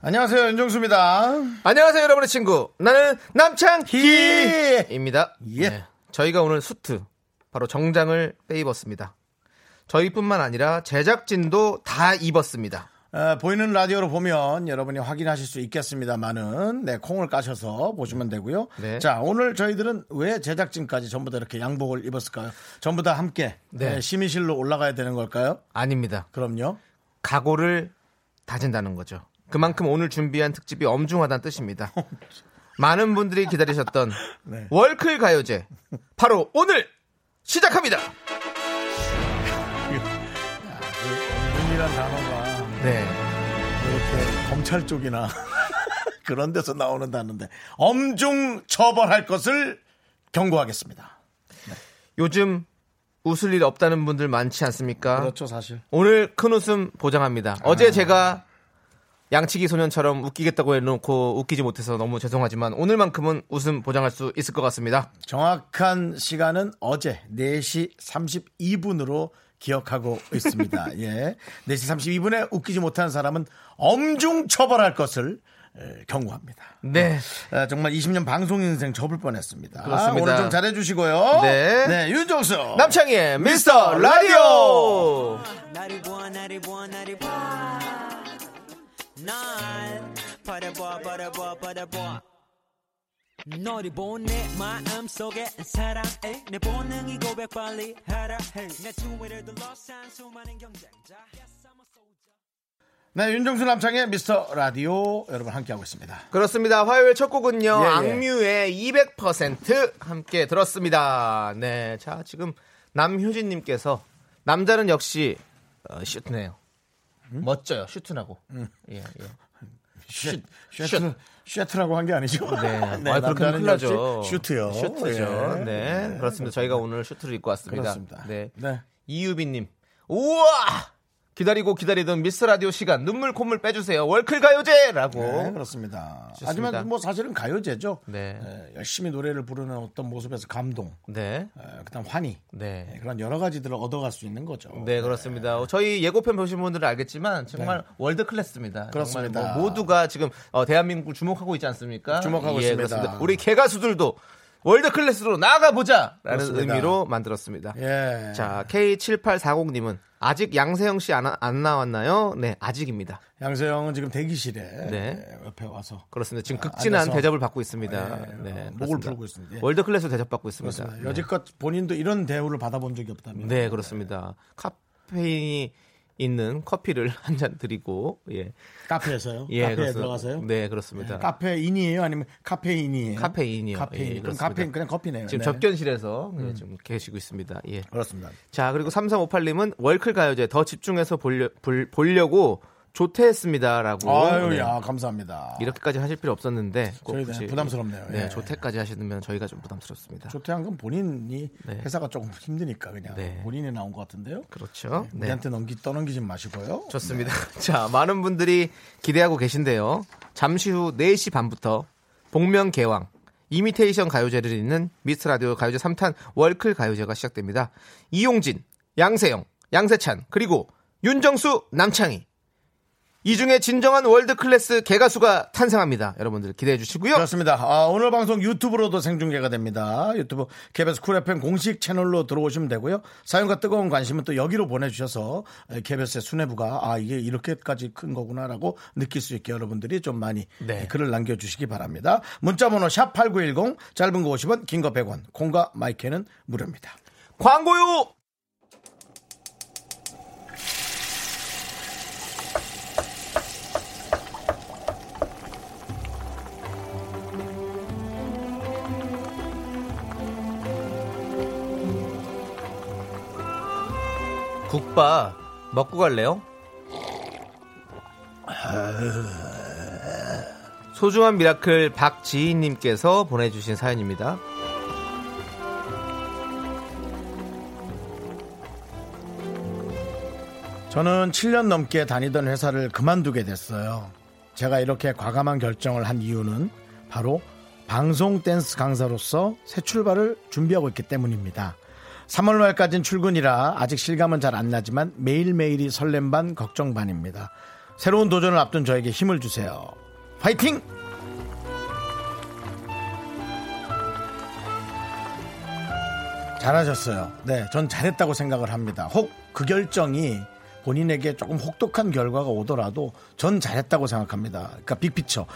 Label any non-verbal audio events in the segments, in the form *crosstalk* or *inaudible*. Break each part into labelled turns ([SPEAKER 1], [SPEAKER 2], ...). [SPEAKER 1] 안녕하세요 윤정수입니다.
[SPEAKER 2] 안녕하세요, 여러분의 친구. 나는 남창희입니다. 네,
[SPEAKER 1] 예.
[SPEAKER 2] 저희가 오늘 수트, 바로 정장을 빼입었습니다. 저희뿐만 아니라 제작진도 다 입었습니다.
[SPEAKER 1] 어, 보이는 라디오로 보면 여러분이 확인하실 수 있겠습니다만은 네 콩을 까셔서 보시면 되고요.
[SPEAKER 2] 네.
[SPEAKER 1] 자 오늘 저희들은 왜 제작진까지 전부 다 이렇게 양복을 입었을까요? 전부 다 함께
[SPEAKER 2] 네.
[SPEAKER 1] 네, 심의실로 올라가야 되는 걸까요?
[SPEAKER 2] 아닙니다.
[SPEAKER 1] 그럼요.
[SPEAKER 2] 각오를 다진다는 거죠. 그만큼 오늘 준비한 특집이 엄중하다는
[SPEAKER 1] *laughs*
[SPEAKER 2] 뜻입니다. 많은 분들이 기다리셨던
[SPEAKER 1] 네.
[SPEAKER 2] 월클 가요제, 바로 오늘 시작합니다!
[SPEAKER 1] 눈이란 단어가
[SPEAKER 2] 네.
[SPEAKER 1] 이렇게 검찰 쪽이나 *laughs* 그런 데서 나오는 단어인데 엄중 처벌할 것을 경고하겠습니다.
[SPEAKER 2] 요즘 웃을 일 없다는 분들 많지 않습니까?
[SPEAKER 1] 그렇죠 사실.
[SPEAKER 2] 오늘 큰 웃음 보장합니다.
[SPEAKER 1] 아.
[SPEAKER 2] 어제 제가 양치기 소년처럼 웃기겠다고 해놓고 웃기지 못해서 너무 죄송하지만 오늘만큼은 웃음 보장할 수 있을 것 같습니다.
[SPEAKER 1] 정확한 시간은 어제 4시 32분으로 기억하고
[SPEAKER 2] *laughs*
[SPEAKER 1] 있습니다. 예. 4시 32분에 웃기지 못한 사람은 엄중 처벌할 것을 에, 경고합니다.
[SPEAKER 2] 네.
[SPEAKER 1] 아, 정말 20년 방송 인생 접을 뻔했습니다.
[SPEAKER 2] 아, 그렇습니다.
[SPEAKER 1] 오늘 좀 잘해 주시고요.
[SPEAKER 2] 네. 어,
[SPEAKER 1] 윤정수.
[SPEAKER 2] 남창희의 미스터 라디오!
[SPEAKER 3] 나를 보아 나를 보아 나를 보아 날 바라보아 바라보아 바라보아 너를 보내 마음속에 사랑해 내 본능이 고백 빨리 하라 해내 주위를 둘러싼 수많은 경쟁자 Yes, I'm a soldier.
[SPEAKER 1] 네, 윤정수 남창의 미스터 라디오 여러분 함께하고 있습니다.
[SPEAKER 2] 그렇습니다. 화요일 첫 곡은요.
[SPEAKER 1] 예, 예.
[SPEAKER 2] 악뮤의 200% 함께 들었습니다. 네. 자, 지금 남효진님께서 남자는 역시 어, 슈트네요.
[SPEAKER 1] 음?
[SPEAKER 2] 멋져요. 슈트라고. 예, 예.
[SPEAKER 1] 슈, 슈트, 슈트라고 한 게 아니죠? *laughs*
[SPEAKER 2] 네. 아, 그렇게
[SPEAKER 1] 남자는
[SPEAKER 2] 큰일 나죠.
[SPEAKER 1] 역시 슈트요.
[SPEAKER 2] 슈트죠.
[SPEAKER 1] 예.
[SPEAKER 2] 네. 그렇습니다. 저희가 오늘 슈트를 입고 왔습니다.
[SPEAKER 1] 그렇습니다.
[SPEAKER 2] 네.
[SPEAKER 1] 네.
[SPEAKER 2] 이유빈님. 우와! 기다리고 기다리던 미스 라디오 시간 눈물 콧물 빼주세요 월클 가요제라고
[SPEAKER 1] 네, 그렇습니다.
[SPEAKER 2] 좋습니다.
[SPEAKER 1] 하지만 뭐 사실은 가요제죠.
[SPEAKER 2] 네.
[SPEAKER 1] 에, 열심히 노래를 부르는 어떤 모습에서 감동,
[SPEAKER 2] 네.
[SPEAKER 1] 에, 그다음 환희,
[SPEAKER 2] 네.
[SPEAKER 1] 예, 그런 여러 가지들을 얻어갈 수 있는 거죠.
[SPEAKER 2] 네 그렇습니다. 저희 예고편 보신 분들은 알겠지만 정말 월드 클래스입니다.
[SPEAKER 1] 네. 그렇습니다.
[SPEAKER 2] 정말 뭐 모두가 지금 어, 대한민국을 주목하고 있지 않습니까?
[SPEAKER 1] 주목하고
[SPEAKER 2] 예,
[SPEAKER 1] 있습니다.
[SPEAKER 2] 그렇습니다. 우리 개가수들도 월드 클래스로 나아가 보자라는
[SPEAKER 1] 그렇습니다.
[SPEAKER 2] 의미로 만들었습니다.
[SPEAKER 1] 예.
[SPEAKER 2] 자 K7840님은 아직 양세형 씨 안 안 나왔나요? 네 아직입니다.
[SPEAKER 1] 양세형은 지금 대기실에
[SPEAKER 2] 네.
[SPEAKER 1] 예, 옆에 와서
[SPEAKER 2] 그렇습니다. 지금
[SPEAKER 1] 아,
[SPEAKER 2] 극진한
[SPEAKER 1] 앉아서.
[SPEAKER 2] 대접을 받고 있습니다.
[SPEAKER 1] 예,
[SPEAKER 2] 네,
[SPEAKER 1] 목을
[SPEAKER 2] 그렇습니다.
[SPEAKER 1] 풀고 있습니다. 예.
[SPEAKER 2] 월드 클래스 대접 받고 있습니다.
[SPEAKER 1] 그렇습니다.
[SPEAKER 2] 네.
[SPEAKER 1] 여지껏 본인도 이런 대우를 받아본 적이 없다면.
[SPEAKER 2] 네, 그렇습니다. 카페인이 있는 커피를 *laughs* 한 잔 드리고 예.
[SPEAKER 1] 카페에서요.
[SPEAKER 2] 예,
[SPEAKER 1] 카페에
[SPEAKER 2] 그렇습니다.
[SPEAKER 1] 들어가서요. 예,
[SPEAKER 2] 네, 그렇습니다.
[SPEAKER 1] 카페인이에요, 아니면 카페인이에요?
[SPEAKER 2] 카페인이요.
[SPEAKER 1] 카페인.
[SPEAKER 2] 예,
[SPEAKER 1] 그럼
[SPEAKER 2] 그렇습니다.
[SPEAKER 1] 카페인 그냥 커피네요.
[SPEAKER 2] 지금
[SPEAKER 1] 네. 음.
[SPEAKER 2] 접견실에서 예, 지금 계시고 있습니다. 예.
[SPEAKER 1] 그렇습니다.
[SPEAKER 2] 자, 그리고 3358님은 월클 가요제 더 집중해서 보려, 고 조퇴했습니다라고.
[SPEAKER 1] 아유,
[SPEAKER 2] 네.
[SPEAKER 1] 야, 감사합니다.
[SPEAKER 2] 이렇게까지 하실 필요 없었는데. 꼭
[SPEAKER 1] 저희, 네,
[SPEAKER 2] 굳이,
[SPEAKER 1] 부담스럽네요.
[SPEAKER 2] 네,
[SPEAKER 1] 예.
[SPEAKER 2] 조퇴까지 하시면 저희가 좀 부담스럽습니다.
[SPEAKER 1] 조퇴한 건 본인이
[SPEAKER 2] 네.
[SPEAKER 1] 회사가 조금 힘드니까 그냥
[SPEAKER 2] 네.
[SPEAKER 1] 본인이 나온 것 같은데요.
[SPEAKER 2] 그렇죠. 네.
[SPEAKER 1] 우리한테 넘기 떠넘기지 마시고요.
[SPEAKER 2] 좋습니다. *laughs* 자, 많은 분들이 기대하고 계신데요. 잠시 후 4시 반부터 복면 개왕 이미테이션 가요제를 잇는 미스 라디오 가요제 3탄 월클 가요제가 시작됩니다. 이용진, 양세형, 양세찬, 그리고 윤정수, 남창희. 이 중에 진정한 월드 클래스 개가수가 탄생합니다. 여러분들 기대해 주시고요.
[SPEAKER 1] 그렇습니다. 아, 오늘 방송 유튜브로도 생중계가 됩니다. 유튜브 KBS 쿨 FM 공식 채널로 들어오시면 되고요. 사연과 뜨거운 관심은 또 여기로 보내주셔서 KBS의 수뇌부가 아 이게 이렇게까지 큰 거구나라고 느낄 수 있게 여러분들이 좀 많이 예,
[SPEAKER 2] 네.
[SPEAKER 1] 글을 남겨주시기 바랍니다. 문자번호 샵 #8910 짧은 거 50원, 긴 거 100원, 콩과 마이크는 무료입니다.
[SPEAKER 2] 광고요! 국밥 먹고 갈래요? 소중한 미라클 박지희님께서 보내주신 사연입니다.
[SPEAKER 1] 저는 7년 넘게 다니던 회사를 그만두게 됐어요. 제가 이렇게 과감한 결정을 한 이유는 바로 방송 댄스 강사로서 새 출발을 준비하고 있기 때문입니다. 3월 말까지는 출근이라 아직 실감은 잘 안 나지만 매일매일이 설렘 반 걱정 반입니다. 새로운 도전을 앞둔 저에게 힘을 주세요. 파이팅! 잘하셨어요. 네, 전 잘했다고 생각을 합니다. 혹 그 결정이 본인에게 조금 혹독한 결과가 오더라도 전 잘했다고 생각합니다. 그러니까 빅피처.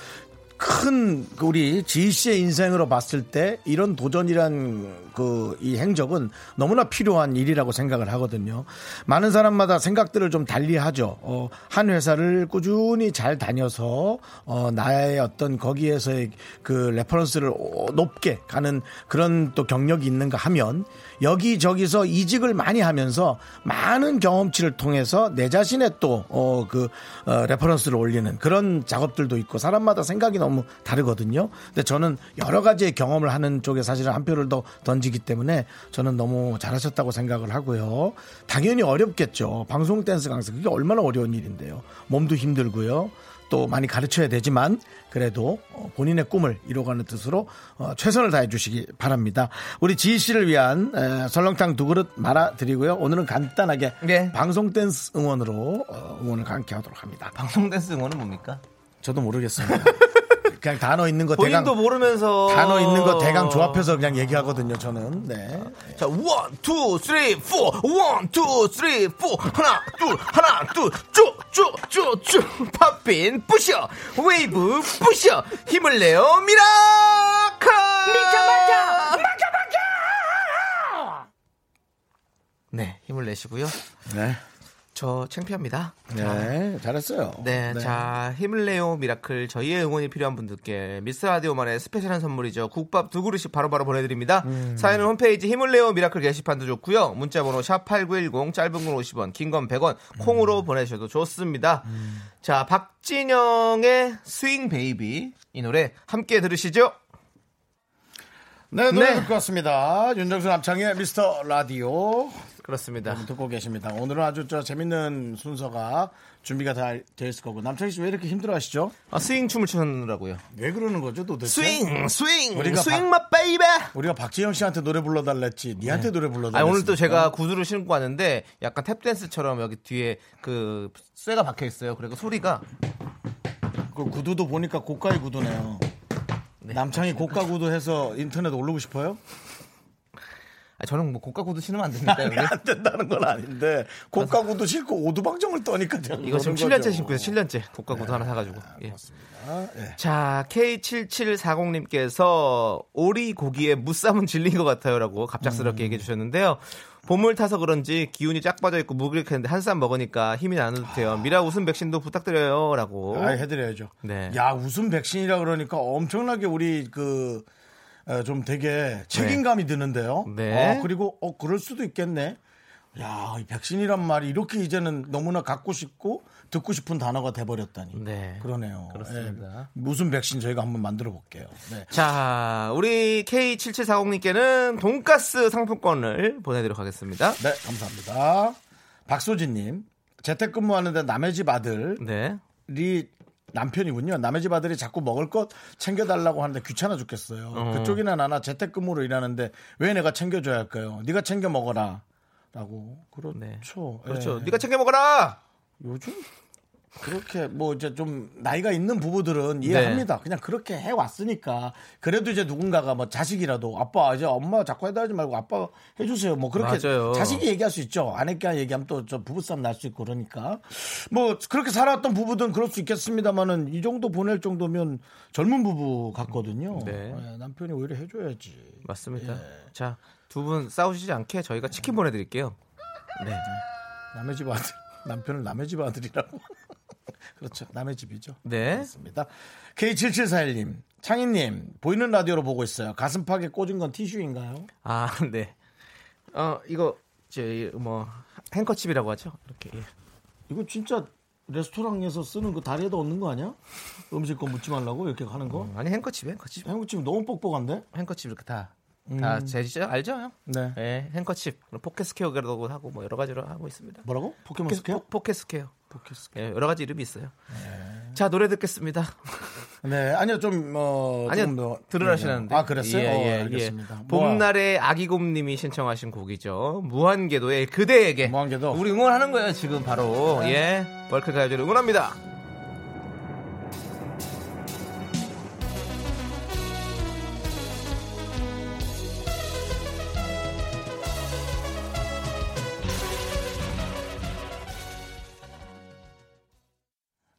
[SPEAKER 1] 큰그 우리 지희 씨의 인생으로 봤을 때 이런 도전이란 그 이 행적은 너무나 필요한 일이라고 생각을 하거든요. 많은 사람마다 생각들을 좀 달리하죠. 어, 한 회사를 꾸준히 잘 다녀서 어, 나의 어떤 거기에서의 그 레퍼런스를 오- 높게 가는 그런 또 경력이 있는가 하면 여기저기서 이직을 많이 하면서 많은 경험치를 통해서 내 자신의 또 그 레퍼런스를 올리는 그런 작업들도 있고 사람마다 생각이 너무 다르거든요. 근데 저는 여러 가지의 경험을 하는 쪽에 사실은 한 표를 더 던지기 때문에 저는 너무 잘하셨다고 생각을 하고요. 당연히 어렵겠죠. 방송 댄스 강사 그게 얼마나 어려운 일인데요. 몸도 힘들고요. 또 많이 가르쳐야 되지만 그래도 어, 본인의 꿈을 이뤄가는 뜻으로 어, 최선을 다해 주시기 바랍니다. 우리 지희 씨를 위한 에, 설렁탕 두 그릇 말아 드리고요. 오늘은 간단하게
[SPEAKER 2] 네.
[SPEAKER 1] 방송 댄스 응원으로 어, 응원을 함께 하도록 합니다.
[SPEAKER 2] 방송 댄스 응원은 뭡니까?
[SPEAKER 1] 저도 모르겠습니다. *laughs* 그냥 단어 있는 거 대강
[SPEAKER 2] 본인도 뭐 모르면서
[SPEAKER 1] 단어 있는 거 대강 조합해서 그냥 얘기하거든요. 저는 네.
[SPEAKER 2] 자, 원, 투, 쓰리, 포. 원, 투, 쓰리, 포. 하나, 둘, 하나, 둘. 쪼, 쪼, 쪼, 쪼. 팝핀, 부셔. 웨이브, 부셔. 힘을 내요, 미라카! 미카마카! 마카마카! 네, 힘을 내시고요.
[SPEAKER 1] 네.
[SPEAKER 2] 저 창피합니다.
[SPEAKER 1] 네, 잘했어요.
[SPEAKER 2] 네, 자 힘을 내요 미라클 저희의 응원이 필요한 분들께 미스 라디오만의 스페셜한 선물이죠 국밥 두 그릇씩 바로바로 보내드립니다
[SPEAKER 1] 음.
[SPEAKER 2] 사연은 홈페이지 힘을 내요 미라클 게시판도 좋고요 문자번호 샵8910 짧은 건 50원 긴 건 100원 콩으로
[SPEAKER 1] 음.
[SPEAKER 2] 보내셔도 좋습니다 자 박진영의 스윙 베이비 이 노래 함께 들으시죠
[SPEAKER 1] 네, 노래
[SPEAKER 2] 네.
[SPEAKER 1] 듣고 왔습니다. 윤정수 남창의 미스터 라디오.
[SPEAKER 2] 그렇습니다
[SPEAKER 1] 여러분 듣고 계십니다. 오늘은 아주 저 재밌는 순서가 준비가 다 돼 있을 거고 남창희 씨 왜 이렇게 힘들어하시죠?
[SPEAKER 2] 아, 스윙 춤을 추느라고요
[SPEAKER 1] 왜 그러는 거죠 도대체?
[SPEAKER 2] 스윙 스윙
[SPEAKER 1] 우리가
[SPEAKER 2] 스윙 마 베이베
[SPEAKER 1] 우리가 박지영 씨한테 노래 불러달랬지 니한테 노래 불러달랬지.
[SPEAKER 2] 아 오늘 또 제가 구두를 신고 왔는데 약간 탭댄스처럼 여기 뒤에 그 쇠가 박혀 있어요. 그리고 소리가
[SPEAKER 1] 그 구두도 보니까 고가의 구두네요. 남창이
[SPEAKER 2] 그렇죠,
[SPEAKER 1] 고가 구두 해서 인터넷 올리고 싶어요?
[SPEAKER 2] 아, 저는 뭐 고가 구두 신으면 안 됩니다. 여기.
[SPEAKER 1] 안 된다는 건 아닌데 고가 구두 신고 오두방정을 떠니까 되는
[SPEAKER 2] 이거 지금
[SPEAKER 1] 거죠. 아,
[SPEAKER 2] 7년째 신고 있어요. 7년째 고가 구두 하나 사가지고. 예. 자 K7740님께서 오리 고기에 무쌈은 질린 것 같아요라고
[SPEAKER 1] 음.
[SPEAKER 2] 갑작스럽게 얘기해 주셨는데요. 봄을 타서 그런지 기운이 쫙 빠져 있고 무기력했는데 한 쌈 먹으니까 힘이 나는듯해요. 미라 웃음 백신도 부탁드려요라고.
[SPEAKER 1] 아, 해드려야죠.
[SPEAKER 2] 네.
[SPEAKER 1] 야, 웃음 백신이라 그러니까 엄청나게 우리 그, 어, 좀 되게 책임감이 드는데요.
[SPEAKER 2] 네.
[SPEAKER 1] 어, 그리고, 어, 그럴 수도 있겠네. 야, 이 백신이란 말이 이렇게 이제는 너무나 갖고 싶고 듣고 싶은 단어가 돼버렸다니.
[SPEAKER 2] 네.
[SPEAKER 1] 그러네요.
[SPEAKER 2] 그렇습니다.
[SPEAKER 1] 예, 무슨 백신 저희가 한번 만들어 볼게요. 네.
[SPEAKER 2] 자, 우리 K7740님께는 돈가스 상품권을 보내드리도록 하겠습니다.
[SPEAKER 1] 네, 감사합니다. 박소진님, 재택근무하는데 남의 집 아들
[SPEAKER 2] 네.
[SPEAKER 1] 이 남편이군요. 남의 집 아들이 자꾸 먹을 것 챙겨달라고 하는데 귀찮아 죽겠어요. 그쪽이나 나나 재택근무로 일하는데 왜 내가 챙겨줘야 할까요? 네가 챙겨 먹어라. 라고 그렇죠.
[SPEAKER 2] 네.
[SPEAKER 1] 예.
[SPEAKER 2] 그렇죠. 네가 챙겨 먹어라!
[SPEAKER 1] 요즘 그렇게 뭐 이제 좀 나이가 있는
[SPEAKER 2] 네.
[SPEAKER 1] 부부들은 이해합니다. 그냥 그렇게 해 왔으니까 그래도 이제 누군가가 뭐 자식이라도 아빠 이제 엄마 자꾸 해달지 말고 아빠 해주세요. 뭐 그렇게
[SPEAKER 2] 맞아요.
[SPEAKER 1] 자식이 얘기할 수 있죠. 아내끼리 얘기하면 또 저 부부싸움 날 수 있고 그러니까 뭐 그렇게 살아왔던 부부든 그럴 수 있겠습니다만은 이 정도 보낼 정도면 젊은 부부 같거든요.
[SPEAKER 2] 네.
[SPEAKER 1] 예, 남편이 오히려 해줘야지. 예.
[SPEAKER 2] 맞습니다. 자, 두 분 싸우시지 않게 저희가 치킨 보내드릴게요. 네.
[SPEAKER 1] 남의 집 아들 *laughs* 남편을 남의 집 아들이라고. *laughs* 그렇죠. 남의 집이죠.
[SPEAKER 2] 네.
[SPEAKER 1] 있습니다. K7741님, 창희님, 보이는 라디오로 보고 있어요. 가슴팍에 꽂은 건 티슈인가요?
[SPEAKER 2] 아, *laughs* 네. 어, 이거, 저희, 뭐, 행커칩이라고 하죠? 이렇게. 예.
[SPEAKER 1] 이거 진짜 레스토랑에서 쓰는 그 다리에다 얹는 거 아니야? 음식 거 묻지 말라고 이렇게 하는 거?
[SPEAKER 2] 음, 아니 행커칩 행커칩
[SPEAKER 1] 한국집 너무 뻑뻑한데?
[SPEAKER 2] 행커칩 이렇게 다다 제시죠 알죠 형?
[SPEAKER 1] 음. 네.
[SPEAKER 2] 예, 행커칩 포켓 스퀘어라고 하고 뭐 여러 가지로 하고 있습니다.
[SPEAKER 1] 뭐라고? 포켓몬 스퀘어?
[SPEAKER 2] 포- 포켓 스퀘어
[SPEAKER 1] 포켓 스퀘어.
[SPEAKER 2] 예, 여러 가지 이름이 있어요. 자 노래 듣겠습니다.
[SPEAKER 1] 네, 아니요 좀 어, 조금 더-
[SPEAKER 2] 아니요 들으라시는데
[SPEAKER 1] 아 그랬어요?
[SPEAKER 2] 예,
[SPEAKER 1] 어,
[SPEAKER 2] 예,
[SPEAKER 1] 알겠습니다.
[SPEAKER 2] 예.
[SPEAKER 1] 뭐야?
[SPEAKER 2] 봄날의 아기곰님이 신청하신 곡이죠. 무한궤도의 그대에게.
[SPEAKER 1] 무한궤도. 네.
[SPEAKER 2] 우리 응원하는 거예요 지금 바로. 예. 벌크 가요제를 응원합니다.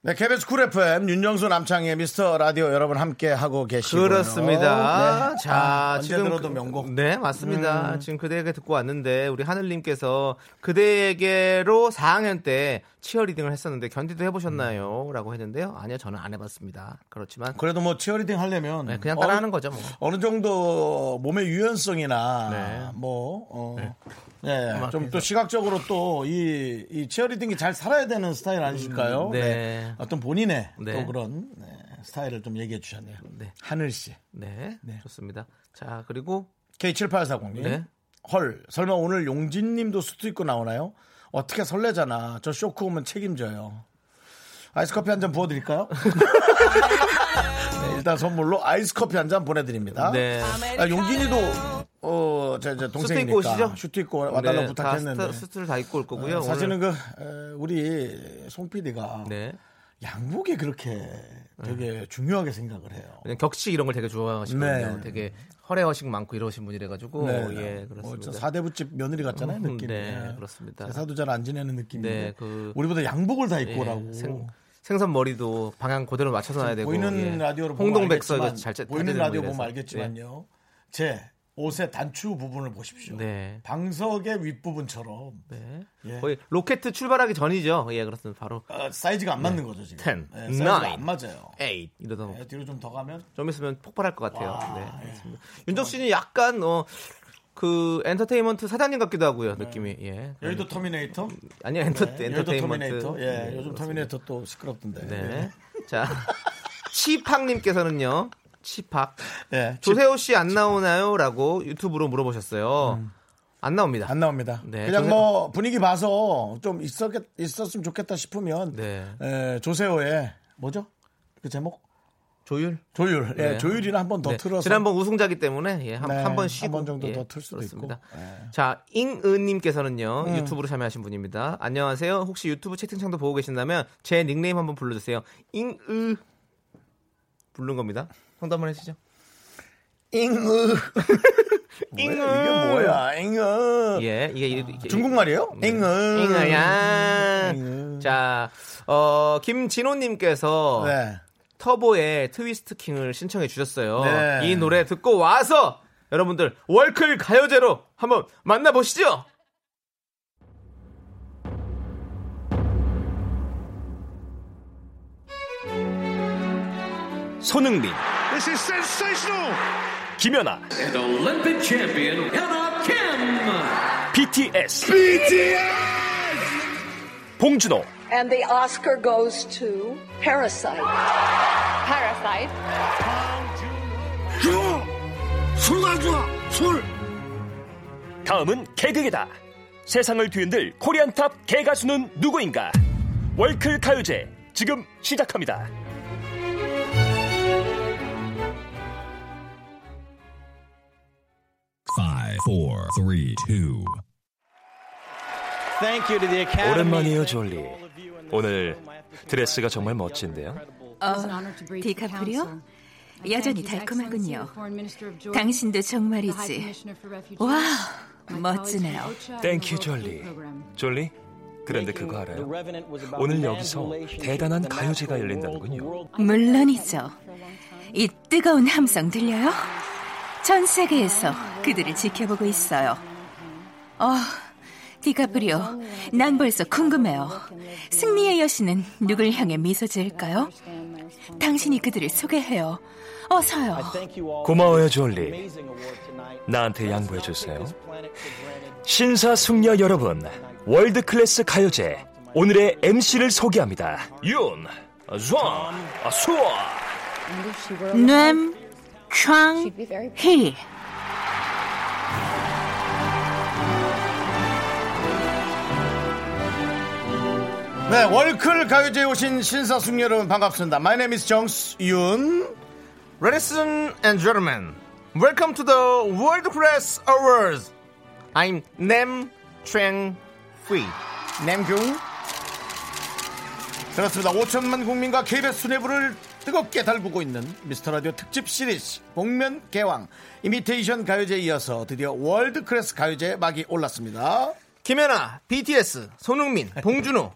[SPEAKER 1] 네, KBS 쿨 FM 윤정수 남창희의 미스터 라디오 여러분 함께 하고 계시고요.
[SPEAKER 2] 그렇습니다.
[SPEAKER 1] 네.
[SPEAKER 2] 자,
[SPEAKER 1] 아, 언제
[SPEAKER 2] 지금
[SPEAKER 1] 들어도
[SPEAKER 2] 그-
[SPEAKER 1] 명곡. 음.
[SPEAKER 2] 네, 맞습니다. 지금 그대에게 듣고 왔는데 우리 하늘님께서 그대에게로 4학년 때 치어리딩을 했었는데 견디도 해보셨나요?라고 했는데요. 아니요, 저는 안 해봤습니다. 그렇지만
[SPEAKER 1] 그래도 뭐 치어리딩 하려면
[SPEAKER 2] 네, 그냥 따라하는
[SPEAKER 1] 어느-
[SPEAKER 2] 거죠. 뭐.
[SPEAKER 1] 어느 정도 몸의 유연성이나
[SPEAKER 2] 네.
[SPEAKER 1] 뭐 어. 네. 좀 또 시각적으로 또 이 이 치어리딩이 잘 살아야 되는 스타일 아니실까요?
[SPEAKER 2] 음, 네.
[SPEAKER 1] 어떤 본인의
[SPEAKER 2] 네.
[SPEAKER 1] 또 그런 네, 스타일을 좀 얘기해 주셨네요.
[SPEAKER 2] 네.
[SPEAKER 1] 하늘 씨.
[SPEAKER 2] 네, 좋습니다. 자, 그리고
[SPEAKER 1] K7840님.
[SPEAKER 2] 네.
[SPEAKER 1] 헐, 설마 오늘 용진 님도 수트 입고 나오나요? 어떻게 설레잖아. 저 쇼크 오면 책임져요. 아이스 커피 한 잔 부어드릴까요? 네, 일단 선물로 아이스 커피 한 잔 보내드립니다.
[SPEAKER 2] 네.
[SPEAKER 1] 아, 용진이도 어, 제, 제
[SPEAKER 2] 수트
[SPEAKER 1] 동생이니까
[SPEAKER 2] 입고 오시죠?
[SPEAKER 1] 슈트 입고 와달라고
[SPEAKER 2] 네, 다
[SPEAKER 1] 부탁했는데
[SPEAKER 2] 스타- 수트를 다 입고 올 거고요.
[SPEAKER 1] 사실은
[SPEAKER 2] 오늘-
[SPEAKER 1] 그 에, 우리 송 PD가
[SPEAKER 2] 네.
[SPEAKER 1] 양복이 그렇게 되게 중요하게 생각을 해요.
[SPEAKER 2] 그냥 격식 이런 걸 되게 좋아하시거든요.
[SPEAKER 1] 네.
[SPEAKER 2] 되게 허례허식 많고 이러신 분이래 가지고 예,
[SPEAKER 1] 뭐
[SPEAKER 2] 그렇습니다.
[SPEAKER 1] 저 사대부집 며느리 같잖아요
[SPEAKER 2] 음,
[SPEAKER 1] 느낌이. 예.
[SPEAKER 2] 네, 그렇습니다.
[SPEAKER 1] 제사도 잘 안 지내는 느낌인데
[SPEAKER 2] 네, 그-
[SPEAKER 1] 우리보다 양복을 다 입고
[SPEAKER 2] 예,
[SPEAKER 1] 오라고.
[SPEAKER 2] 생, 생선 머리도 방향 그대로 맞춰서 놔야 되고 예.
[SPEAKER 1] 보이는 라디오로 보면
[SPEAKER 2] 홍동백서가
[SPEAKER 1] 알겠지만,
[SPEAKER 2] 잘 짜-
[SPEAKER 1] 보이는
[SPEAKER 2] 짜내는
[SPEAKER 1] 라디오
[SPEAKER 2] 거라서.
[SPEAKER 1] 보면 알겠지만요. 제 옷의 단추 부분을 보십시오.
[SPEAKER 2] 네.
[SPEAKER 1] 방석의 윗 부분처럼
[SPEAKER 2] 네.
[SPEAKER 1] 예.
[SPEAKER 2] 거의 로켓 출발하기 전이죠. 예, 그렇습니다. 바로
[SPEAKER 1] 어, 사이즈가 안 맞는 거죠 지금.
[SPEAKER 2] 10,
[SPEAKER 1] 네, 사이즈가
[SPEAKER 2] 9.
[SPEAKER 1] 안 맞아요.
[SPEAKER 2] 에이 이러다 놓고
[SPEAKER 1] 네, 예. 뒤로 좀 더 가면
[SPEAKER 2] 좀 있으면 폭발할 것 같아요. 네. 그렇습니다. 윤정 씨는 약간 어, 어그 엔터테인먼트 사장님 같기도 하고요. 느낌이. 예.
[SPEAKER 1] 네. 여의도 터미네이터.
[SPEAKER 2] 아니 엔터
[SPEAKER 1] 네, 여의도
[SPEAKER 2] 엔터테인먼트.
[SPEAKER 1] 터미네이터. 예,
[SPEAKER 2] 네,
[SPEAKER 1] 요즘
[SPEAKER 2] 그렇습니다.
[SPEAKER 1] 터미네이터 또 시끄럽던데. 예.
[SPEAKER 2] 네. 자, *laughs* 치팍님께서는요. 치팍.
[SPEAKER 1] 네,
[SPEAKER 2] 조세호 씨 안 나오나요?라고 유튜브로 물어보셨어요. 안 나옵니다.
[SPEAKER 1] 음. 안 나옵니다.
[SPEAKER 2] 네,
[SPEAKER 1] 그냥
[SPEAKER 2] 조세-
[SPEAKER 1] 뭐 분위기 봐서 좀 있었, 있었으면 좋겠다 싶으면
[SPEAKER 2] 네.
[SPEAKER 1] 에, 조세호의 뭐죠? 그 제목
[SPEAKER 2] 조율.
[SPEAKER 1] 조율. 예,
[SPEAKER 2] 네.
[SPEAKER 1] 조율이나 한 번 더
[SPEAKER 2] 네.
[SPEAKER 1] 틀어서
[SPEAKER 2] 지난번 우승자기 때문에 예, 한,
[SPEAKER 1] 네,
[SPEAKER 2] 한번
[SPEAKER 1] 한
[SPEAKER 2] 쉬고
[SPEAKER 1] 번 정도
[SPEAKER 2] 예,
[SPEAKER 1] 더틀 수도
[SPEAKER 2] 그렇습니다.
[SPEAKER 1] 있고. 네. 음.
[SPEAKER 2] 자 잉은님께서는요 유튜브로 참여하신 분입니다. 안녕하세요. 혹시 유튜브 채팅창도 보고 계신다면 제 닉네임 한번 불러주세요. 잉으 부른 겁니다. 성도 한번 해주시죠. *laughs*
[SPEAKER 1] 잉으 잉으 이게
[SPEAKER 2] 아,
[SPEAKER 1] 뭐야? 잉으
[SPEAKER 2] 예, 이게 이렇게-
[SPEAKER 1] 중국말이에요? 잉으
[SPEAKER 2] 잉어야. 자, 어, 김진호님께서
[SPEAKER 1] 네.
[SPEAKER 2] 터보의 트위스트 킹을 신청해 주셨어요.
[SPEAKER 1] 네.
[SPEAKER 2] 이 노래 듣고 와서 여러분들 월클 가요제로 한번 만나보시죠.
[SPEAKER 4] 손흥민 김연아 BTS 봉준호
[SPEAKER 5] And the Oscar goes to Parasite.
[SPEAKER 6] Parasite.
[SPEAKER 4] 다음은 개그계다. 세상을 뒤흔들 코리안탑 개가수는 누구인가? 월클 가요제 지금 시작합니다.
[SPEAKER 7] Five, four, three, two.
[SPEAKER 4] 오랜만이에요, 졸리. 오늘 드레스가 정말 멋진데요.
[SPEAKER 8] 디카프리오? 어, 여전히 달콤하군요. 당신도 정말이지. 와, 멋지네요.
[SPEAKER 4] 땡큐, 졸리. 졸리? 그런데 그거 알아요? 오늘 여기서 대단한 가요제가 열린다는군요.
[SPEAKER 8] 물론이죠. 이 뜨거운 함성 들려요? 전 세계에서 그들을 지켜보고 있어요. 어, 디카프리오, 난 벌써 궁금해요. 승리의 여신은 누굴 향해 미소 지을까요? 당신이 그들을 소개해요. 어서요.
[SPEAKER 4] 고마워요, 졸리. 나한테 양보해 주세요. 신사숙녀 여러분, 월드 클래스 가요제 오늘의 MC를 소개합니다. 윤, 존, 수아.
[SPEAKER 8] 뇌, 창, 희.
[SPEAKER 1] 네, 월클 가요제에 오신 신사숙 여러분 반갑습니다. My name is 정윤.
[SPEAKER 2] Ladies and gentlemen, welcome to the World Press Awards. I'm Nem Cheng Hui.
[SPEAKER 1] 남궁. 그렇습니다. 5천만 국민과 KBS 수뇌부를 뜨겁게 달구고 있는 미스터 라디오 특집 시리즈 복면 개왕 이미테이션 가요제에 이어서 드디어 월드 클래스 가요제 막이 올랐습니다.
[SPEAKER 2] 김연아, BTS, 손흥민, 봉준호.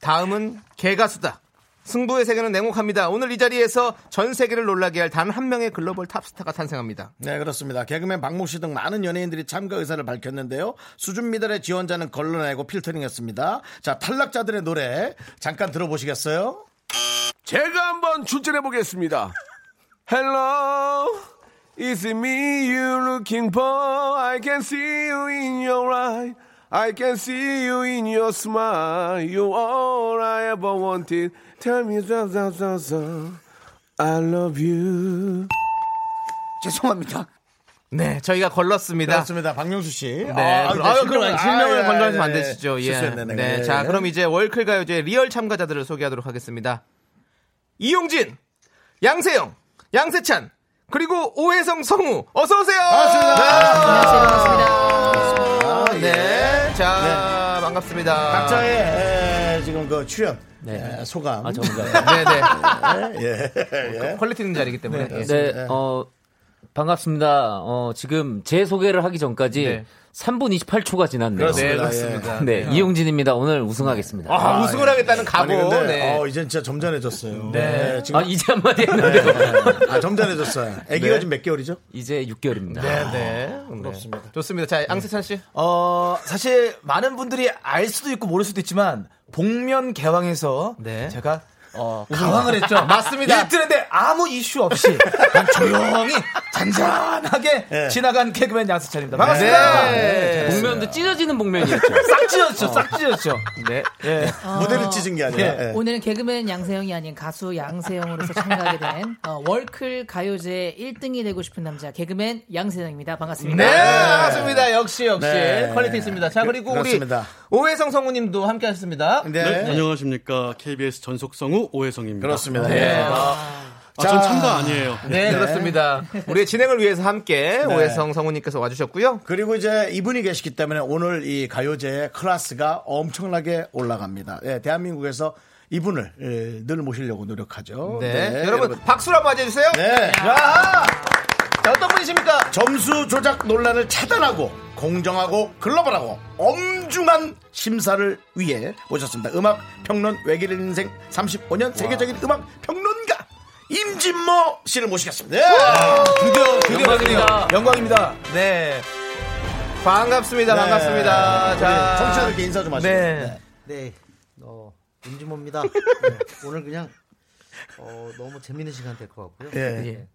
[SPEAKER 2] 다음은 개가수다. 승부의 세계는 냉혹합니다. 오늘 이 자리에서 전 세계를 놀라게 할 단 한 명의 글로벌 탑스타가 탄생합니다.
[SPEAKER 1] 네, 그렇습니다. 개그맨 박모 씨 등 많은 연예인들이 참가 의사를 밝혔는데요. 수준 미달의 지원자는 걸러내고 필터링했습니다. 자, 탈락자들의 노래 잠깐 들어보시겠어요?
[SPEAKER 9] 제가 한번 출전해 보겠습니다. Hello, it's me you looking for. I can see you in your eye. I can see you in your smile. You all I ever wanted. Tell me so so so so. I love you. 죄송합니다.
[SPEAKER 2] 네, 저희가 걸렀습니다.
[SPEAKER 1] 그렇습니다. 박명수 씨.
[SPEAKER 2] 네, 그럼- 아유, 그럼 실명을 건강하시면 안 되시죠. 예.
[SPEAKER 1] 실수했네,
[SPEAKER 2] 네,
[SPEAKER 1] 네, 네.
[SPEAKER 2] 자, 그럼 이제 월클 가요제 리얼 참가자들을 소개하도록 하겠습니다. 이용진, 양세형, 양세찬, 그리고 오혜성 성우, 어서 오세요. 반갑습니다. 네, 자, 반갑습니다.
[SPEAKER 1] 각자의 에, 지금 그 출연 에, 소감.
[SPEAKER 10] 아, 정말.
[SPEAKER 2] *laughs* 네, 네. 그
[SPEAKER 1] 예, 예.
[SPEAKER 2] 퀄리티 있는 자리이기 때문에. 예.
[SPEAKER 10] 네, 어, 반갑습니다. 어, 지금 제 소개를 하기 전까지
[SPEAKER 2] 네.
[SPEAKER 10] 3분 28초가 지났네요.
[SPEAKER 2] 네,
[SPEAKER 1] 그렇습니다.
[SPEAKER 2] 그렇습니다.
[SPEAKER 10] 네, 이용진입니다. 오늘 우승하겠습니다. 아,
[SPEAKER 2] 아, 우승을 하겠다는
[SPEAKER 1] 아니
[SPEAKER 2] 각오.
[SPEAKER 1] 근데
[SPEAKER 2] 네.
[SPEAKER 1] 어, 이젠 진짜 점잖해졌어요. 네. 지금
[SPEAKER 10] 아, 이제 한마디 했는데.
[SPEAKER 1] 아, 점잖해졌어요. 아기가 지금 예. 몇 개월이죠? 아,
[SPEAKER 10] 이제 6개월입니다.
[SPEAKER 2] 네, 네. 그렇습니다. 좋습니다. 자, 양세찬 씨.
[SPEAKER 11] 어, 사실 많은 분들이 알 수도 있고 모를 수도 있지만 복면 개왕에서
[SPEAKER 2] 네.
[SPEAKER 11] 제가 어, 가왕을 *laughs* 했죠. 맞습니다. 1등인데 아무 이슈 없이 그냥 조용히 잔잔하게 지나간 개그맨 양세찬입니다. 반갑습니다.
[SPEAKER 2] 네.
[SPEAKER 10] 복면도 찢어지는 복면이었죠. 어.
[SPEAKER 11] 싹 찢었죠. 싹 찢었죠.
[SPEAKER 2] 네.
[SPEAKER 1] 모델을 찢은 게 아니라.
[SPEAKER 11] 예.
[SPEAKER 1] 예.
[SPEAKER 12] 어. 네. 오늘은 개그맨 양세형이 아닌 가수 양세형으로서 참가하게 된 어, 월클 가요제 1등이 되고 싶은 남자 개그맨 양세형입니다. 반갑습니다.
[SPEAKER 2] 네, 맞습니다. 역시, 역시.
[SPEAKER 1] 네.
[SPEAKER 2] 퀄리티 있습니다. 자, 그리고
[SPEAKER 1] 그렇습니다.
[SPEAKER 2] 우리 오혜성 성우님도 함께 하셨습니다.
[SPEAKER 1] 네.
[SPEAKER 4] 안녕하십니까. KBS 전속성우 오혜성입니다.
[SPEAKER 1] 그렇습니다.
[SPEAKER 2] 네.
[SPEAKER 1] 예.
[SPEAKER 4] 아, 전 참가 아니에요.
[SPEAKER 2] 네, 그렇습니다. 우리의 진행을 위해서 함께 오혜성 성우님께서 와주셨고요.
[SPEAKER 1] 네. 그리고 이제 이분이 계시기 때문에 오늘 이 가요제의 클래스가 엄청나게 올라갑니다. 예, 대한민국에서 이분을 예, 늘 모시려고 노력하죠.
[SPEAKER 2] 네. 여러분, 박수로 한번 맞아주세요.
[SPEAKER 1] 네.
[SPEAKER 2] 야! 자, 어떤 분이십니까?
[SPEAKER 1] 점수 조작 논란을 차단하고 공정하고 글로벌하고 엄중한 심사를 위해 오셨습니다. 음악 평론 외길 인생 35년 세계적인 음악 평론가 임진모 씨를 모시겠습니다. 네.
[SPEAKER 11] 드디어, 드디어 영광입니다. 영광입니다.
[SPEAKER 2] 네. 반갑습니다. 반갑습니다. 자.
[SPEAKER 1] 네. 우리 아, 청취자들께 인사 좀 하시죠.
[SPEAKER 2] 네.
[SPEAKER 1] 네.
[SPEAKER 11] 네. 어, 임진모입니다. 오늘 그냥 어, 너무 재밌는 시간 될 것 같고요. 네.
[SPEAKER 1] 예.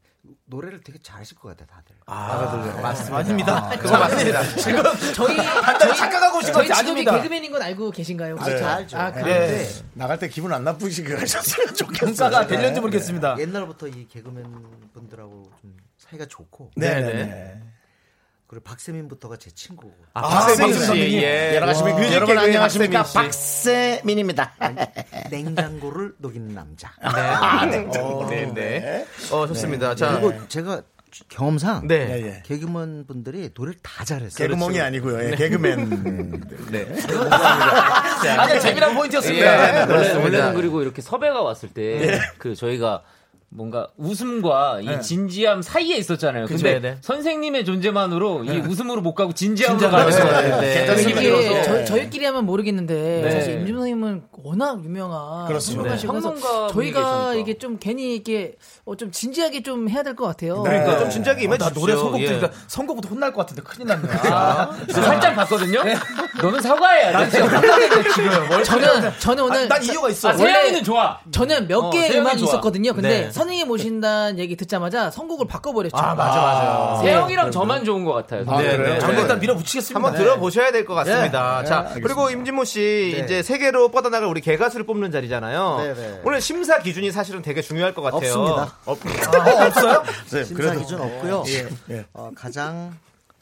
[SPEAKER 11] 노래를 되게 잘하실 것 같아요, 다들. 네.
[SPEAKER 2] 맞습니다. 아닙니다. 그거 맞습니다.
[SPEAKER 11] 지금
[SPEAKER 12] 저희
[SPEAKER 11] 단단히 착각하고 오신
[SPEAKER 12] 저희
[SPEAKER 11] 것
[SPEAKER 12] 직업이
[SPEAKER 11] 아닙니다.
[SPEAKER 12] 개그맨인 건 알고 계신가요? 혹시?
[SPEAKER 1] 네.
[SPEAKER 12] 알죠. 아, 그래요?
[SPEAKER 11] 예.
[SPEAKER 1] 나갈 때 기분 안 나쁘시게 하셨으면 좋겠어요. 네.
[SPEAKER 11] 평가가 될는지 모르겠습니다.
[SPEAKER 3] 옛날부터 이 개그맨 분들하고 좀 사이가 좋고
[SPEAKER 1] 네. 네.
[SPEAKER 2] 네네.
[SPEAKER 1] 네.
[SPEAKER 3] 그리고 박세민부터고 제 친구고
[SPEAKER 2] 아, 박세민 씨. 예.
[SPEAKER 1] 여러분,
[SPEAKER 2] 뮤직
[SPEAKER 1] 여러분
[SPEAKER 2] 개그의
[SPEAKER 1] 안녕하십니까?
[SPEAKER 2] 박세민 씨.
[SPEAKER 1] 박세민입니다.
[SPEAKER 11] 아, 예.
[SPEAKER 3] 냉장고를 녹이는 남자
[SPEAKER 2] 아, 네. 네, 네. 어, 좋습니다. 자.
[SPEAKER 3] 그리고 제가 경험상
[SPEAKER 2] 네.
[SPEAKER 1] 예, 예.
[SPEAKER 3] 개그맨 분들이 노래를 다 잘했어요 그렇죠.
[SPEAKER 1] 개그멍이 아니고요. 예, 개그맨.
[SPEAKER 2] 네.
[SPEAKER 11] *laughs* 아니, 네, 재미난
[SPEAKER 13] 네,
[SPEAKER 11] 포인트였습니다. 네,
[SPEAKER 2] 예,
[SPEAKER 10] 네. 원래,
[SPEAKER 2] 그렇습니다.
[SPEAKER 10] 원래는 그리고 이렇게 섭외가 왔을 때 그 저희가 뭔가 웃음과 이 진지함 사이에 있었잖아요. 근데
[SPEAKER 2] 네, 네.
[SPEAKER 10] 선생님의 존재만으로 이 웃음으로 못 가고 진지함으로
[SPEAKER 2] 진지함으로
[SPEAKER 10] 가는 거예요.
[SPEAKER 2] 가요. 네.
[SPEAKER 1] 개그맨이
[SPEAKER 12] 이게
[SPEAKER 1] 길어서.
[SPEAKER 12] 저, 저희끼리 하면 모르겠는데
[SPEAKER 10] 네.
[SPEAKER 12] 사실 임준모 선생님은 워낙 유명한
[SPEAKER 1] 그렇습니다.
[SPEAKER 12] 평론가시고 해서
[SPEAKER 10] 평론가
[SPEAKER 12] 저희가
[SPEAKER 10] 분이
[SPEAKER 12] 이게 좀 괜히 이게 어, 좀 진지하게 좀 해야 될 것 같아요.
[SPEAKER 2] 그러니까 좀 진지하게 임해
[SPEAKER 11] 네. 어, 나
[SPEAKER 2] 주십시오.
[SPEAKER 11] 노래 선곡
[SPEAKER 2] 예.
[SPEAKER 11] 들으니까 선곡부터 혼날 것 같은데 큰일 났네. 아. 네.
[SPEAKER 10] 저 살짝 봤거든요. 너는 사과해야 돼.
[SPEAKER 11] 지금 뭘
[SPEAKER 12] 저는 저는 오늘
[SPEAKER 11] 난 이유가 있어.
[SPEAKER 10] 아, 세영이는 좋아.
[SPEAKER 12] 저는 몇
[SPEAKER 10] 어,
[SPEAKER 12] 개의
[SPEAKER 10] 세영이
[SPEAKER 12] 음악이
[SPEAKER 10] 좋아.
[SPEAKER 12] 있었거든요. 근데
[SPEAKER 2] 네.
[SPEAKER 12] 선생님 모신다는 얘기 듣자마자 선곡을 바꿔버렸죠.
[SPEAKER 2] 아, 맞아, 맞아.
[SPEAKER 10] 세영이랑
[SPEAKER 2] 네.
[SPEAKER 10] 저만 좋은 것 같아요. 네,
[SPEAKER 2] 아, 그래요? 저는 일단
[SPEAKER 11] 밀어붙이겠습니다.
[SPEAKER 2] 한번 들어보셔야 될 것 같습니다.
[SPEAKER 11] 예.
[SPEAKER 2] 자,
[SPEAKER 11] 예,
[SPEAKER 2] 그리고 임진모 씨
[SPEAKER 11] 네.
[SPEAKER 2] 이제 세계로 뻗어나갈 우리 개가수를 뽑는 자리잖아요.
[SPEAKER 11] 네, 네.
[SPEAKER 2] 오늘 심사 기준이 사실은 되게 중요할 것 같아요.
[SPEAKER 14] 없습니다.
[SPEAKER 2] *laughs* 없-
[SPEAKER 14] 없어요?
[SPEAKER 2] 네,
[SPEAKER 14] 심사
[SPEAKER 2] 그래도-
[SPEAKER 14] 기준 없고요.
[SPEAKER 2] 예.
[SPEAKER 14] 어, 가장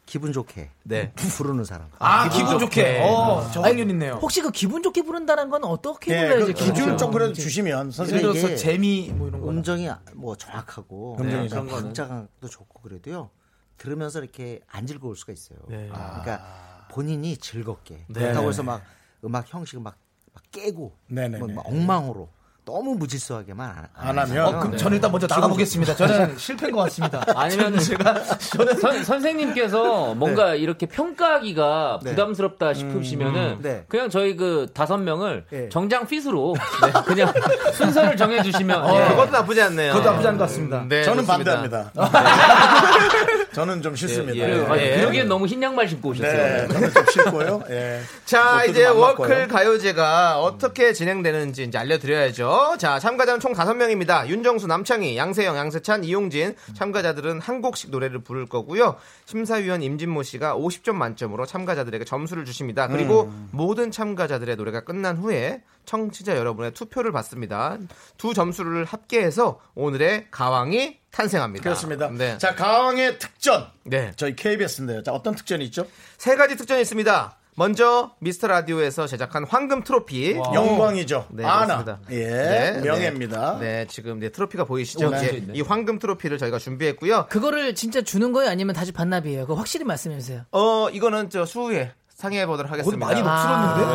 [SPEAKER 14] 기분 좋게
[SPEAKER 2] 네.
[SPEAKER 14] 부르는 사람.
[SPEAKER 11] 아, 기분 좋게.
[SPEAKER 3] 네.
[SPEAKER 2] 아.
[SPEAKER 11] 어, 정확률 있네요.
[SPEAKER 12] 혹시 그 기분 좋게 부른다는 건 어떻게
[SPEAKER 14] 예,
[SPEAKER 12] 불러야지?
[SPEAKER 14] 그 기준을 좀 그래도
[SPEAKER 1] 주시면
[SPEAKER 14] 선생님. 예를 들어서
[SPEAKER 11] 네. 재미 뭐 이런
[SPEAKER 14] 거. 음정이 뭐 정확하고
[SPEAKER 11] 음정이 그런
[SPEAKER 14] 음정이
[SPEAKER 11] 거는.
[SPEAKER 14] 박자도 좋고 그래도요. 들으면서 이렇게 안 즐거울 수가 있어요.
[SPEAKER 11] 네. 아.
[SPEAKER 14] 그러니까 본인이 즐겁게
[SPEAKER 1] 네.
[SPEAKER 14] 그렇다고 해서 막 음악 형식 막, 막 깨고
[SPEAKER 1] 네네네.
[SPEAKER 14] 뭐 막 엉망으로 너무 무질서하게만 안,
[SPEAKER 1] 안 하면?
[SPEAKER 14] 하잖아요.
[SPEAKER 1] 어, 그럼
[SPEAKER 14] 네.
[SPEAKER 11] 저는 일단 먼저
[SPEAKER 14] 즐겁게.
[SPEAKER 11] 나가보겠습니다.
[SPEAKER 14] *laughs*
[SPEAKER 11] 저는 실패인 것 같습니다.
[SPEAKER 10] 아니면 제가 저는 선, 선생님께서 뭔가 이렇게 평가하기가 부담스럽다 싶으시면은
[SPEAKER 14] 네.
[SPEAKER 10] 그냥 저희 그 다섯 명을 정장 핏으로 네, 그냥 *laughs* 순서를 정해주시면 예.
[SPEAKER 2] 어, 그것도 나쁘지 않네요.
[SPEAKER 10] 그것도 나쁘지
[SPEAKER 11] 않은 것 같습니다.
[SPEAKER 1] 저는
[SPEAKER 10] 좋습니다.
[SPEAKER 1] 반대합니다. 저는 좀 싫습니다.
[SPEAKER 10] 예, 예. 맞아요. 그러기엔 너무 흰 양말 신고
[SPEAKER 1] 네,
[SPEAKER 10] 오셨어요.
[SPEAKER 1] 저는 좀 싫고요. 예.
[SPEAKER 2] 자,
[SPEAKER 1] 옷도
[SPEAKER 2] 이제
[SPEAKER 1] 좀안
[SPEAKER 2] 워클
[SPEAKER 1] 맞고요.
[SPEAKER 2] 가요제가 어떻게 진행되는지 이제 알려드려야죠. 자, 참가자는 총 5명입니다. 윤정수, 남창희, 양세형, 양세찬, 이용진. 참가자들은 한 곡씩 노래를 부를 거고요. 심사위원 임진모 씨가 50점 만점으로 참가자들에게 점수를 주십니다. 그리고
[SPEAKER 1] 음.
[SPEAKER 2] 모든 참가자들의 노래가 끝난 후에 청취자 여러분의 투표를 받습니다. 두 점수를 합계해서 오늘의 가왕이 탄생합니다.
[SPEAKER 1] 그렇습니다.
[SPEAKER 2] 네.
[SPEAKER 1] 자, 가왕의 특전.
[SPEAKER 2] 네.
[SPEAKER 1] 저희 KBS인데요. 자, 어떤 특전이 있죠?
[SPEAKER 2] 세 가지 특전이 있습니다. 먼저 미스터 라디오에서 제작한 황금 트로피 네,
[SPEAKER 1] 와우. 영광이죠. 아나.
[SPEAKER 2] 그렇습니다.
[SPEAKER 1] 예, 명예입니다.
[SPEAKER 2] 네, 지금 네, 트로피가 보이시죠?
[SPEAKER 12] 네.
[SPEAKER 2] 예, 이 황금 트로피를 저희가 준비했고요.
[SPEAKER 12] 그거를 진짜 주는 거예요? 아니면 다시 반납이에요? 그거 확실히 말씀해 주세요.
[SPEAKER 2] 어 이거는 저 수후에 상의해 보도록 하겠습니다. 아,
[SPEAKER 12] 많이 녹슬었는데?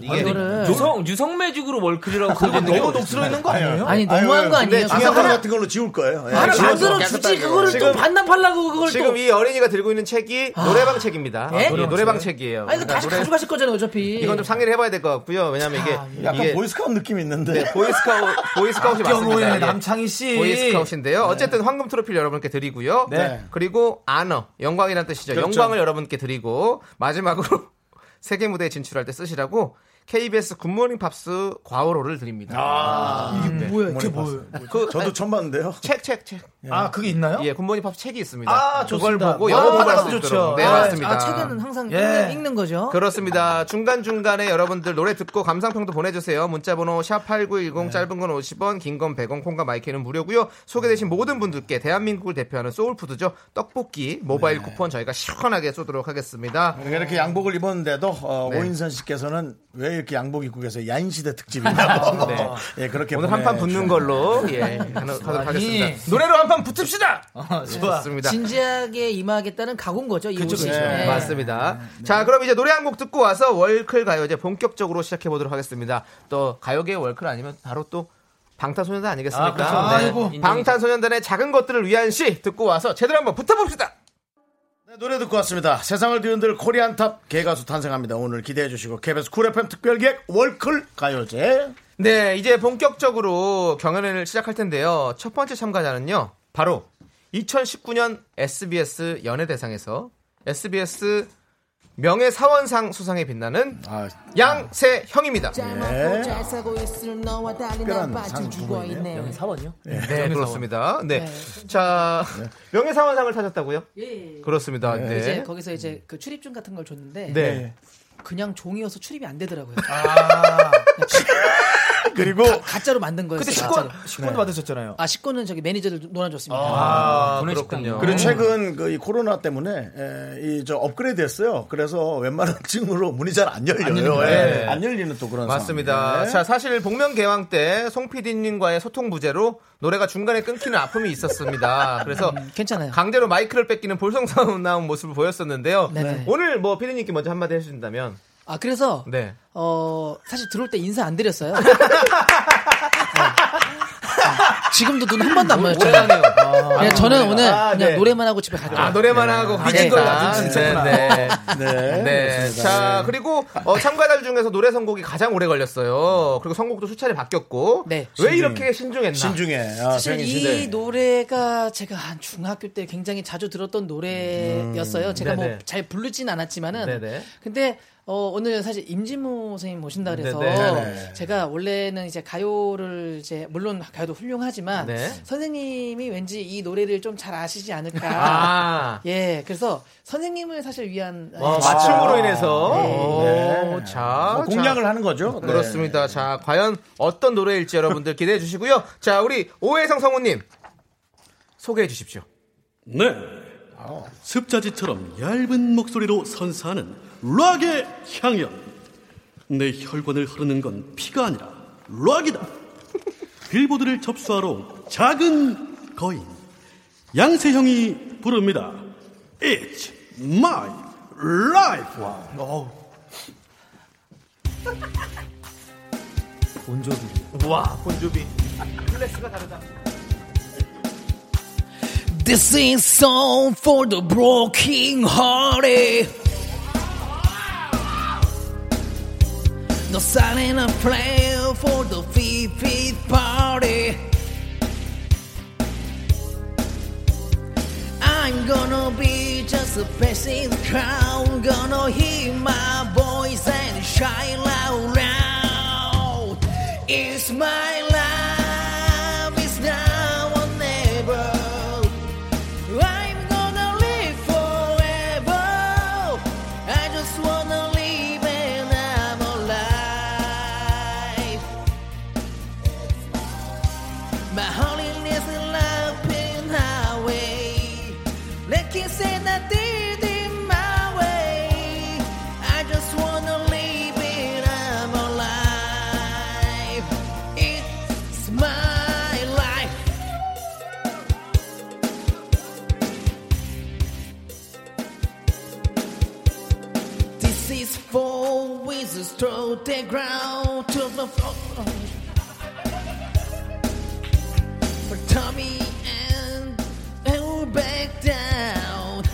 [SPEAKER 2] 왜냐하면 이게
[SPEAKER 12] 이거를-
[SPEAKER 10] 어, 유성 유성 매직으로 월클이라고
[SPEAKER 2] 아,
[SPEAKER 1] 아,
[SPEAKER 2] 너무 녹슬어있는 거 아니에요?
[SPEAKER 12] 아니, 너무한 거 아니에요?
[SPEAKER 1] 근데 중요한 네. 거
[SPEAKER 12] 하나-
[SPEAKER 1] 같은 걸로 지울 거예요. 예.
[SPEAKER 12] 하나
[SPEAKER 1] 지워서
[SPEAKER 12] 아, 만들어
[SPEAKER 1] 깨끗하게.
[SPEAKER 12] 주지 그거를 또
[SPEAKER 2] 지금-
[SPEAKER 12] 반납하려고 그걸
[SPEAKER 2] 지금
[SPEAKER 12] 또. 아.
[SPEAKER 2] 이 어린이가 들고 있는 책이 노래방 책입니다.
[SPEAKER 12] 예?
[SPEAKER 2] 예, 노래방 책이에요.
[SPEAKER 12] 아니 이거
[SPEAKER 2] 그러니까
[SPEAKER 12] 다시
[SPEAKER 2] 노래-
[SPEAKER 12] 가져가실 거잖아요 어차피.
[SPEAKER 2] 이건 좀 상의를 해봐야 될 것 같고요. 왜냐하면 이게
[SPEAKER 1] 약간
[SPEAKER 2] 이게-
[SPEAKER 1] 보이스카웃 느낌이 있는데.
[SPEAKER 2] 네, 보이스카웃 보이스카웃이
[SPEAKER 11] 아,
[SPEAKER 2] 맞습니다.
[SPEAKER 11] 껴놓은
[SPEAKER 2] 예.
[SPEAKER 11] 남창희 씨.
[SPEAKER 2] 보이스카웃인데요. 어쨌든 황금 트로피를 여러분께 드리고요.
[SPEAKER 11] 네.
[SPEAKER 2] 그리고 안어 영광이라는 뜻이죠.
[SPEAKER 11] 그렇죠.
[SPEAKER 2] 영광을 여러분께 드리고 마지막으로 *laughs* 세계 무대에 진출할 때 쓰시라고 KBS 굿모닝 팝스 과오로를 드립니다.
[SPEAKER 1] 아,
[SPEAKER 2] 네.
[SPEAKER 11] 뭐야, 이게 뭐예요?
[SPEAKER 2] 그,
[SPEAKER 1] 저도
[SPEAKER 2] 아니,
[SPEAKER 1] 처음 봤는데요.
[SPEAKER 2] 책, 책, 책.
[SPEAKER 11] 아, 그게 있나요?
[SPEAKER 2] 예, 굿모닝 팝스 책이 있습니다.
[SPEAKER 11] 아,
[SPEAKER 2] 그걸
[SPEAKER 11] 좋습니다.
[SPEAKER 2] 보고
[SPEAKER 11] 아,
[SPEAKER 2] 영어 공부할 수
[SPEAKER 11] 받아서 좋죠.
[SPEAKER 2] 있도록. 네,
[SPEAKER 11] 아,
[SPEAKER 2] 맞습니다.
[SPEAKER 12] 아 책은 항상
[SPEAKER 2] 예.
[SPEAKER 12] 읽는, 읽는
[SPEAKER 1] 어?
[SPEAKER 12] 거죠.
[SPEAKER 2] 그렇습니다. 중간중간에 여러분들 노래 듣고 감상평도 보내주세요. 문자번호 샵8910
[SPEAKER 1] 네.
[SPEAKER 2] 짧은 건 50원, 긴 건 100원, 콩과 마이크는 무료고요. 소개되신 모든 분들께 대한민국을 대표하는 소울푸드죠. 떡볶이 모바일 쿠폰 저희가 시원하게 쏘도록 하겠습니다.
[SPEAKER 1] 네. 이렇게 양복을 입었는데도 어,
[SPEAKER 2] 네.
[SPEAKER 1] 오인선 씨께서는 왜 이렇게 양복 입고 계세요? 야인시대 특집이냐고.
[SPEAKER 2] *laughs* 네.
[SPEAKER 1] 예, 그렇게
[SPEAKER 2] 오늘 한 판 붙는
[SPEAKER 1] 보내주셨네요.
[SPEAKER 2] 걸로 예,
[SPEAKER 1] *laughs*
[SPEAKER 2] 하도록 하겠습니다.
[SPEAKER 11] 노래로 한 판 붙읍시다.
[SPEAKER 1] 어,
[SPEAKER 2] 어, 좋습니다.
[SPEAKER 12] 진지하게 임하겠다는 각오인 거죠. 이
[SPEAKER 2] 네, 그쵸,
[SPEAKER 12] 옷이.
[SPEAKER 2] 그쵸.
[SPEAKER 12] 네.
[SPEAKER 2] 맞습니다. 자, 그럼 이제 노래 한 곡 듣고 와서 월클 가요제 본격적으로 시작해 보도록 하겠습니다. 또 가요계의 월클 아니면 바로 또 방탄소년단
[SPEAKER 11] 아, 그쵸.
[SPEAKER 2] 아니겠습니까?
[SPEAKER 11] 아이고.
[SPEAKER 2] 인정이죠. 방탄소년단의 작은 것들을 위한 시 듣고 와서 제대로 한번 붙어봅시다.
[SPEAKER 1] 네, 노래 듣고 왔습니다. 세상을 뒤흔들 코리안 탑 개가수 탄생합니다. 오늘 기대해 주시고 KBS 쿨 FM 특별기획 월클 가요제.
[SPEAKER 2] 네, 이제 본격적으로 경연을 시작할 텐데요. 첫 번째 참가자는요, 바로 2019년 SBS 연예대상에서 SBS 명예사원상 수상에 빛나는 양세형입니다.
[SPEAKER 15] 닮았고 잘 사고 있을 너와 달리 난
[SPEAKER 2] 네. 특별한
[SPEAKER 15] 빠진
[SPEAKER 2] 상
[SPEAKER 15] 죽어 있네.
[SPEAKER 10] 명예 사원이요?
[SPEAKER 2] 네,
[SPEAKER 12] 뭐.
[SPEAKER 2] 그렇습니다. 네. 자, 명예사원상을 타셨다고요?
[SPEAKER 12] 예.
[SPEAKER 2] 그렇습니다. 네.
[SPEAKER 12] 이제 거기서 이제 그 출입증 같은 걸 줬는데
[SPEAKER 2] 네.
[SPEAKER 12] 그냥 종이어서 출입이 안 되더라고요. 네.
[SPEAKER 1] 그리고
[SPEAKER 12] 가짜로 만든 거였어요.
[SPEAKER 11] 그때 식권,
[SPEAKER 12] 가짜로.
[SPEAKER 11] 식권도 받으셨잖아요.
[SPEAKER 12] 아 식권은 저기 매니저들 놀아줬습니다.
[SPEAKER 11] 아,
[SPEAKER 2] 그렇군요.
[SPEAKER 1] 그리고 최근 그이 코로나 때문에 예, 이 저 업그레이드 했어요. 그래서 웬만한 층으로 문이 잘 안 열려요. 안,
[SPEAKER 2] 열립니다. 네.
[SPEAKER 1] 안 열리는 또 그런
[SPEAKER 2] 맞습니다.
[SPEAKER 12] 네.
[SPEAKER 1] 상황인데.
[SPEAKER 2] 자, 사실 복면개왕 때 송 PD님과의 소통 부재로 노래가 중간에 끊기는 아픔이
[SPEAKER 12] *laughs*
[SPEAKER 2] 있었습니다. 그래서
[SPEAKER 12] 음, 괜찮아요.
[SPEAKER 2] 강제로 마이크를 뺏기는 볼성사나운 모습을 보였었는데요.
[SPEAKER 12] 네네.
[SPEAKER 2] 오늘 뭐 PD님께 먼저 한마디 해주신다면
[SPEAKER 12] 아 그래서
[SPEAKER 2] 네.
[SPEAKER 12] 어 사실 들어올 때 인사 안
[SPEAKER 2] *laughs*
[SPEAKER 12] 드렸어요. 네. 아, 지금도 눈 한 번도 안 마주쳤어요. 아,
[SPEAKER 2] 오래가네요.
[SPEAKER 12] 그냥 저는 오늘
[SPEAKER 2] 아,
[SPEAKER 12] 그냥
[SPEAKER 2] 네.
[SPEAKER 12] 노래만 하고 집에 갈게요.
[SPEAKER 2] 아, 노래만 하고
[SPEAKER 12] 미친 네. 걸 아주
[SPEAKER 2] 네,
[SPEAKER 12] 진짜
[SPEAKER 2] 네.
[SPEAKER 1] 네.
[SPEAKER 2] 네.
[SPEAKER 1] 그렇습니다.
[SPEAKER 2] 자, 그리고 어, 참가자들 중에서 노래 선곡이 가장 오래 걸렸어요. 그리고 선곡도 수차례 바뀌었고. 왜
[SPEAKER 1] 신중해.
[SPEAKER 2] 이렇게 신중했나?
[SPEAKER 1] 신중해. 아,
[SPEAKER 12] 네. 사실
[SPEAKER 1] 생일
[SPEAKER 12] 이
[SPEAKER 1] 시대.
[SPEAKER 12] 노래가 제가 한 중학교 때 굉장히 자주 들었던 노래였어요. 제가
[SPEAKER 2] 음, 네네.
[SPEAKER 12] 뭐 잘 부르진 않았지만은
[SPEAKER 2] 네네.
[SPEAKER 12] 근데 어, 오늘 사실 임진모 선생님 모신다 그래서
[SPEAKER 16] 네네.
[SPEAKER 12] 제가 원래는 이제 가요를 이제 물론 가요도 훌륭하지만
[SPEAKER 16] 네.
[SPEAKER 12] 선생님이 왠지 이 노래를 좀 잘 아시지 않을까.
[SPEAKER 2] 아.
[SPEAKER 12] 예, 그래서 선생님을 사실 위한 예,
[SPEAKER 2] 어,
[SPEAKER 12] 진짜-
[SPEAKER 2] 맞춤으로 인해서
[SPEAKER 12] 네.
[SPEAKER 2] 오, 자
[SPEAKER 12] 뭐 공략을
[SPEAKER 1] 하는 거죠.
[SPEAKER 12] 네.
[SPEAKER 2] 그렇습니다. 자 과연 어떤 노래일지 여러분들 기대해 주시고요. 자 우리 오해성 성우님 소개해 주십시오.
[SPEAKER 17] 네. 습자지처럼 얇은 목소리로 선사하는 락의 향연. 내 혈관을 흐르는 건 피가 아니라 락이다. 빌보드를 접수하러 온 작은 거인 양세형이 부릅니다. It's my life.
[SPEAKER 2] 본조비. 와 본조비. 클래스가 다르다.
[SPEAKER 16] This is song for the broken hearted. No silent a prayer for the fifth party. I'm gonna be just a passing crowd. Gonna hear my voice and shine loud. loud. It's my life, it's now or never. I'm gonna live forever. I just wanna live and I'm alive. My holiness and love in highway. Let me say that did it my way. I just wanna live and I'm alive. It's my life. This is for wizards throw the ground to the floor. For Tommy and and we're back down.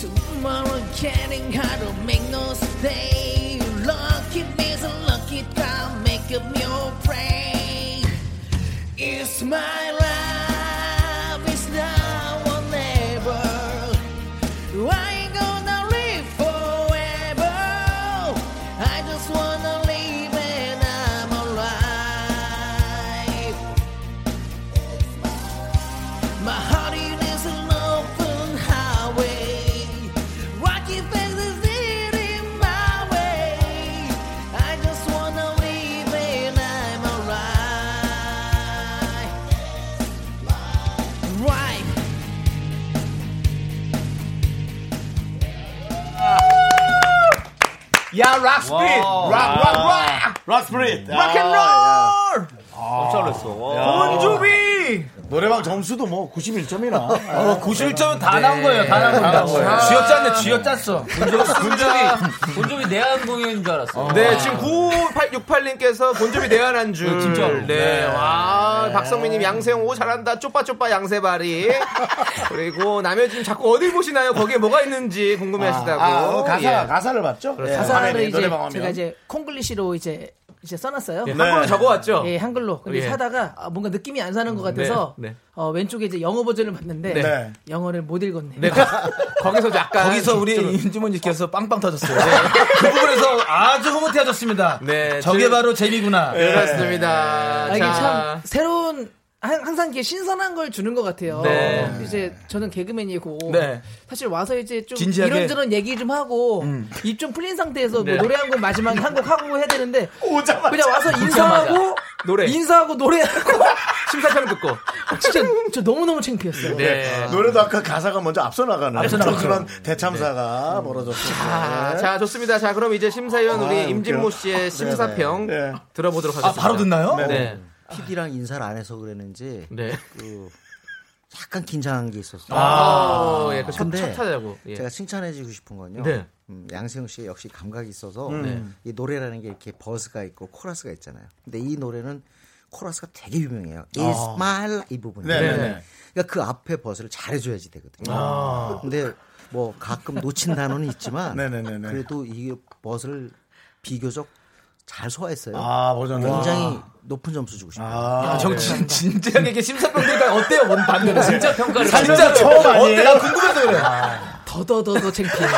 [SPEAKER 16] Tomorrow getting hard to make no stay. Lucky means a lucky time, make up your prey. It's my life, it's now or never. I ain't gonna live forever. I just wanna live and I'm alive. My heart it is an open highway. Rocky faces it in my way. I just wanna live and I'm alive. Right.
[SPEAKER 11] 야, 락스피릿!
[SPEAKER 16] 와우.
[SPEAKER 11] 락, 락, 락!
[SPEAKER 1] 락스피릿!
[SPEAKER 11] 락앤롤!
[SPEAKER 1] 깜짝 놀랐어.
[SPEAKER 11] 본조비!
[SPEAKER 1] 노래방 점수도 뭐 91점이나. 아.
[SPEAKER 11] 어, 91점은
[SPEAKER 1] 네.
[SPEAKER 11] 다 나온 거예요, 다 나온 겁니다.
[SPEAKER 2] 아.
[SPEAKER 11] 쥐어짰네, 쥐어짰어.
[SPEAKER 10] 본조비 본조비 내한 공연인 줄 알았어.
[SPEAKER 2] 네, 지금 9868님께서 본조비 내한한 줄.
[SPEAKER 10] 어, 진짜로.
[SPEAKER 2] 네,
[SPEAKER 10] 네.
[SPEAKER 2] 와,
[SPEAKER 10] 네.
[SPEAKER 2] 아, 박성민님 양세형 오 잘한다. 쪼빠쪼빠 양세발이. 그리고 남효진님 자꾸 어딜 보시나요? 거기에 뭐가 있는지 궁금해하시다고.
[SPEAKER 1] 아, 어, 가사,
[SPEAKER 2] 예.
[SPEAKER 1] 가사를 봤죠?
[SPEAKER 2] 그렇죠.
[SPEAKER 12] 가사를
[SPEAKER 2] 화면에
[SPEAKER 12] 이제
[SPEAKER 2] 노래방 화면.
[SPEAKER 12] 제가 이제 콩글리시로 이제 이제 써놨어요.
[SPEAKER 2] 예, 한글로
[SPEAKER 12] 네.
[SPEAKER 2] 적어왔죠?
[SPEAKER 12] 예, 한글로. 근데
[SPEAKER 2] 예.
[SPEAKER 12] 사다가 아, 뭔가 느낌이 안 사는 것 같아서
[SPEAKER 2] 네, 네.
[SPEAKER 12] 어, 왼쪽에 이제 영어 버전을 봤는데
[SPEAKER 2] 네.
[SPEAKER 12] 영어를 못 읽었네.
[SPEAKER 2] 네, 거- 거기서 약간 네.
[SPEAKER 11] 거기서 우리
[SPEAKER 2] 좀-
[SPEAKER 11] 임지모님께서 빵빵 터졌어요. 그 부분에서 아주 흐뭇해하셨습니다.
[SPEAKER 2] 네,
[SPEAKER 11] 저게
[SPEAKER 2] 저-
[SPEAKER 11] 바로 재미구나.
[SPEAKER 2] 네, 그렇습니다.
[SPEAKER 12] *laughs* 아, 이게
[SPEAKER 2] 자.
[SPEAKER 12] 참 새로운 한- 항상 이게 신선한 걸 주는 것 같아요.
[SPEAKER 2] 네.
[SPEAKER 12] 이제 저는 개그맨이고
[SPEAKER 2] 네.
[SPEAKER 12] 사실 와서 이제 좀
[SPEAKER 2] 진지하게.
[SPEAKER 12] 이런저런 얘기 좀 하고 입 좀 풀린 상태에서 뭐
[SPEAKER 2] 네.
[SPEAKER 12] 노래 한 곡 마지막에 한 곡 하고 해야 되는데
[SPEAKER 1] 오자마자.
[SPEAKER 12] 그냥 와서
[SPEAKER 2] 오자마자.
[SPEAKER 12] 인사하고
[SPEAKER 2] 노래.
[SPEAKER 12] 인사하고 노래하고
[SPEAKER 1] *laughs*
[SPEAKER 2] 심사평 듣고
[SPEAKER 12] 진짜 저 너무너무 창피했어요.
[SPEAKER 2] 네.
[SPEAKER 1] 노래도 아까 가사가 먼저 앞서 네. 음. 나가는
[SPEAKER 2] 앞서
[SPEAKER 1] 저
[SPEAKER 2] 나가죠.
[SPEAKER 1] 그런 대참사가 벌어졌어요.
[SPEAKER 2] 아, 자, 좋습니다. 자, 그럼 이제 심사위원
[SPEAKER 1] 아,
[SPEAKER 2] 우리
[SPEAKER 1] 웃겨.
[SPEAKER 2] 임진모 씨의 심사평
[SPEAKER 11] 네,
[SPEAKER 2] 들어보도록
[SPEAKER 11] 아,
[SPEAKER 2] 하겠습니다. 네.
[SPEAKER 14] PD랑 어. 인사를 안 해서 그랬는지
[SPEAKER 2] 네.
[SPEAKER 14] 그 약간 긴장한 게 있었어요.
[SPEAKER 2] 아, 예, 그 첫-
[SPEAKER 14] 근데
[SPEAKER 2] 첫 타자고, 예.
[SPEAKER 14] 제가 칭찬해주고 싶은 건요.
[SPEAKER 2] 네.
[SPEAKER 14] 음, 양세형 씨 역시 감각이 있어서
[SPEAKER 2] 음.
[SPEAKER 14] 이 노래라는 게 이렇게 버스가 있고 코러스가 있잖아요. 근데 이 노래는 코러스가 되게 유명해요. It's
[SPEAKER 16] 아.
[SPEAKER 14] my life 이 부분이.
[SPEAKER 16] 네, 네, 네.
[SPEAKER 14] 그러니까 그 앞에 버스를 잘해줘야지 되거든요.
[SPEAKER 16] 아.
[SPEAKER 14] 근데 뭐 가끔 놓친 단어는 있지만
[SPEAKER 1] 네, 네, 네, 네.
[SPEAKER 14] 그래도 이 버스를 비교적 잘 소화했어요.
[SPEAKER 1] 아, 버전을.
[SPEAKER 14] 굉장히
[SPEAKER 1] 아.
[SPEAKER 14] 높은 점수 주고 싶어요.
[SPEAKER 1] 아,
[SPEAKER 14] 정
[SPEAKER 1] 네.
[SPEAKER 11] 진지하게 이게 심사평 들까 어때요? 원 반대로.
[SPEAKER 14] 진짜
[SPEAKER 1] 평가를 진짜 처음
[SPEAKER 11] 어때?
[SPEAKER 1] 아니에요?
[SPEAKER 11] 나 궁금해서 그래.
[SPEAKER 12] 더더더더 창피해.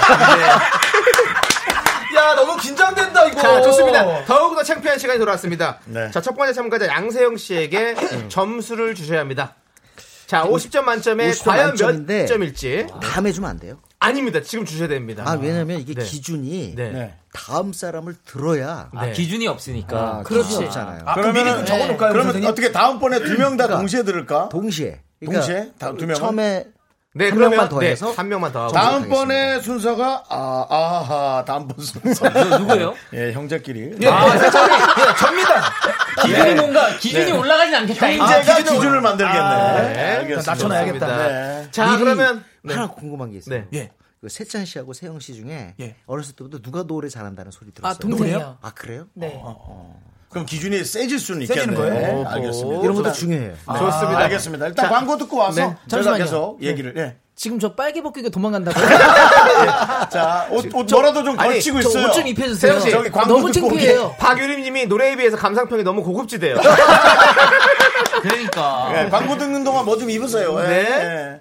[SPEAKER 2] 야 너무 긴장된다 이거. 자 좋습니다. 더욱더 창피한 시간이 돌아왔습니다.
[SPEAKER 1] 네.
[SPEAKER 2] 자 첫 번째 참가자 양세형 씨에게 점수를 주셔야 합니다. 자 50점 만점에
[SPEAKER 14] 50점
[SPEAKER 2] 과연
[SPEAKER 14] 만점인데
[SPEAKER 2] 몇 점일지.
[SPEAKER 14] 다음 해주면 안 돼요?
[SPEAKER 2] 아닙니다. 지금 주셔야 됩니다.
[SPEAKER 14] 아, 왜냐면 이게
[SPEAKER 2] 네.
[SPEAKER 14] 기준이
[SPEAKER 2] 네.
[SPEAKER 14] 다음 사람을 들어야
[SPEAKER 10] 아, 기준이 없으니까.
[SPEAKER 14] 아,
[SPEAKER 10] 그렇지.
[SPEAKER 14] 기준이 없잖아요. 그러니까.
[SPEAKER 10] 아, 그럼 미리 좀 적어놓을까요,
[SPEAKER 1] 네. 네. 그러면 어떻게 다음번에 두 명 다 동시에 그러니까 들을까?
[SPEAKER 14] 동시에.
[SPEAKER 1] 동시에? 다, 두 명은?
[SPEAKER 14] 처음에
[SPEAKER 2] 네,
[SPEAKER 14] 한
[SPEAKER 2] 그러면-
[SPEAKER 14] 명만 더
[SPEAKER 2] 네,
[SPEAKER 14] 해서
[SPEAKER 2] 한 명만 더 하고.
[SPEAKER 1] 다음번에 순서가 아, 아하 다음번 순서
[SPEAKER 10] 누구예요?
[SPEAKER 1] 예 형제끼리
[SPEAKER 10] 아,
[SPEAKER 1] 네.
[SPEAKER 2] 저기, 접니다.
[SPEAKER 1] 네.
[SPEAKER 10] 기준이 뭔가 기준이
[SPEAKER 1] 네.
[SPEAKER 10] 올라가진 않겠다.
[SPEAKER 1] 형제가 아, 기준을, 만들겠네
[SPEAKER 14] 아,
[SPEAKER 1] 네, 알겠습니다. 네.
[SPEAKER 14] 미리
[SPEAKER 2] 그러면- 네.
[SPEAKER 14] 하나 궁금한 게 있어요.
[SPEAKER 2] 네. 예.
[SPEAKER 14] 그 세찬 씨하고 세영 씨 중에
[SPEAKER 10] 예.
[SPEAKER 14] 어렸을 때부터 누가 노래 잘한다는 소리
[SPEAKER 12] 아,
[SPEAKER 14] 들었어요.
[SPEAKER 12] 동생이요.
[SPEAKER 14] 아 그래요? 어.
[SPEAKER 12] 네.
[SPEAKER 1] 그럼 기준이 세질 수는
[SPEAKER 14] 세지는
[SPEAKER 1] 있겠네요
[SPEAKER 14] 거예요?
[SPEAKER 1] 네, 알겠습니다
[SPEAKER 14] 이런 것도
[SPEAKER 1] 좋습니다.
[SPEAKER 14] 중요해요.
[SPEAKER 1] 아, 좋습니다 알겠습니다 일단
[SPEAKER 12] 자,
[SPEAKER 1] 광고 듣고 와서
[SPEAKER 12] 네,
[SPEAKER 1] 저희가
[SPEAKER 12] 잠시만요.
[SPEAKER 1] 계속 얘기를 예.
[SPEAKER 12] 지금 저 빨개 벗기고 도망간다고.
[SPEAKER 1] 자, 옷, 옷 뭐라도 좀
[SPEAKER 2] 아니,
[SPEAKER 1] 걸치고
[SPEAKER 12] 저
[SPEAKER 1] 있어요.
[SPEAKER 12] 옷좀 입혀주세요.
[SPEAKER 1] 세영
[SPEAKER 12] 네.
[SPEAKER 1] 씨, 저기 광고
[SPEAKER 12] 너무
[SPEAKER 1] 듣고 오게.
[SPEAKER 12] 창피해요.
[SPEAKER 2] 박유림님이 노래에 비해서 감상평이 너무 고급지대요.
[SPEAKER 10] 그러니까.
[SPEAKER 1] 예, 광고 듣는 동안 뭐 좀 입으세요. 예.
[SPEAKER 2] 네.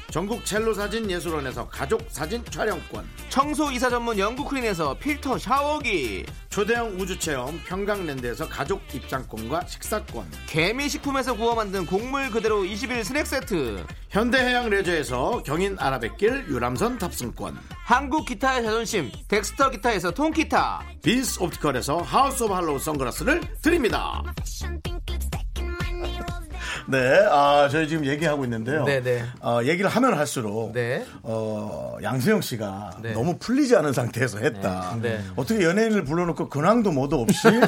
[SPEAKER 1] 전국 첼로 사진 예술원에서 가족 사진 촬영권.
[SPEAKER 2] 청소이사 전문 영국크린에서 필터 샤워기.
[SPEAKER 1] 초대형 우주체험 평강랜드에서 가족 입장권과 식사권.
[SPEAKER 2] 개미식품에서 구워 만든 곡물 그대로 21 스낵세트.
[SPEAKER 1] 현대해양 레저에서 경인 아라뱃길 유람선 탑승권.
[SPEAKER 2] 한국 기타의 자존심 덱스터 기타에서 통기타.
[SPEAKER 1] 빈스 옵티컬에서 하우스 오브 할로우 선글라스를 드립니다. 네, 아, 저희 지금 얘기하고 있는데요.
[SPEAKER 2] 네네.
[SPEAKER 1] 어, 얘기를 하면 할수록,
[SPEAKER 2] 네.
[SPEAKER 1] 어, 양세형 씨가
[SPEAKER 2] 네.
[SPEAKER 1] 너무 풀리지 않은 상태에서 했다.
[SPEAKER 2] 네, 네.
[SPEAKER 1] 어떻게 연예인을 불러놓고 근황도
[SPEAKER 2] *laughs*
[SPEAKER 1] 뭐도 없이
[SPEAKER 2] 네.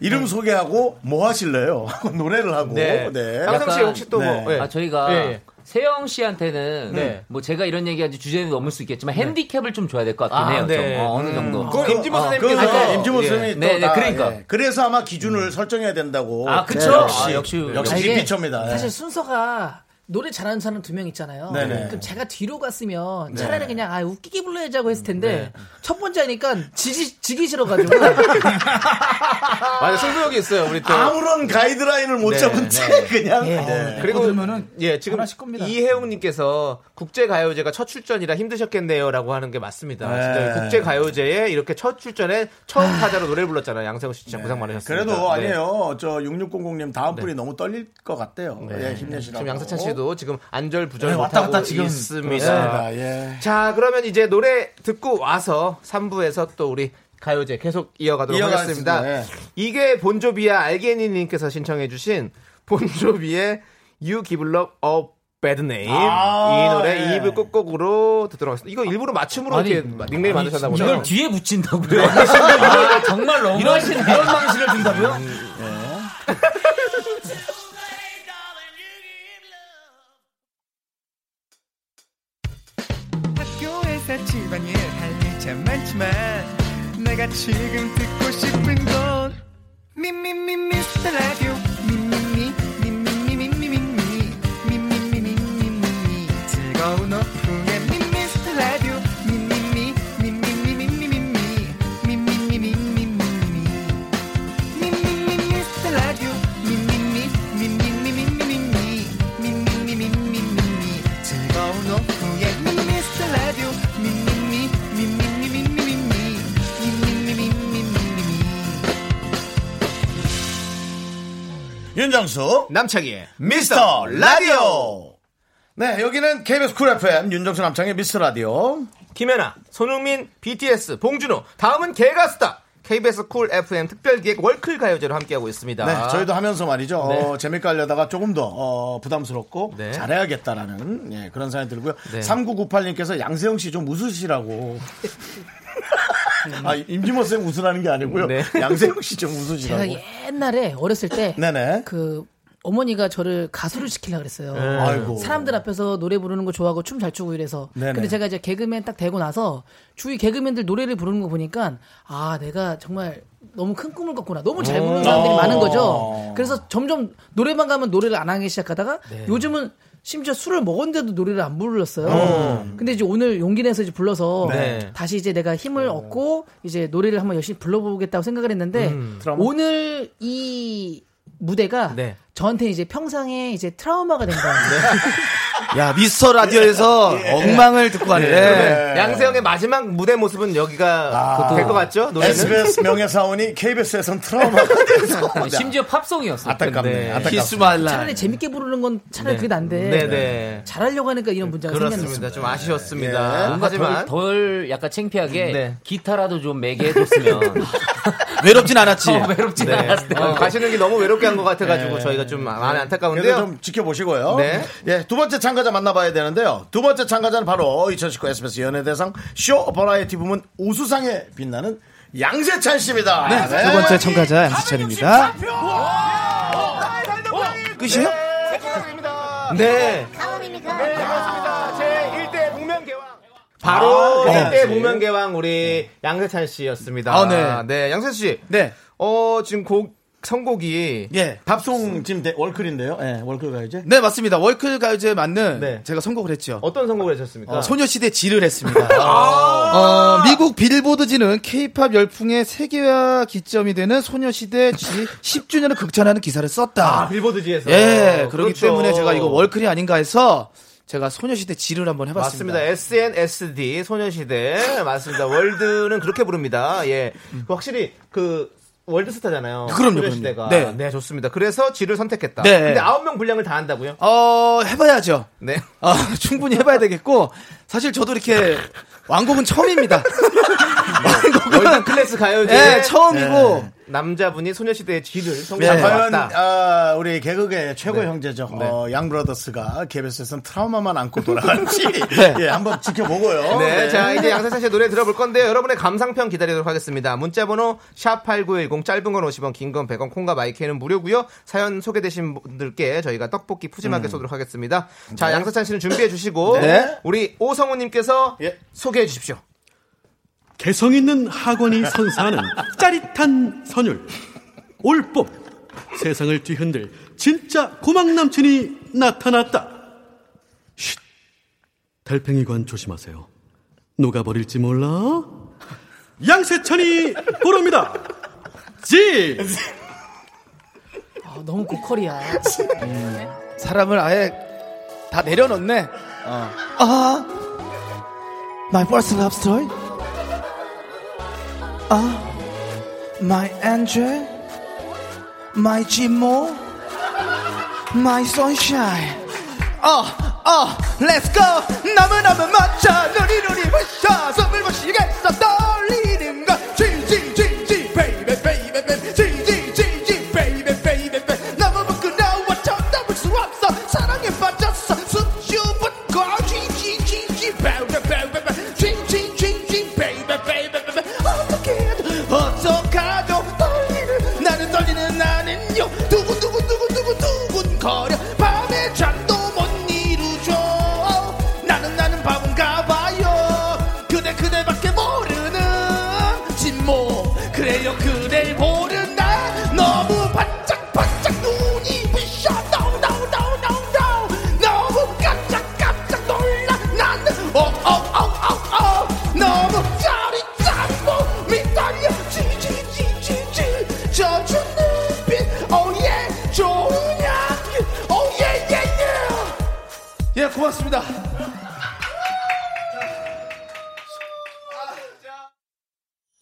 [SPEAKER 1] 이름 소개하고 뭐 하실래요? *laughs* 하고 노래를 하고. 네.
[SPEAKER 2] 양성 씨 혹시 또 뭐? 예.
[SPEAKER 10] 아, 저희가
[SPEAKER 2] 예, 예.
[SPEAKER 10] 세영 씨한테는
[SPEAKER 2] 네.
[SPEAKER 10] 뭐 제가 이런 얘기하지 주제는 넘을 수 있겠지만 핸디캡을 좀 줘야 될 것 같긴
[SPEAKER 2] 아,
[SPEAKER 10] 해요.
[SPEAKER 2] 네.
[SPEAKER 10] 좀. 어, 어느 정도.
[SPEAKER 2] 그건 임진모 예. 선생님께서-
[SPEAKER 1] 그래서 임지모 선생님이 또
[SPEAKER 10] 네, 네,
[SPEAKER 1] 나-
[SPEAKER 10] 그러니까.
[SPEAKER 1] 예. 그래서 아마 기준을 설정해야 된다고.
[SPEAKER 10] 아, 그쵸.
[SPEAKER 1] 네,
[SPEAKER 10] 아,
[SPEAKER 1] 역시
[SPEAKER 10] 역시.
[SPEAKER 1] 역시
[SPEAKER 12] 아, 이게
[SPEAKER 1] 리피처입니다. 예.
[SPEAKER 12] 사실 순서가 노래 잘하는 사람 두 명 있잖아요.
[SPEAKER 1] 네네.
[SPEAKER 12] 그럼 제가 뒤로 갔으면
[SPEAKER 1] 네.
[SPEAKER 12] 차라리 그냥 아 웃기게 불러야지 하고 했을 텐데 첫 번째 하니까 지지, 지기
[SPEAKER 1] *laughs*
[SPEAKER 12] 싫어가지고
[SPEAKER 2] 맞아 승부욕이 있어요 우리 또.
[SPEAKER 1] 아무런 가이드라인을 못
[SPEAKER 2] 네,
[SPEAKER 1] 잡은
[SPEAKER 2] 네.
[SPEAKER 1] 채 그냥 네.
[SPEAKER 2] 그리고 예 지금 이혜웅님께서 국제 가요제가 첫 출전이라 힘드셨겠네요라고 하는 게 맞습니다.
[SPEAKER 1] 네.
[SPEAKER 2] 진짜 국제 가요제에 이렇게 첫 출전에 처음 타자로 노래 를 불렀잖아요. 양세형 씨 진짜 고생 많으셨습니다.
[SPEAKER 1] 그래도
[SPEAKER 2] 네.
[SPEAKER 1] 아니에요. 저 6600님 다음 분이 너무 떨릴 것 같대요.
[SPEAKER 2] 네.
[SPEAKER 1] 예, 힘내시라고.
[SPEAKER 2] 지금 양세찬 씨도 지금 안절부절
[SPEAKER 1] 네, 왔다
[SPEAKER 2] 못하고
[SPEAKER 1] 갔다 지금
[SPEAKER 2] 있습니다.
[SPEAKER 1] 그렇습니다. 예.
[SPEAKER 2] 자 그러면 이제 노래 듣고 와서 3부에서 또 우리 가요제 계속 이어가도록
[SPEAKER 1] 이어가겠습니다. 네.
[SPEAKER 2] 하겠습니다. 이게 본조비야 알게니님께서 신청해주신 본조비의 You Give Love a Bad Name
[SPEAKER 1] 아,
[SPEAKER 2] 이 노래
[SPEAKER 1] 예.
[SPEAKER 2] 이 2부 끝곡으로 듣도록 하겠습니다. 이거 일부러 맞춤으로
[SPEAKER 10] 아니,
[SPEAKER 2] 이렇게 마- 닉네임 만드셨나 보죠.
[SPEAKER 10] 이걸 뒤에 붙인다고요? *laughs* 아, 정말
[SPEAKER 11] *laughs*
[SPEAKER 10] 너무
[SPEAKER 11] 이런 신 이런 망신을 준다고요?
[SPEAKER 18] 학교에서 집안일 할 일 참 많지만 내가 지금 듣고 싶은 건 미미미 미스터 라디오 미미미 미미미 미미미 미미미 미미미 미미미 즐거운 오후에 미미스터 라디오 미미미 미미미 미미미 미미미 미미미 미미미 미스터 라디오 미미미 미미미 미미미 미미미 미미미 즐거운 오후에 미스터 라디오 미미미 미미미 미미미 미미미 미미미
[SPEAKER 1] 윤정수
[SPEAKER 2] 남창희의
[SPEAKER 1] 미스터 라디오. 네, 여기는 KBS 쿨 FM 윤정수 남창의 미스터 라디오.
[SPEAKER 2] 김연아, 손흥민, BTS, 봉준호 다음은 개가스다 KBS 쿨 FM 특별기획 월클 가요제로 함께하고 있습니다.
[SPEAKER 1] 네, 저희도 하면서 말이죠.
[SPEAKER 2] 네.
[SPEAKER 1] 어, 재밌게 하려다가 조금 더 어, 부담스럽고
[SPEAKER 2] 네.
[SPEAKER 1] 잘해야겠다라는 예, 그런 생각이 들고요.
[SPEAKER 2] 네.
[SPEAKER 1] 3998님께서 양세형 씨 좀 웃으시라고. 아, 임지모 쌤 웃으라는 게 아니고요.
[SPEAKER 2] 네.
[SPEAKER 12] 예.
[SPEAKER 1] 양세형 씨 좀 웃으시라고.
[SPEAKER 12] 제가 옛날에 어렸을 때
[SPEAKER 1] 네네.
[SPEAKER 12] 그 어머니가 저를 가수를 시키려 그랬어요.
[SPEAKER 1] 네. 아이고.
[SPEAKER 12] 사람들 앞에서 노래 부르는 거 좋아하고 춤 잘 추고 이래서.
[SPEAKER 1] 네네.
[SPEAKER 12] 근데 제가 이제 개그맨 딱 되고 나서 주위 개그맨들 노래를 부르는 거 보니까 아 내가 정말 너무 큰 꿈을 꿨구나. 너무 잘 부르는
[SPEAKER 1] 오.
[SPEAKER 12] 사람들이 많은
[SPEAKER 1] 오.
[SPEAKER 2] 어.
[SPEAKER 12] 거죠. 어. 그래서 점점 노래방 가면 노래를 안 하기 시작하다가
[SPEAKER 1] 네.
[SPEAKER 12] 요즘은 심지어 술을 먹었는데도 노래를 안 불렀어요.
[SPEAKER 1] 어.
[SPEAKER 12] 근데 이제 오늘 용기 내서 이제 불러서
[SPEAKER 1] 네.
[SPEAKER 12] 다시 이제 내가 힘을
[SPEAKER 2] 어.
[SPEAKER 12] 얻고 이제 노래를 한번 열심히 불러보겠다고 생각을 했는데
[SPEAKER 2] 음, 트라우마?
[SPEAKER 12] 오늘 이 무대가
[SPEAKER 2] 네.
[SPEAKER 12] 저한테 이제 평상에 이제 트라우마가 된 거예요.
[SPEAKER 2] 야 미스터 라디오에서 엉망을 듣고 가네.
[SPEAKER 1] 예.
[SPEAKER 2] 예. 양세형의 마지막 무대 모습은 여기가 될 것 같죠? 노래는? *laughs*
[SPEAKER 1] SBS 명예사원이 KBS에선 트라우마가
[SPEAKER 2] 아,
[SPEAKER 1] 돼서
[SPEAKER 10] 심지어 팝송이었어요.
[SPEAKER 1] 안타깝네.
[SPEAKER 2] 네.
[SPEAKER 1] 안타깝네.
[SPEAKER 2] 키스 말라.
[SPEAKER 12] 차라리 재밌게 부르는 건 차라리
[SPEAKER 2] 네.
[SPEAKER 12] 그게 난데
[SPEAKER 2] 네네.
[SPEAKER 12] 잘하려고 하니까 이런 문제가
[SPEAKER 2] 그렇습니다.
[SPEAKER 12] 생겼습니다.
[SPEAKER 2] 좀 아쉬웠습니다.
[SPEAKER 10] 뭔가
[SPEAKER 2] 하지만
[SPEAKER 10] 덜, 덜 약간 창피하게
[SPEAKER 2] 네.
[SPEAKER 10] 기타라도 좀 매게 해줬으면
[SPEAKER 2] *laughs* *laughs* 외롭진 않았지. 네.
[SPEAKER 10] 어, 외롭진 않았을 때.
[SPEAKER 2] 어, 가시는 게 너무 외롭게 한 것 같아가지고 저희가 좀 많이
[SPEAKER 1] 그래도
[SPEAKER 2] *laughs* 안타까운데요.
[SPEAKER 1] 좀 지켜보시고요.
[SPEAKER 2] 네.
[SPEAKER 1] 예, 두 번째 참가자 만나봐야 되는데요. 두 번째 참가자는 바로 2019 SBS 연예대상 쇼 버라이티 부문 우수상에 빛나는 양세찬 씨입니다. 네,
[SPEAKER 13] 두 번째 참가자 양세찬입니다.
[SPEAKER 11] 네,
[SPEAKER 13] 끝이에요?
[SPEAKER 2] 네.
[SPEAKER 18] 고맙습니다.
[SPEAKER 2] 제 1대 복면 개왕. 바로
[SPEAKER 11] 아,
[SPEAKER 2] 그때
[SPEAKER 11] 네.
[SPEAKER 2] 복면개왕 우리 양세찬 씨였습니다.
[SPEAKER 11] 아, 네.
[SPEAKER 2] 양세찬 씨. 네. 어, 지금 곡 선곡이
[SPEAKER 1] 예. 밥송 지금 대- 월클인데요. 예, 월클 가야지.
[SPEAKER 13] 네 맞습니다. 월클 가요제에 맞는
[SPEAKER 1] 네.
[SPEAKER 13] 제가 선곡을 했죠.
[SPEAKER 2] 어떤 선곡을 하셨습니까?
[SPEAKER 13] 어, 소녀시대 지를
[SPEAKER 2] *laughs*
[SPEAKER 13] 했습니다.
[SPEAKER 2] 아.
[SPEAKER 13] 어, 미국 빌보드지는 케이팝 열풍의 세계화 기점이 되는 소녀시대 지 10주년을 극찬하는 기사를 썼다.
[SPEAKER 2] 아, 빌보드지에서.
[SPEAKER 13] 예, 그렇기
[SPEAKER 2] 그렇죠.
[SPEAKER 13] 때문에 제가 이거 월클이 아닌가 해서 제가 소녀시대 지를 한번 해봤습니다.
[SPEAKER 2] 맞습니다. SNSD 소녀시대 맞습니다. 월드는 그렇게 부릅니다. 예, 확실히 그 월드스타잖아요.
[SPEAKER 13] 그럼요,
[SPEAKER 2] 소녀시대가
[SPEAKER 13] 그럼요.
[SPEAKER 2] 네. 좋습니다. 그래서 지를 선택했다.
[SPEAKER 13] 네.
[SPEAKER 2] 근데 아홉 명 분량을 다 한다고요?
[SPEAKER 13] 어, 해봐야죠.
[SPEAKER 2] 네.
[SPEAKER 13] 어, 충분히 해봐야 되겠고, 사실 저도 이렇게 왕곡은
[SPEAKER 2] *laughs*
[SPEAKER 13] 처음입니다.
[SPEAKER 2] 월드 네. 클래스 가요제
[SPEAKER 13] 네, 처음이고. 네.
[SPEAKER 2] 남자분이 소녀시대의 지를
[SPEAKER 1] 자, 과연
[SPEAKER 2] 선택했다. 네.
[SPEAKER 1] 아, 우리 개그계 최고 의 형제죠. 어, 양브라더스가 KBS에선
[SPEAKER 2] *laughs*
[SPEAKER 1] 트라우마만 안고 돌아갈지
[SPEAKER 2] 네.
[SPEAKER 1] 예, 한번 지켜보고요.
[SPEAKER 2] *laughs* 네, 자 이제 양세찬 씨의 노래 들어볼 건데요. 여러분의 감상평 기다리도록 하겠습니다. 문자번호 샵 #8910 짧은 건 50원, 긴 건 100원, 콩과 마이크는 무료고요. 사연 소개되신 분들께 저희가 떡볶이 푸짐하게 쏘도록 하겠습니다. 자
[SPEAKER 1] 네.
[SPEAKER 2] 양세찬 씨는 준비해 주시고
[SPEAKER 1] 네.
[SPEAKER 2] 우리 오성우님께서 소개해 주십시오.
[SPEAKER 17] 개성 있는 학원이 선사하는 짜릿한 선율. 올봄 세상을 뒤흔들 진짜 고막 남친이 나타났다. 쉿. 달팽이관 조심하세요. 녹아버릴지 몰라. 양세찬이 부릅니다. 지.
[SPEAKER 12] 아, 너무 고퀄이야.
[SPEAKER 2] 네.
[SPEAKER 13] 사람을 아예 다 내려놓네.
[SPEAKER 2] 어.
[SPEAKER 13] 아, my first love story. 아, my angel, my Jimo, my sunshine. 어, 어, let's go. 너무너무 멋져. 누리누리 부셔. 숨을 못 쉬겠어. 떨리는 것. 지지지지, baby, baby, baby. 지지지지, baby, baby, baby. 너무 부끄러워. 쳐다볼 수 없어. 사랑에 빠졌어. 수줍은 거. 지지지지, baby, baby, baby. 지지지지, baby, baby, baby. 어떻게 해도, 어떡하죠. 떨리는, 나는 떨리는 나는요. 두근두근, 두근두근, 두근거려. 밤에 잠도 못 이루죠. 나는 나는 바본가 봐요. 그대 그대밖에 모르는 진모. 그래요 그댈 모른다. 너무 반짝 반짝 눈이 부셔. No no no no no. 너무 깜짝 깜짝 놀라. 나는 어, 오오오오오. 어, 너무 짜릿 짜릿 몸이 떨려. 지지지지지. 저주 눈빛. 오예 좋은 향기. 오예 예 예. 예, 고맙습니다.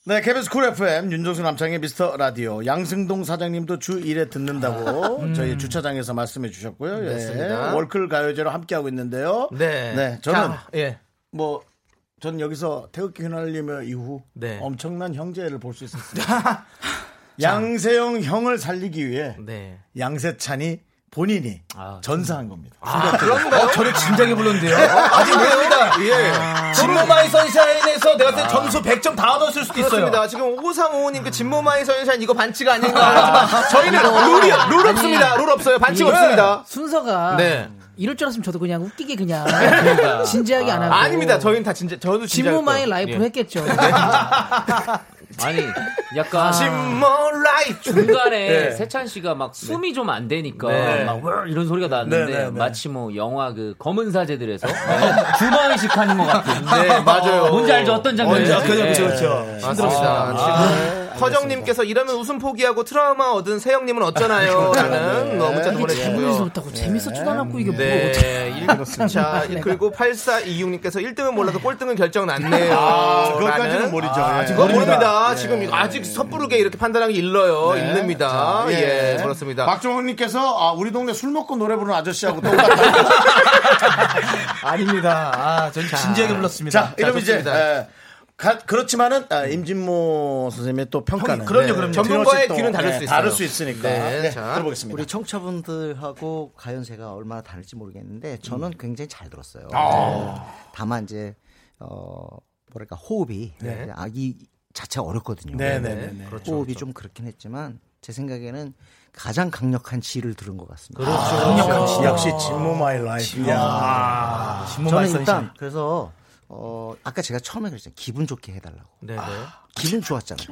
[SPEAKER 1] 네, KBS 쿨 FM 윤정수 남창의 미스터 라디오 양승동 사장님도 주 1회 듣는다고
[SPEAKER 2] 음.
[SPEAKER 1] 저희 주차장에서 말씀해 주셨고요. 예,
[SPEAKER 2] 맞습니다.
[SPEAKER 1] 월클 가요제로 함께하고 있는데요.
[SPEAKER 2] 네.
[SPEAKER 1] 저는
[SPEAKER 2] 자, 예.
[SPEAKER 1] 뭐 저는 여기서 태극기 휘날리며 이후
[SPEAKER 2] 네.
[SPEAKER 1] 엄청난 형제를 볼
[SPEAKER 11] *laughs*
[SPEAKER 1] 수 있었습니다. 양세형 형을 살리기 위해
[SPEAKER 2] 네.
[SPEAKER 1] 양세찬이 본인이 전사한 겁니다.
[SPEAKER 11] 아, 그런가요?
[SPEAKER 1] 어, 저를 진작에 불렀는데요.
[SPEAKER 11] *laughs* 아직 *laughs* 모릅니다.
[SPEAKER 2] 예.
[SPEAKER 11] 진모마이 선샤인에서 내가 그때 점수 100점 다 얻었을 수도
[SPEAKER 2] 그렇습니다.
[SPEAKER 11] 있어요.
[SPEAKER 2] 지금 5355님께 그 진모마이 선샤인 이거 반칙 아닌가 하지만 저희는 룰이, 룰 없습니다. 룰 없어요. 반칙
[SPEAKER 12] 아니,
[SPEAKER 2] 없습니다.
[SPEAKER 12] 순서가
[SPEAKER 2] 네.
[SPEAKER 12] 이럴 줄 알았으면 저도 그냥 웃기게 그냥
[SPEAKER 2] *laughs* 그러니까.
[SPEAKER 12] 진지하게 안 하고
[SPEAKER 2] 아, 닙니다 저희는 다 진짜 저도 예. 진짜
[SPEAKER 12] 진모마의 라이프를
[SPEAKER 2] *laughs*
[SPEAKER 12] 했겠죠.
[SPEAKER 10] 아니 약간
[SPEAKER 2] 음, 뭐, 진모라이
[SPEAKER 10] 중간에
[SPEAKER 11] 예.
[SPEAKER 2] 네.
[SPEAKER 10] 세찬 씨가 막 숨이 좀 안 되니까
[SPEAKER 2] 네.
[SPEAKER 10] 막 월- 이런 소리가 나왔는데
[SPEAKER 2] 네, 네, 네.
[SPEAKER 10] 마치 뭐 영화 그 검은 사제들에서 주방의식 하는 것 같은.
[SPEAKER 2] 네, 맞아요.
[SPEAKER 10] 뭔지 알죠? 어떤 장면인지.
[SPEAKER 2] 뭔지 알죠? 그렇죠,
[SPEAKER 10] 예.
[SPEAKER 2] 그렇죠.
[SPEAKER 10] 예.
[SPEAKER 2] 맞습니다.
[SPEAKER 10] 아,
[SPEAKER 2] 지금 허정님께서 이러면 웃음 포기하고 트라우마 얻은 세영님은
[SPEAKER 1] 아,
[SPEAKER 2] 어쩌나요?
[SPEAKER 1] 그렇죠. 네.
[SPEAKER 2] 라는 뭐 문자도 보내주시고요.
[SPEAKER 12] 재밌었다고 재밌었지도 않았고 이게
[SPEAKER 2] 네,
[SPEAKER 12] 뭐가 네.
[SPEAKER 2] 일곱
[SPEAKER 12] *laughs*
[SPEAKER 2] 자, 그리고 8426님께서 1등은 몰라도 꼴등은 결정 났네요.
[SPEAKER 1] 아, 그것까지는
[SPEAKER 2] 라는.
[SPEAKER 1] 모르죠.
[SPEAKER 2] 아,
[SPEAKER 1] 예.
[SPEAKER 2] 그거 모릅니다.
[SPEAKER 1] 모릅니다.
[SPEAKER 2] 지금 이거 아직 섣부르게 이렇게 판단하기 일러요.
[SPEAKER 1] 네.
[SPEAKER 2] 일릅니다.
[SPEAKER 1] 자,
[SPEAKER 2] 예. 그렇습니다.
[SPEAKER 1] 박종훈님께서 아, 우리 동네 술 먹고 노래 부르는 아저씨하고
[SPEAKER 14] *laughs*
[SPEAKER 1] 똑같다.
[SPEAKER 11] 아닙니다. 아, 저는 진지하게 불렀습니다.
[SPEAKER 1] 자, 이러면 이제 에, 가- 그렇지만은 아, 임진모 선생님의 또 평가는 네.
[SPEAKER 14] 평이- 그럼요, 그럼요. 전문가의
[SPEAKER 1] 또,
[SPEAKER 14] 귀는 다를
[SPEAKER 1] 예,
[SPEAKER 14] 수 있어요.
[SPEAKER 1] 다를 수 있으니까. 네, 들어보겠습니다.
[SPEAKER 14] 우리 청취자분들하고 과연 제가 얼마나 다를지 모르겠는데 저는 굉장히 잘 들었어요.
[SPEAKER 1] 음. 아.
[SPEAKER 14] 네. 다만 이제 어 뭐랄까 호흡이
[SPEAKER 1] 네.
[SPEAKER 14] 아이 자체가 어렵거든요.
[SPEAKER 1] 네, 네, 네, 네. 그렇죠,
[SPEAKER 14] 호흡이 좀 그렇긴 했지만 제 생각에는 가장 강력한 지를 들은 것 같습니다.
[SPEAKER 1] 강력한 시 아, 역시 진모 마이 라이프.
[SPEAKER 14] 그렇죠, 진모.
[SPEAKER 1] 야.
[SPEAKER 14] 저는 일단 그래서 어 아까 제가 처음에 그랬잖아요. 기분 좋게 해달라고. 아, 기분 좋았잖아요.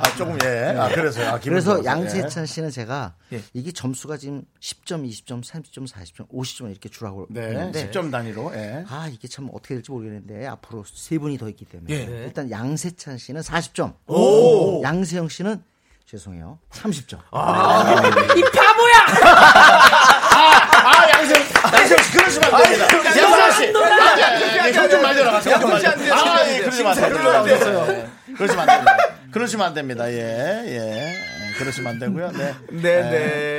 [SPEAKER 1] 아, 조금 예. 아, 그래서 아, 기분
[SPEAKER 14] 네. 그래서
[SPEAKER 1] 좋아서,
[SPEAKER 14] 양세찬 씨는 제가
[SPEAKER 1] 예.
[SPEAKER 14] 이게 점수가 지금 10점, 20점, 30점, 40점, 50점 이렇게 주라고
[SPEAKER 1] 네,
[SPEAKER 14] 했는데
[SPEAKER 1] 10점 단위로, 예.
[SPEAKER 14] 아 이게 참 어떻게 될지 모르겠는데 앞으로 세 분이 더 있기 때문에
[SPEAKER 1] 예.
[SPEAKER 14] 일단 양세찬 씨는 40점,
[SPEAKER 1] 오!
[SPEAKER 14] 양세형 씨는 죄송해요 30점.
[SPEAKER 12] 이 바보야!
[SPEAKER 1] 네. 아, 양세형, 양세형 씨, 그러시면 안 됩니다. 양세형 씨, 형좀 많이 들어가세요. 아, 예, 그러시면 안 됩니다. 예, 그러시면 안 됩니다. 그러시면 안 됩니다. 예, 예. 그러시면 안 되고요. 네.
[SPEAKER 2] 네,
[SPEAKER 1] 예.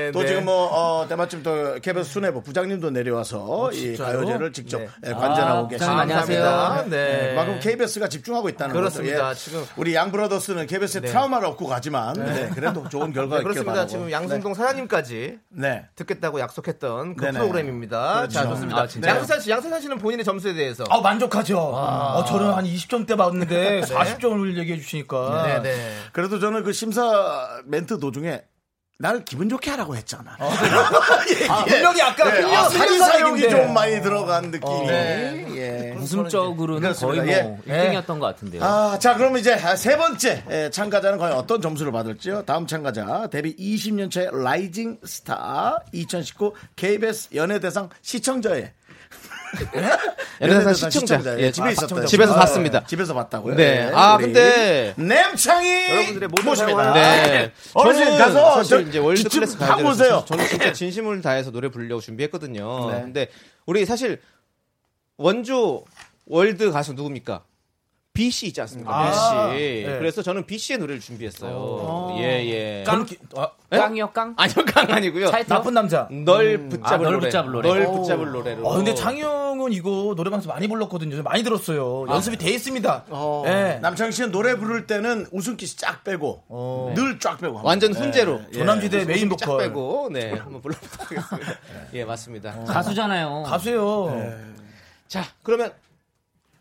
[SPEAKER 2] 네,
[SPEAKER 1] 또
[SPEAKER 2] 네.
[SPEAKER 1] 지금 뭐, 어, 때마침 또 KBS 수뇌부 부장님도
[SPEAKER 2] 어,
[SPEAKER 1] 내려와서 이
[SPEAKER 2] 진짜요?
[SPEAKER 1] 가요제를 직접
[SPEAKER 2] 네.
[SPEAKER 1] 예, 관전하고
[SPEAKER 2] 아,
[SPEAKER 1] 계시는
[SPEAKER 2] 부장님 안녕하세요. 네.
[SPEAKER 1] 만큼 KBS가 집중하고 있다는
[SPEAKER 2] 그렇습니다.
[SPEAKER 1] 거죠. 예.
[SPEAKER 2] 지금
[SPEAKER 1] 우리 양브라더스는 KBS의
[SPEAKER 2] 네.
[SPEAKER 1] 트라우마를 얻고 가지만
[SPEAKER 2] 네.
[SPEAKER 1] 네, 그래도 좋은 결과가
[SPEAKER 2] 네,
[SPEAKER 1] 있길 바라고.
[SPEAKER 2] 그렇습니다. 지금 양승동 사장님까지
[SPEAKER 1] 네.
[SPEAKER 2] 듣겠다고 약속했던 그
[SPEAKER 1] 네네.
[SPEAKER 2] 프로그램입니다. 자,
[SPEAKER 1] 그렇죠.
[SPEAKER 2] 좋습니다.
[SPEAKER 1] 아, 진짜요?
[SPEAKER 2] 양세찬 씨, 양세찬 씨는 본인의 점수에 대해서
[SPEAKER 11] 아, 만족하죠. 어, 저는 한 20점대 받았는데
[SPEAKER 10] *laughs*
[SPEAKER 2] 네.
[SPEAKER 11] 40점을 얘기해 주시니까.
[SPEAKER 1] 네, 네. 그래도 저는 그 심사 멘트 도중에 나를 기분 좋게 하라고
[SPEAKER 11] *laughs*
[SPEAKER 1] 했잖아.
[SPEAKER 11] 아, 어. 분명히 아까
[SPEAKER 1] 네,
[SPEAKER 11] 흘려-
[SPEAKER 1] 아,
[SPEAKER 11] 흘린
[SPEAKER 1] 사사용이
[SPEAKER 11] 사용인데.
[SPEAKER 1] 좀 많이 들어간 느낌이.
[SPEAKER 10] 네.
[SPEAKER 1] 예.
[SPEAKER 10] 웃음적으로는 거의
[SPEAKER 1] 그렇습니다.
[SPEAKER 10] 뭐
[SPEAKER 11] 네.
[SPEAKER 1] 예.
[SPEAKER 10] 1등이었던 것 같은데요.
[SPEAKER 1] 아, 자, 그럼 이제 세 번째 예, 참가자는 과연 어떤 점수를 받을지요? 다음 참가자 데뷔 20년 차의 라이징 스타 2019 KBS 연예대상 시청자의
[SPEAKER 2] *laughs* 연예대상 시청자.
[SPEAKER 1] 예,
[SPEAKER 2] 예,
[SPEAKER 1] 집에
[SPEAKER 2] 아,
[SPEAKER 1] 있었다.
[SPEAKER 2] 시청자. 집에서 봤습니다.
[SPEAKER 1] 집에서 봤다고요?
[SPEAKER 2] 네.
[SPEAKER 1] 예,
[SPEAKER 2] 아,
[SPEAKER 1] 우리
[SPEAKER 2] 근데
[SPEAKER 1] 냄창이
[SPEAKER 2] 여러분들의 모든
[SPEAKER 1] 모십니다.
[SPEAKER 2] 사랑을- 네.
[SPEAKER 1] 어르신
[SPEAKER 2] 저는
[SPEAKER 1] 가서
[SPEAKER 2] 사실
[SPEAKER 1] 저-
[SPEAKER 2] 이제 월드 클래스
[SPEAKER 1] 좀
[SPEAKER 2] 가야 돼서
[SPEAKER 1] 가보세요.
[SPEAKER 2] 저는 진짜 진심을 다해서 노래 부르려고 준비했거든요.
[SPEAKER 1] 네.
[SPEAKER 2] 근데 우리 사실 원조 월드 가수 누굽니까? B 씨 있지 않습니까?
[SPEAKER 10] 아,
[SPEAKER 2] B 씨.
[SPEAKER 10] 네.
[SPEAKER 2] 그래서 저는 B 씨의 노래를 준비했어요.
[SPEAKER 10] 오.
[SPEAKER 2] 예예.
[SPEAKER 11] 깡,
[SPEAKER 10] 깡이요, *laughs* 깡?
[SPEAKER 2] 아니요 깡 아니고요.
[SPEAKER 10] 차이터?
[SPEAKER 11] 나쁜 남자.
[SPEAKER 1] 음.
[SPEAKER 2] 널 붙잡을,
[SPEAKER 10] 아, 널
[SPEAKER 2] 노래.
[SPEAKER 10] 붙잡을 노래.
[SPEAKER 2] 널
[SPEAKER 10] 오.
[SPEAKER 2] 붙잡을 노래로.
[SPEAKER 1] 아,
[SPEAKER 11] 어, 근데 창영은 이거 노래방에서 많이 불렀거든요. 저 많이 들었어요.
[SPEAKER 2] 아.
[SPEAKER 11] 연습이 돼 있습니다.
[SPEAKER 1] 어,
[SPEAKER 11] 예.
[SPEAKER 1] 남창희 씨는 노래 부를 때는 웃음기 쫙 빼고 네. 늘 쫙 빼고 합니다.
[SPEAKER 2] 네. 완전 훈제로.
[SPEAKER 1] 예,
[SPEAKER 11] 어.
[SPEAKER 1] 아,
[SPEAKER 11] 조남지대
[SPEAKER 1] 예.
[SPEAKER 11] 메인
[SPEAKER 2] 쫙
[SPEAKER 11] 보컬.
[SPEAKER 2] 빼고 네 한번 불러보도록 하겠습니다. 예 맞습니다.
[SPEAKER 10] 가수잖아요.
[SPEAKER 11] 가수요.
[SPEAKER 2] 네. 자 그러면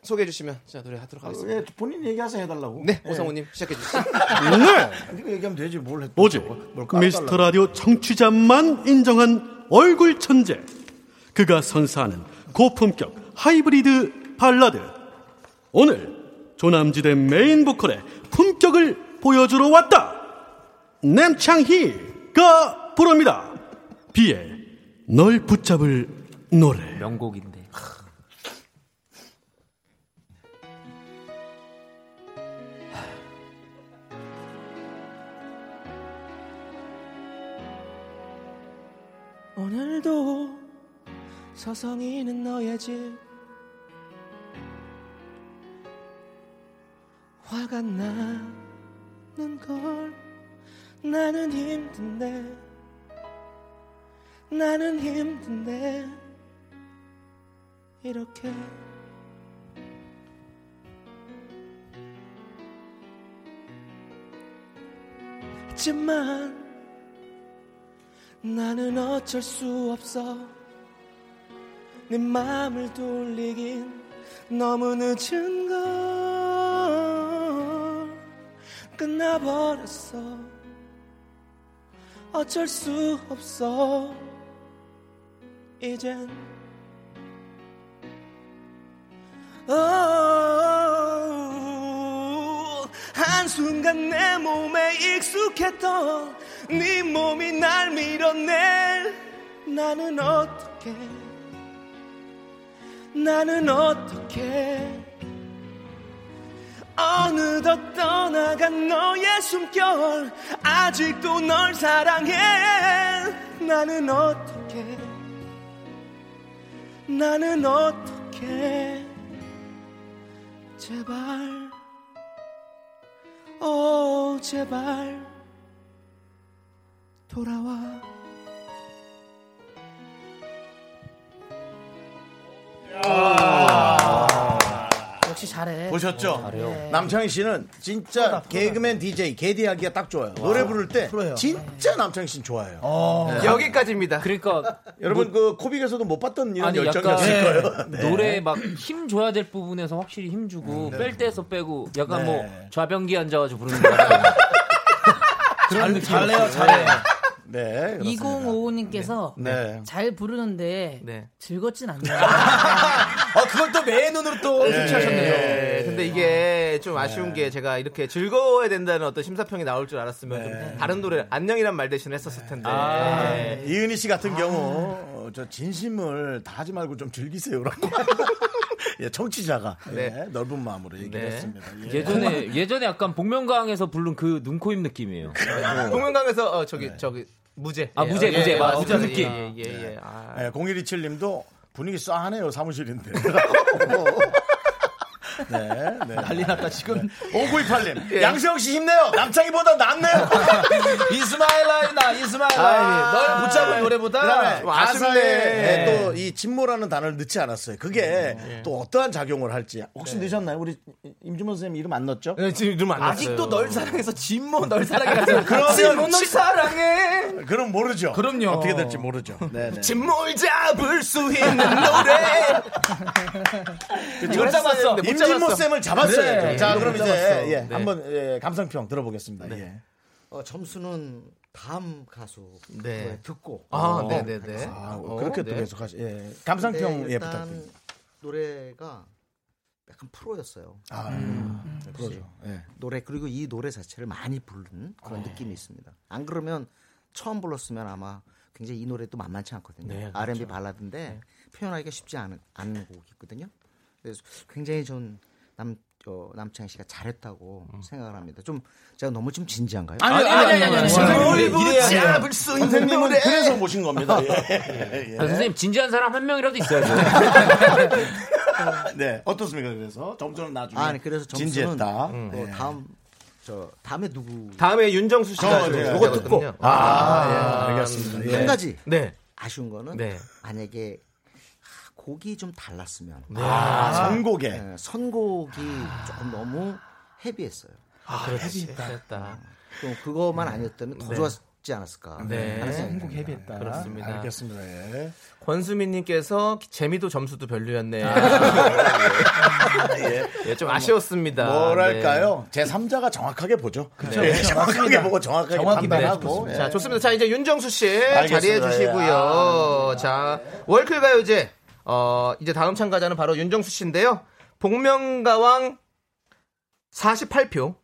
[SPEAKER 2] 소개해 주시면 자 노래 하도록
[SPEAKER 1] 아,
[SPEAKER 2] 하겠습니다.
[SPEAKER 1] 예, 본인 얘기하세요 해달라고.
[SPEAKER 2] 네 오성우님 시작해 주시죠.
[SPEAKER 17] 네.
[SPEAKER 1] 이거 얘기하면 되지 뭘 했.
[SPEAKER 17] 오직 미스터 라디오 청취자만 인정한 얼굴 천재. 그가 선사하는 고품격 하이브리드 발라드. 오늘 조남지대 메인 보컬의 품격을 보여주러 왔다. 남창희가 부릅니다. 비의 널 붙잡을 노래.
[SPEAKER 10] 명곡인데.
[SPEAKER 19] 오늘도 서성이는 너의 집 화가 나는 걸 나는 힘든데 나는 힘든데 이렇게 하지만 나는 어쩔 수 없어 내 맘을 돌리긴 너무 늦은 걸 끝나버렸어 어쩔 수 없어 이젠
[SPEAKER 15] 오, 한순간 내 몸에 익숙했던 네 몸이 날 밀어낼
[SPEAKER 19] 나는 어떻게 나는 어떻게
[SPEAKER 15] 어느덧 떠나간 너의 숨결 아직도 널 사랑해
[SPEAKER 19] 나는 어떻게 나는 어떻게 제발 오 어, 제발 돌아와
[SPEAKER 11] 아.
[SPEAKER 2] 아,
[SPEAKER 12] 역시 잘해.
[SPEAKER 1] 아,
[SPEAKER 2] 어,
[SPEAKER 1] 보셨죠?
[SPEAKER 2] 네.
[SPEAKER 1] 남창희 씨는 진짜 개그맨 DJ 개디하기가 딱 좋아요. 노래 부를 때 진짜 남창희 씨는 좋아해요.
[SPEAKER 11] 어.
[SPEAKER 1] 네.
[SPEAKER 2] 여기까지입니다.
[SPEAKER 10] 그러니까
[SPEAKER 1] 여러분 그 코빅에서도 못 봤던 이런
[SPEAKER 10] 아니,
[SPEAKER 1] 열정이었을
[SPEAKER 10] 약간
[SPEAKER 1] 거예요.
[SPEAKER 10] *laughs* 네. 노래에 막 힘 줘야 될 부분에서 확실히 힘 주고
[SPEAKER 1] 네.
[SPEAKER 10] 뺄 때에서 빼고
[SPEAKER 1] 네.
[SPEAKER 10] 약간 뭐 좌변기 앉아가지고 부르는 거 같아요.
[SPEAKER 1] 잘, 잘해요, 잘해. 네.
[SPEAKER 12] 2055님께서
[SPEAKER 2] 예.
[SPEAKER 1] 네. 네.
[SPEAKER 12] 잘 부르는데
[SPEAKER 2] 네.
[SPEAKER 12] 즐겁진 않네요.
[SPEAKER 2] 아,
[SPEAKER 11] 그걸 또 매의 눈으로 또
[SPEAKER 2] 수치하셨네요. 근데 이게 좀 아쉬운 게 제가 이렇게 즐거워야 된다는 어떤 심사평이 나올 줄 알았으면 좀 다른 노래 안녕이란 말 대신 했었을 텐데.
[SPEAKER 1] 아,
[SPEAKER 2] 네.
[SPEAKER 1] 이은희 씨 같은 경우 어, 저 진심을 다 하지 말고 좀 즐기세요라고. *laughs* 예, 청취자가 예,
[SPEAKER 10] 네.
[SPEAKER 1] 넓은 마음으로 얘기를
[SPEAKER 10] 네.
[SPEAKER 1] 했습니다. 예.
[SPEAKER 10] 예전에 예전에 약간 복면가왕에서 부른 그 눈코입 느낌이에요.
[SPEAKER 2] 동영상에서 어, 저기 저기 무제.
[SPEAKER 10] 아, 무제, 무제. 맞아,
[SPEAKER 2] 어,
[SPEAKER 10] 무제
[SPEAKER 2] 그
[SPEAKER 10] 느낌.
[SPEAKER 2] 예, 예, 예. 아.
[SPEAKER 1] 예, 0127님도 분위기 싸하네요 *laughs* 사무실인데. 네, 네. 난리 났다 지금. 5928님
[SPEAKER 11] 예.
[SPEAKER 1] 양세형 씨 힘내요. 남창희보다 낫네요.
[SPEAKER 11] *laughs* 이스마일라이나
[SPEAKER 1] 아,
[SPEAKER 11] 이스마일라이 널 붙잡은 노래보다
[SPEAKER 1] 예. 그다음에 가사에 예,
[SPEAKER 11] 가슴에 또
[SPEAKER 1] 또이 진모라는 단어를 넣지 않았어요. 그게 또 어떠한 작용을 할지 혹시 넣으셨나요? 우리 임준모 선생님 네, 이름 안 넣었죠?
[SPEAKER 2] 지금 이름 안
[SPEAKER 11] 아직도 널 사랑해서 진모 널 사랑해가지고
[SPEAKER 1] *laughs* 그러면
[SPEAKER 11] 진모 널
[SPEAKER 1] 진-
[SPEAKER 11] 사랑해
[SPEAKER 1] 그럼 모르죠.
[SPEAKER 11] 그럼요.
[SPEAKER 1] 어떻게 될지 모르죠.
[SPEAKER 11] *laughs*
[SPEAKER 1] 네, 네.
[SPEAKER 11] 진모를 잡을 수 있는
[SPEAKER 1] *laughs*
[SPEAKER 11] 노래 이걸 잡았어
[SPEAKER 1] 임진모 쌤을 잡았어요.
[SPEAKER 11] 그래.
[SPEAKER 1] 자,
[SPEAKER 11] 이걸
[SPEAKER 1] 그럼
[SPEAKER 11] 못
[SPEAKER 1] 이제
[SPEAKER 11] 잡았어.
[SPEAKER 1] 예,
[SPEAKER 11] 네.
[SPEAKER 1] 한번 예, 감상평 들어보겠습니다. 예.
[SPEAKER 14] 어, 점수는 다음 가수
[SPEAKER 1] 네.
[SPEAKER 14] 그거에 듣고
[SPEAKER 1] 아,
[SPEAKER 14] 어,
[SPEAKER 1] 네, 네, 네.
[SPEAKER 14] 하겠습니다.
[SPEAKER 1] 아, 그렇게 또 계속 하시- 예. 감상평,
[SPEAKER 14] 근데
[SPEAKER 1] 예,
[SPEAKER 14] 일단
[SPEAKER 1] 부탁드립니다.
[SPEAKER 14] 노래가 약간 프로였어요.
[SPEAKER 1] 아,
[SPEAKER 14] 음.
[SPEAKER 1] 음,
[SPEAKER 14] 역시
[SPEAKER 1] 프로죠. 예.
[SPEAKER 14] 노래 그리고 이 노래 자체를 많이 부른 그런 느낌이 있습니다. 안 그러면 처음 불렀으면 아마 굉장히 이 노래도 만만치 않거든요.
[SPEAKER 2] 네, 그렇죠.
[SPEAKER 14] R&B 발라드인데 표현하기가 쉽지 않은 않은 곡이거든요. 그래서 굉장히 전남 어, 남창희 씨가 잘했다고 생각을 합니다. 좀 제가 너무 좀 진지한가요?
[SPEAKER 1] 아니요, 아니요, 아니요, 아니요, 아니요. 선생님,
[SPEAKER 14] 뭘
[SPEAKER 1] 이래야 돼요.
[SPEAKER 14] 붙잡을 수 있는
[SPEAKER 1] 아, 선생님은
[SPEAKER 14] 노래.
[SPEAKER 1] 그래서 모신 겁니다. *laughs* 예.
[SPEAKER 10] 아, 선생님 진지한 사람 한 명이라도 있어야죠.
[SPEAKER 1] 네, 어떻습니까? 그래서 점수는 나중에
[SPEAKER 14] 아니 그래서 점수는
[SPEAKER 1] 진지했다.
[SPEAKER 14] 어,
[SPEAKER 1] 네.
[SPEAKER 14] 다음 저 다음에 누구?
[SPEAKER 2] 다음에 윤정수
[SPEAKER 14] 어,
[SPEAKER 1] 저,
[SPEAKER 2] 씨가
[SPEAKER 14] 네.
[SPEAKER 1] 제가
[SPEAKER 2] 그거 듣고
[SPEAKER 1] 하거든요. 네, 아, 예, 알겠습니다. 예.
[SPEAKER 14] 한 가지
[SPEAKER 2] 네.
[SPEAKER 14] 아쉬운 거는
[SPEAKER 2] 네.
[SPEAKER 14] 만약에 아, 곡이 좀 달랐으면
[SPEAKER 2] 네.
[SPEAKER 1] 아, 선곡에.
[SPEAKER 14] 네, 선곡이 조금 너무 헤비했어요.
[SPEAKER 2] 아, 그렇지. 됐다.
[SPEAKER 14] 좀 그거만 아니었다면 더
[SPEAKER 2] 네.
[SPEAKER 14] 좋았지 않았을까.
[SPEAKER 2] 네.
[SPEAKER 14] 하는 생각이
[SPEAKER 11] 선곡
[SPEAKER 14] 듭니다.
[SPEAKER 11] 헤비했다.
[SPEAKER 2] 그렇습니다.
[SPEAKER 1] 알겠습니다. 예.
[SPEAKER 2] 권수민님께서 재미도 점수도 별로였네요.
[SPEAKER 1] 예.
[SPEAKER 2] 예, 좀 아쉬웠습니다. 네.
[SPEAKER 1] 뭐랄까요? 제 3자가 정확하게 보죠. 그렇죠. 정확하게 보고 정확하게
[SPEAKER 2] 정확히
[SPEAKER 1] 판단하고.
[SPEAKER 2] 말해주고.
[SPEAKER 1] 예.
[SPEAKER 2] 자, 좋습니다. 자, 이제 윤정수 씨 자리해
[SPEAKER 1] 알겠습니다. 예.
[SPEAKER 2] 주시고요. 자, 월클 가요제. 어, 이제 다음 참가자는 바로 윤정수 씨인데요. 복면가왕 48표.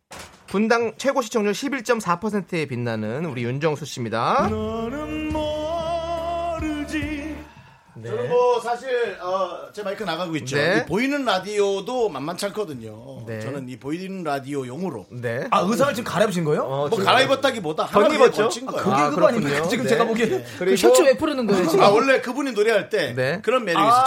[SPEAKER 2] 분당 최고 시청률 11.4%에 빛나는 우리 윤정수 씨입니다.
[SPEAKER 1] 너는 모르지. 저는 뭐 사실 어, 제 마이크 나가고 있죠.
[SPEAKER 2] 네.
[SPEAKER 1] 이 보이는 라디오도 만만치 않거든요. 저는 이 보이는 라디오 용으로
[SPEAKER 2] 네. 어,
[SPEAKER 11] 아 의상을 지금 갈아입으신 거예요?
[SPEAKER 1] 뭐 갈아입었다기보다
[SPEAKER 2] 덧
[SPEAKER 1] 하나 위에
[SPEAKER 2] 입었죠?
[SPEAKER 1] 걸친 거예요.
[SPEAKER 11] 그게 그거 아닙니까? 지금
[SPEAKER 2] 네.
[SPEAKER 11] 제가 보기에는
[SPEAKER 12] 그 셔츠 왜 푸르는 거예요 지금?
[SPEAKER 1] 아 원래 그분이 노래할 때
[SPEAKER 2] 네.
[SPEAKER 1] 그런 매력이 있어요.
[SPEAKER 11] 아!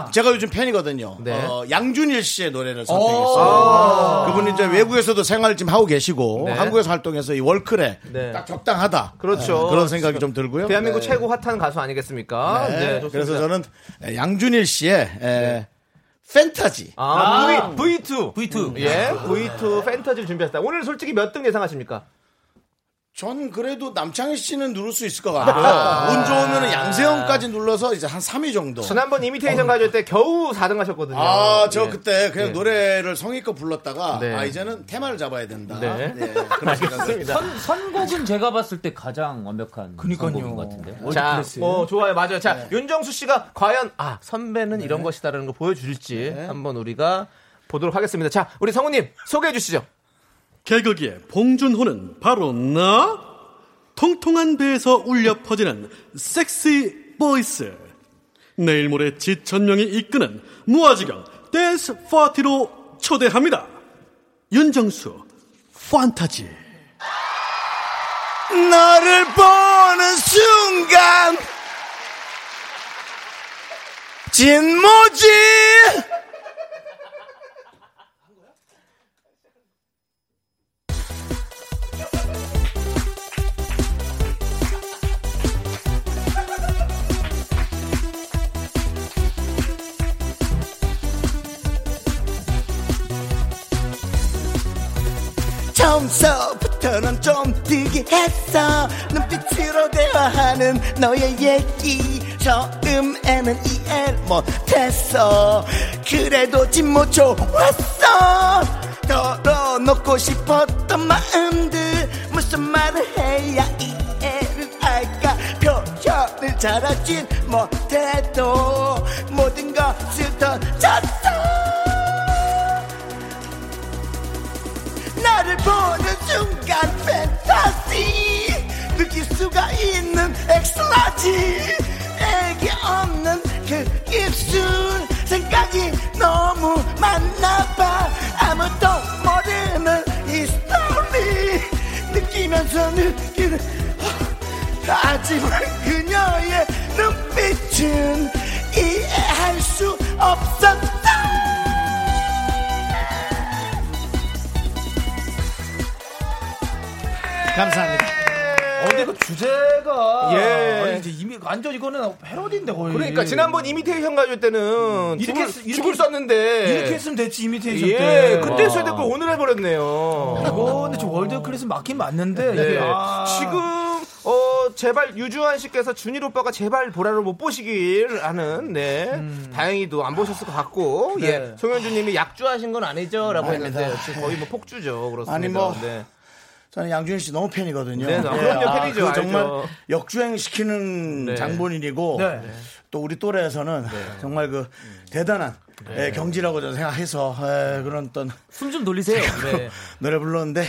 [SPEAKER 1] 저는 제가 요즘 팬이거든요. 어, 양준일 씨의 노래를
[SPEAKER 11] 아.
[SPEAKER 1] 선택했어요. 그분이 이제 외국에서도 생활을 지금 하고 계시고
[SPEAKER 2] 네.
[SPEAKER 1] 한국에서 활동해서 이 월클에
[SPEAKER 2] 네.
[SPEAKER 1] 딱 적당하다.
[SPEAKER 2] 그렇죠.
[SPEAKER 1] 네, 그런 생각이 좀 들고요.
[SPEAKER 2] 대한민국
[SPEAKER 1] 네.
[SPEAKER 2] 최고 핫한 가수 아니겠습니까?
[SPEAKER 1] 네,
[SPEAKER 2] 좋습니다. 네.
[SPEAKER 1] 그래서 저는 양준일 씨의 에, 펜타지.
[SPEAKER 2] 아, V, V2. V2. 예, V2 팬타지를 준비했다. 오늘 솔직히 몇 등 예상하십니까?
[SPEAKER 1] 전 그래도 남창희 씨는 누를 수 있을 것
[SPEAKER 2] 아.
[SPEAKER 1] 같고요. 아. 운 좋으면 양세형까지 눌러서 이제 한 3위 정도. 어.
[SPEAKER 2] 지난번 이미테이션 가져올 때 겨우 4등 하셨거든요.
[SPEAKER 1] 아, 저
[SPEAKER 2] 예.
[SPEAKER 1] 그때 그냥
[SPEAKER 2] 예.
[SPEAKER 1] 노래를 성의껏 불렀다가
[SPEAKER 2] 네.
[SPEAKER 1] 아 이제는 테마를 잡아야 된다.
[SPEAKER 10] 네.
[SPEAKER 1] 예,
[SPEAKER 2] *laughs*
[SPEAKER 1] *laughs* 그런 생각을
[SPEAKER 10] *laughs* 선, 선곡은 제가 봤을 때 가장 완벽한 선곡인 것 같은데요.
[SPEAKER 2] 자, 어, 좋아요, 맞아요. 자,
[SPEAKER 1] 네.
[SPEAKER 2] 윤정수 씨가 과연 아 선배는 이런 것이다라는 걸 보여줄지
[SPEAKER 1] 네.
[SPEAKER 2] 한번 우리가 보도록 하겠습니다. 자, 우리 성우님 소개해 주시죠.
[SPEAKER 17] 개그기의 봉준호는 바로 나 통통한 배에서 울려 퍼지는 섹시 보이스 내일 모레 지천명이 이끄는 무아지경 댄스 파티로 초대합니다 윤정수 판타지
[SPEAKER 20] 너를 보는 순간 진모지
[SPEAKER 13] 처음서부터 넌 좀 특이 했어 눈빛으로 대화하는 너의 얘기 처음에는 이해를 못했어 그래도 진못 좋았어 털어놓고 싶었던 마음들 무슨 말을 해야 이해를 할까 표현을 잘하진 못해도 모든 것을 던졌어 나를 보는 순간 팬타시 느낄 수가 있는 엑스라지 애기 없는 그 입술 생각이 너무 많나봐 아무도 모르는 이 스토리 느끼면서 느끼는 하지만 그녀의 눈빛은 이해할 수 없었다
[SPEAKER 1] 감사합니다.
[SPEAKER 21] 어, 근데 그 주제가
[SPEAKER 2] 예.
[SPEAKER 21] 아니, 이제 이미 완전 이거는 패러디인데 거의.
[SPEAKER 2] 그러니까 지난번 이미테이션 가져올 때는
[SPEAKER 21] 이렇게
[SPEAKER 2] 이렇게
[SPEAKER 21] 했-
[SPEAKER 2] 죽을,
[SPEAKER 21] 이렇게
[SPEAKER 2] 죽을 썼는데
[SPEAKER 21] 이렇게 했으면 됐지 이미테이션 때.
[SPEAKER 2] 예, 그때
[SPEAKER 21] 와.
[SPEAKER 2] 써야 될걸 오늘 해버렸네요.
[SPEAKER 21] 네. 아. 이거 근데 저 월드 클래스 맞긴 맞는데
[SPEAKER 2] 네.
[SPEAKER 21] 이게 아.
[SPEAKER 2] 지금 어 제발 유주환 씨께서 준일 오빠가 제발 보라를 못 보시길 하는 네
[SPEAKER 21] 음.
[SPEAKER 2] 다행히도 안 보셨을 것 같고
[SPEAKER 1] 네.
[SPEAKER 2] 예 송현주님이 약주하신 건 아니죠라고
[SPEAKER 1] 아닙니다.
[SPEAKER 2] 했는데 역시 거의 뭐 폭주죠 그렇습니다.
[SPEAKER 1] 아니 뭐
[SPEAKER 2] 네.
[SPEAKER 1] 저는 양준일 씨 너무 팬이거든요. 예, 아,
[SPEAKER 2] 네, 나- 그럼요, 팬이죠.
[SPEAKER 1] 그거 정말
[SPEAKER 2] 알죠.
[SPEAKER 1] 역주행 시키는
[SPEAKER 2] 네.
[SPEAKER 1] 장본인이고
[SPEAKER 2] 네.
[SPEAKER 1] 또 우리 또래에서는 정말 그 대단한
[SPEAKER 2] 네.
[SPEAKER 1] 예, 경지라고 저는 생각해서 예, 그런 어떤
[SPEAKER 10] 숨
[SPEAKER 1] *laughs*
[SPEAKER 10] 좀 돌리세요. 네.
[SPEAKER 1] 노래 불렀는데